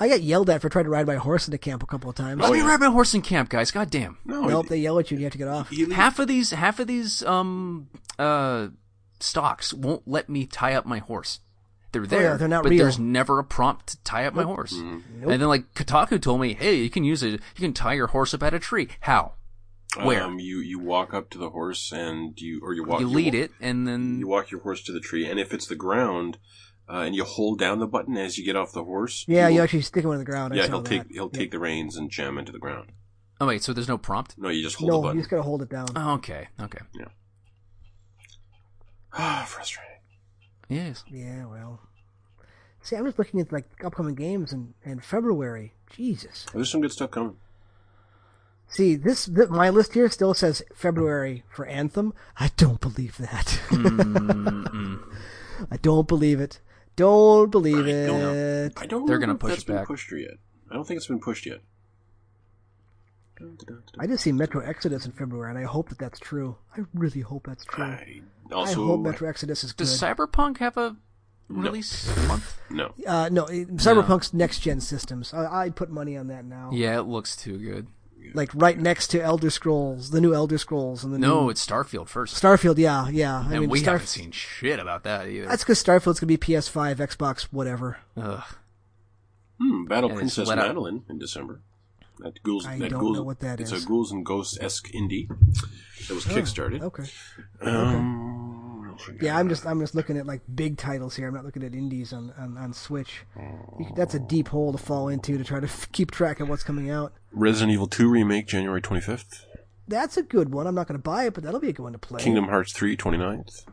Speaker 1: I got yelled at for trying to ride my horse into camp a couple of times.
Speaker 3: Let
Speaker 2: Oh,
Speaker 3: me
Speaker 2: yeah.
Speaker 3: ride my horse in camp, guys. God damn.
Speaker 2: No,
Speaker 1: Nope,
Speaker 2: it-
Speaker 1: they yell at you and you have to get off.
Speaker 2: he-
Speaker 3: Half of these, half of these, um, uh, stocks won't let me tie up my horse. They're there,
Speaker 1: Oh, yeah, they're not
Speaker 3: but
Speaker 1: real. Mm-hmm.
Speaker 3: there's never a prompt to tie up my horse. And then like Kotaku told me, hey, you can use it. You can tie your horse up at a tree. How? Where?
Speaker 2: Um, you you walk up to the horse and you or you walk
Speaker 3: you lead
Speaker 2: wa-
Speaker 3: it, and then
Speaker 2: You walk your horse to the tree, and if it's the ground, uh, and you hold down the button as you get off the horse.
Speaker 1: Yeah,
Speaker 2: you
Speaker 1: you
Speaker 2: will-
Speaker 1: actually stick him in the ground. I
Speaker 2: yeah.
Speaker 1: saw
Speaker 2: He'll
Speaker 1: that.
Speaker 2: take he'll take the reins and jam into the ground.
Speaker 3: oh wait, so there's no prompt.
Speaker 2: No, you just hold the
Speaker 1: No, you
Speaker 2: button.
Speaker 1: just gotta hold it down.
Speaker 3: Oh, okay, okay,
Speaker 2: (sighs) Ah, frustrating.
Speaker 3: yes.
Speaker 1: Yeah, well. See, I'm just looking at like upcoming games in, in February. Jesus.
Speaker 2: There's some good stuff coming.
Speaker 1: See, this th- my list here still says February for Anthem. I don't believe that. (laughs) I don't believe it. Don't believe it.
Speaker 2: I don't.
Speaker 3: They're
Speaker 2: know
Speaker 3: gonna
Speaker 2: if
Speaker 3: push
Speaker 2: that's
Speaker 3: it
Speaker 2: been
Speaker 3: back.
Speaker 2: Pushed yet? I don't think it's been pushed yet. Dun, dun, dun, dun.
Speaker 1: I just see Metro Exodus in February, and I hope that that's true. I really hope that's true.
Speaker 2: I
Speaker 1: I
Speaker 2: also
Speaker 1: hope Metro Exodus is good.
Speaker 3: Does Cyberpunk have a release month?
Speaker 2: no.
Speaker 1: uh, no, it- Cyberpunk's next gen systems. I, I'd put money on that now.
Speaker 3: (laughs) Yeah, it looks too good.
Speaker 1: Like right next to Elder Scrolls, the new Elder Scrolls, and the
Speaker 3: No,
Speaker 1: new
Speaker 3: it's Starfield first,
Speaker 1: Starfield. Yeah, yeah. I
Speaker 3: and
Speaker 1: mean,
Speaker 3: we
Speaker 1: Starf-
Speaker 3: haven't seen shit about that either.
Speaker 1: That's because Starfield's gonna be PS5, Xbox, whatever.
Speaker 3: Ugh.
Speaker 2: Hmm, Battle
Speaker 3: And it's
Speaker 2: Princess
Speaker 3: let out.
Speaker 2: Madeline in December. That ghouls.
Speaker 1: I
Speaker 2: that
Speaker 1: don't
Speaker 2: ghouls,
Speaker 1: know what that
Speaker 2: it's
Speaker 1: is. Oh,
Speaker 2: a ghouls and ghosts esque indie that was kickstarted.
Speaker 1: Okay.
Speaker 2: Um, what else we got?
Speaker 1: Yeah, I'm just I'm just looking at like big titles here. I'm not looking at indies on on, on Switch. You- That's a deep hole to fall into to try to (laughs) f- keep track of what's coming out.
Speaker 2: Resident Evil 2 remake January 25th.
Speaker 1: Oh. That's a good one. I'm not going to buy it, but that'll be a good one to play.
Speaker 2: Kingdom Hearts 3 29th.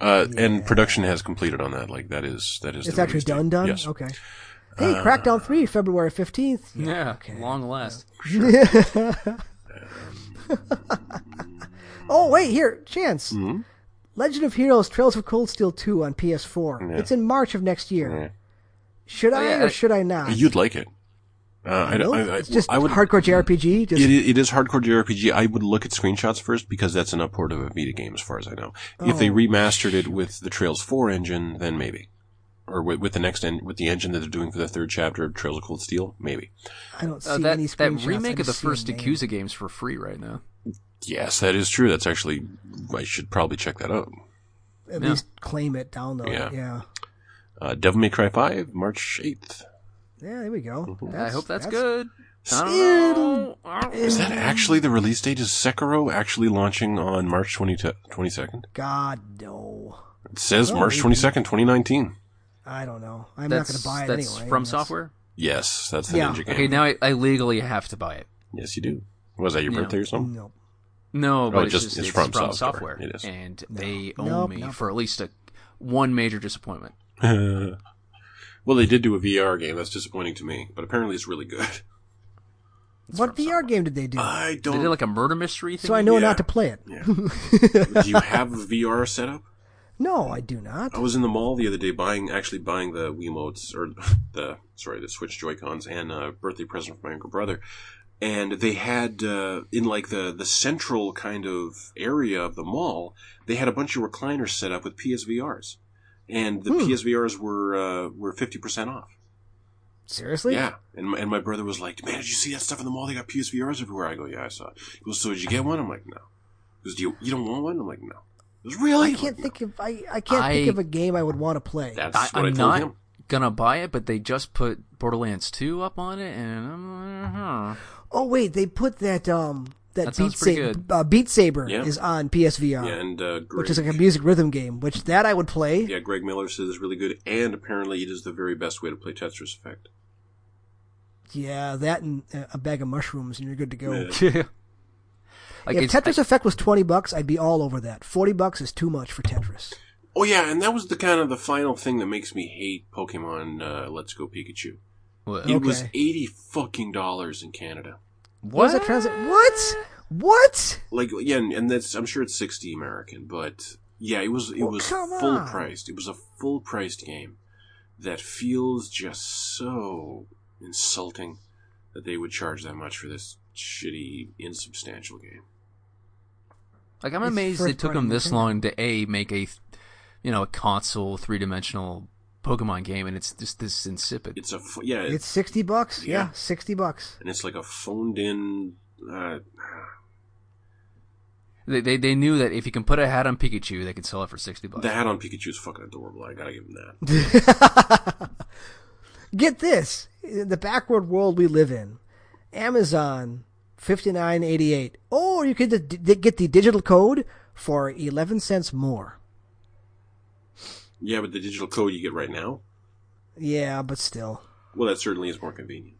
Speaker 2: Uh, and production has completed on that. Like that is that is.
Speaker 1: It's
Speaker 2: the
Speaker 1: actually
Speaker 2: release date.
Speaker 1: done. Done.
Speaker 2: Yes.
Speaker 1: Okay. Hey, Crackdown Three, February fifteenth.
Speaker 3: Yeah, long last.
Speaker 1: (laughs) Oh wait, here, Chance.
Speaker 2: Mm-hmm.
Speaker 1: Legend of Heroes: Trails of Cold Steel Two on PS4. It's in March of next year.
Speaker 2: Yeah.
Speaker 1: Should I
Speaker 3: Oh, yeah,
Speaker 1: or
Speaker 3: I-
Speaker 1: should I not?
Speaker 2: You'd like it. Uh, I, don't-
Speaker 1: Really?
Speaker 2: I, I,
Speaker 1: it's just
Speaker 2: I would.
Speaker 1: hardcore JRPG. Just
Speaker 2: It, i- it is hardcore JRPG. I would look at screenshots first because that's an upport of a Vita game, as far as I know. if
Speaker 1: Oh.
Speaker 2: they remastered it with the Trails Four engine, then maybe, or with, with the next en- with the engine that they're doing for the third chapter of Trails of Cold Steel, maybe.
Speaker 1: I don't see
Speaker 3: Uh, that
Speaker 1: any
Speaker 3: that
Speaker 1: screenshots. I
Speaker 3: remake of
Speaker 1: just
Speaker 3: the
Speaker 1: see a
Speaker 3: first
Speaker 1: name.
Speaker 3: Yakuza game's for free right now.
Speaker 2: Yes, that is true. That's actually I should probably check that out.
Speaker 1: At
Speaker 3: Yeah.
Speaker 1: least claim it, download
Speaker 2: Yeah.
Speaker 1: it. Yeah.
Speaker 2: Uh, Devil May Cry Five, March eighth.
Speaker 1: Yeah, there we go.
Speaker 2: Mm-hmm.
Speaker 3: I hope that's, good. I don't
Speaker 1: It'll-
Speaker 3: know. I don't-
Speaker 2: Is that actually the release date? Is Sekiro actually launching on March 20 22nd?
Speaker 1: God no.
Speaker 2: It says
Speaker 1: Oh,
Speaker 2: March
Speaker 1: maybe.
Speaker 2: 22nd, 2019.
Speaker 1: I don't know. I'm
Speaker 3: that's
Speaker 1: not going to buy it
Speaker 3: that's
Speaker 1: anyway.
Speaker 3: from
Speaker 1: That's-
Speaker 3: software.
Speaker 1: (clears throat)
Speaker 2: Yes, that's the
Speaker 1: Yeah.
Speaker 2: ninja game.
Speaker 3: Okay, now I, I legally have to buy it.
Speaker 2: Yes, you do. Was that your
Speaker 3: Yeah.
Speaker 2: birthday or something?
Speaker 1: No.
Speaker 3: No, but it's
Speaker 2: just-
Speaker 3: just,
Speaker 2: it's
Speaker 3: it's
Speaker 2: from
Speaker 3: from,
Speaker 2: software.
Speaker 3: software.
Speaker 2: It is.
Speaker 3: and they
Speaker 1: No.
Speaker 3: owe
Speaker 1: Nope,
Speaker 3: me
Speaker 1: nope.
Speaker 3: for at least a one major disappointment.
Speaker 2: (laughs) well, they did do a VR game. That's disappointing to me, but apparently it's really good.
Speaker 1: What VR game did they do?
Speaker 2: I
Speaker 3: They
Speaker 2: don't. (laughs)
Speaker 3: did like a murder mystery thing.
Speaker 1: so I know
Speaker 2: Uh, yeah.
Speaker 1: not to play it.
Speaker 2: do you have a VR setup?
Speaker 1: No, I do not.
Speaker 2: I was in the mall the other day buying, actually buying the Wiimotes or (laughs) the sorry, the Switch Joy Cons and a birthday present for my younger brother. And they had uh, in like the the central kind of area of the mall, they had a bunch of recliners set up with PSVRs, and the PSVRs were uh, were fifty percent off.
Speaker 1: Seriously?
Speaker 2: Yeah, and my, and my brother was like, "Man, did you see that stuff in the mall? They got PSVRs everywhere." I go, "Yeah, I saw." it. He goes, "So did you get one?" I'm like, "No." He goes, "Do you you don't want one?" I'm like, "No." He goes, "Really?"
Speaker 1: I
Speaker 2: I'm
Speaker 1: can't
Speaker 2: like,
Speaker 1: think of I, I can't think
Speaker 3: I-
Speaker 1: of a game I would want to play.
Speaker 2: That's
Speaker 3: I,
Speaker 2: what I
Speaker 3: I'm
Speaker 2: told
Speaker 3: not
Speaker 2: him.
Speaker 3: gonna buy it, but they just put Borderlands Two up on it, and I'm like, "Hmm." huh.
Speaker 1: Oh wait, they put that um
Speaker 3: That
Speaker 1: that, Beat
Speaker 3: sounds pretty
Speaker 1: Saber
Speaker 3: good.
Speaker 1: uh, Beat Saber
Speaker 2: Yeah.
Speaker 1: is on PSVR,
Speaker 2: Yeah, and uh, Greg,
Speaker 1: which is like a music rhythm game, which that I would play.
Speaker 2: yeah, Greg Miller says it's really good, and apparently it is the very best way to play Tetris Effect.
Speaker 1: Yeah, that and uh, a bag of mushrooms, and you're good to go.
Speaker 2: Yeah.
Speaker 3: (laughs) like
Speaker 1: if
Speaker 3: it's,
Speaker 1: Tetris Effect was twenty bucks, I'd be all over that. Forty bucks is too much for Tetris.
Speaker 2: Oh yeah, and that was the kind of the final thing that makes me hate Pokemon uh, Let's Go Pikachu.
Speaker 3: what?
Speaker 2: It was
Speaker 1: Okay.
Speaker 2: eighty fucking dollars in Canada.
Speaker 1: What? Was it transi- what? What?
Speaker 2: like yeah, and, and that's I'm sure it's sixty American, but yeah, it was it
Speaker 1: Well,
Speaker 2: was
Speaker 1: come
Speaker 2: full
Speaker 1: on.
Speaker 2: priced. It was a full priced game that feels just so insulting that they would charge that much for this shitty, insubstantial game.
Speaker 3: Like I'm
Speaker 1: It's
Speaker 3: amazed
Speaker 1: first
Speaker 3: it took
Speaker 1: party
Speaker 3: them this
Speaker 1: Nintendo.
Speaker 3: long to a make a, you know, a console three dimensional Pokemon game, and it's just this insipid.
Speaker 2: It's a f- yeah,
Speaker 1: It's sixty bucks. Yeah,
Speaker 2: Yeah.
Speaker 1: sixty bucks.
Speaker 2: and it's like a phoned in. Uh,
Speaker 3: They, they they knew that if you can put a hat on Pikachu, they could sell it for sixty bucks.
Speaker 2: the hat on Pikachu is fucking adorable. I gotta give him
Speaker 1: (laughs)
Speaker 2: that.
Speaker 1: Get this: in the backward world we live in, Amazon fifty nine eighty eight, or you could d- d- get the digital code for eleven cents more.
Speaker 2: Yeah, but the digital code you get right now,
Speaker 1: Yeah, but still,
Speaker 2: well, that certainly is more convenient.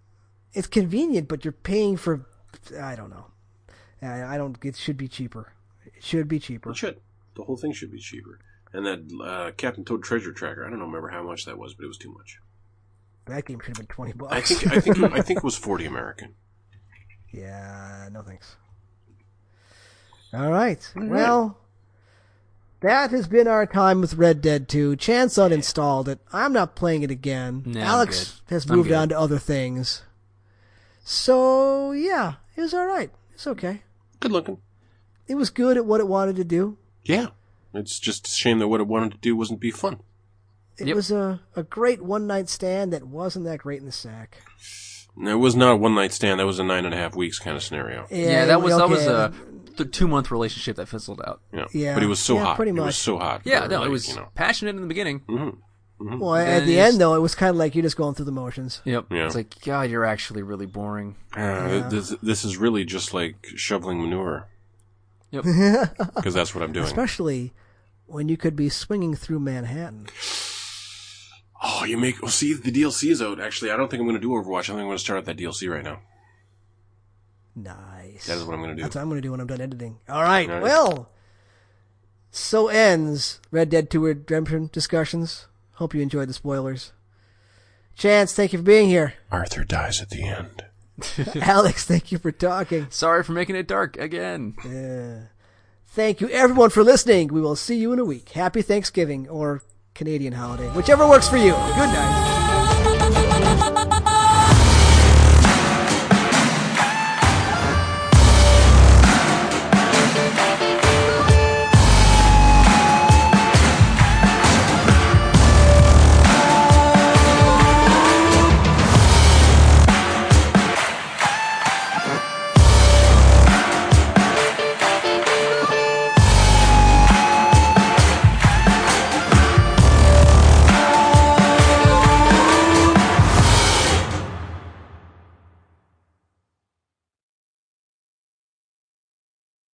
Speaker 1: it's convenient, but you're paying for. I don't know. I, I don't. It should be cheaper. It should be cheaper.
Speaker 2: It should. The whole thing should be cheaper. And that uh, Captain Toad Treasure Tracker, I don't know, remember how much that was, but it was too much.
Speaker 1: That game should have been twenty bucks.
Speaker 2: I think I think I think it was forty American.
Speaker 1: Yeah, no thanks. All right. Well, that has been our time with Red Dead 2. Chance uninstalled it. I'm not playing it again.
Speaker 3: Nah, I'm
Speaker 1: Alex
Speaker 3: good.
Speaker 1: has
Speaker 3: I'm
Speaker 1: moved
Speaker 3: good.
Speaker 1: on to other things. So, yeah, it was all right. It's okay.
Speaker 2: Good looking.
Speaker 1: It was good at what it wanted to do.
Speaker 2: Yeah. It's just a shame that what it wanted to do wasn't be fun.
Speaker 1: It
Speaker 3: Yep.
Speaker 1: was a, a great one night stand that wasn't that great in the sack.
Speaker 2: And It was not a one night stand. That was a nine and a half weeks kind of scenario.
Speaker 1: Yeah,
Speaker 3: yeah, that was that
Speaker 1: okay,
Speaker 3: was a th- two month relationship that fizzled out.
Speaker 2: Yeah.
Speaker 1: Yeah.
Speaker 2: But it was so
Speaker 1: Yeah,
Speaker 2: hot.
Speaker 1: pretty
Speaker 2: It
Speaker 1: much.
Speaker 2: was so hot.
Speaker 3: Yeah,
Speaker 2: They were
Speaker 3: no, it
Speaker 2: like,
Speaker 3: was
Speaker 2: You know, Mm-hmm.
Speaker 3: passionate in the beginning.
Speaker 1: Well, at
Speaker 3: Then
Speaker 1: the
Speaker 3: you
Speaker 1: end,
Speaker 3: just-
Speaker 1: though, it was kind of like you're just going through the motions.
Speaker 3: Yep.
Speaker 2: Yeah.
Speaker 3: It's like God, you're actually really boring.
Speaker 2: uh, this, this is really just like shoveling manure (laughs)
Speaker 3: Yep.
Speaker 2: because that's what I'm doing.
Speaker 1: especially when you could be swinging through Manhattan.
Speaker 2: Oh, you make. Oh, see, the DLC is out. Actually, I don't think I'm going to do Overwatch. I think I'm going to start out that DLC right now.
Speaker 1: Nice.
Speaker 2: That is what I'm going to do.
Speaker 1: That's what I'm going to do when I'm done editing. All right.
Speaker 2: All right.
Speaker 1: Well, so ends Red Dead 2 Redemption discussions. Hope you enjoyed the spoilers. Chance, thank you for being
Speaker 2: (laughs)
Speaker 1: here.
Speaker 2: Arthur dies at the end.
Speaker 1: Alex, thank you for talking.
Speaker 3: Sorry for making it dark again.
Speaker 1: Thank you, everyone, for listening. We will see you in a week. Happy Thanksgiving or Canadian holiday, whichever works for you. Good night.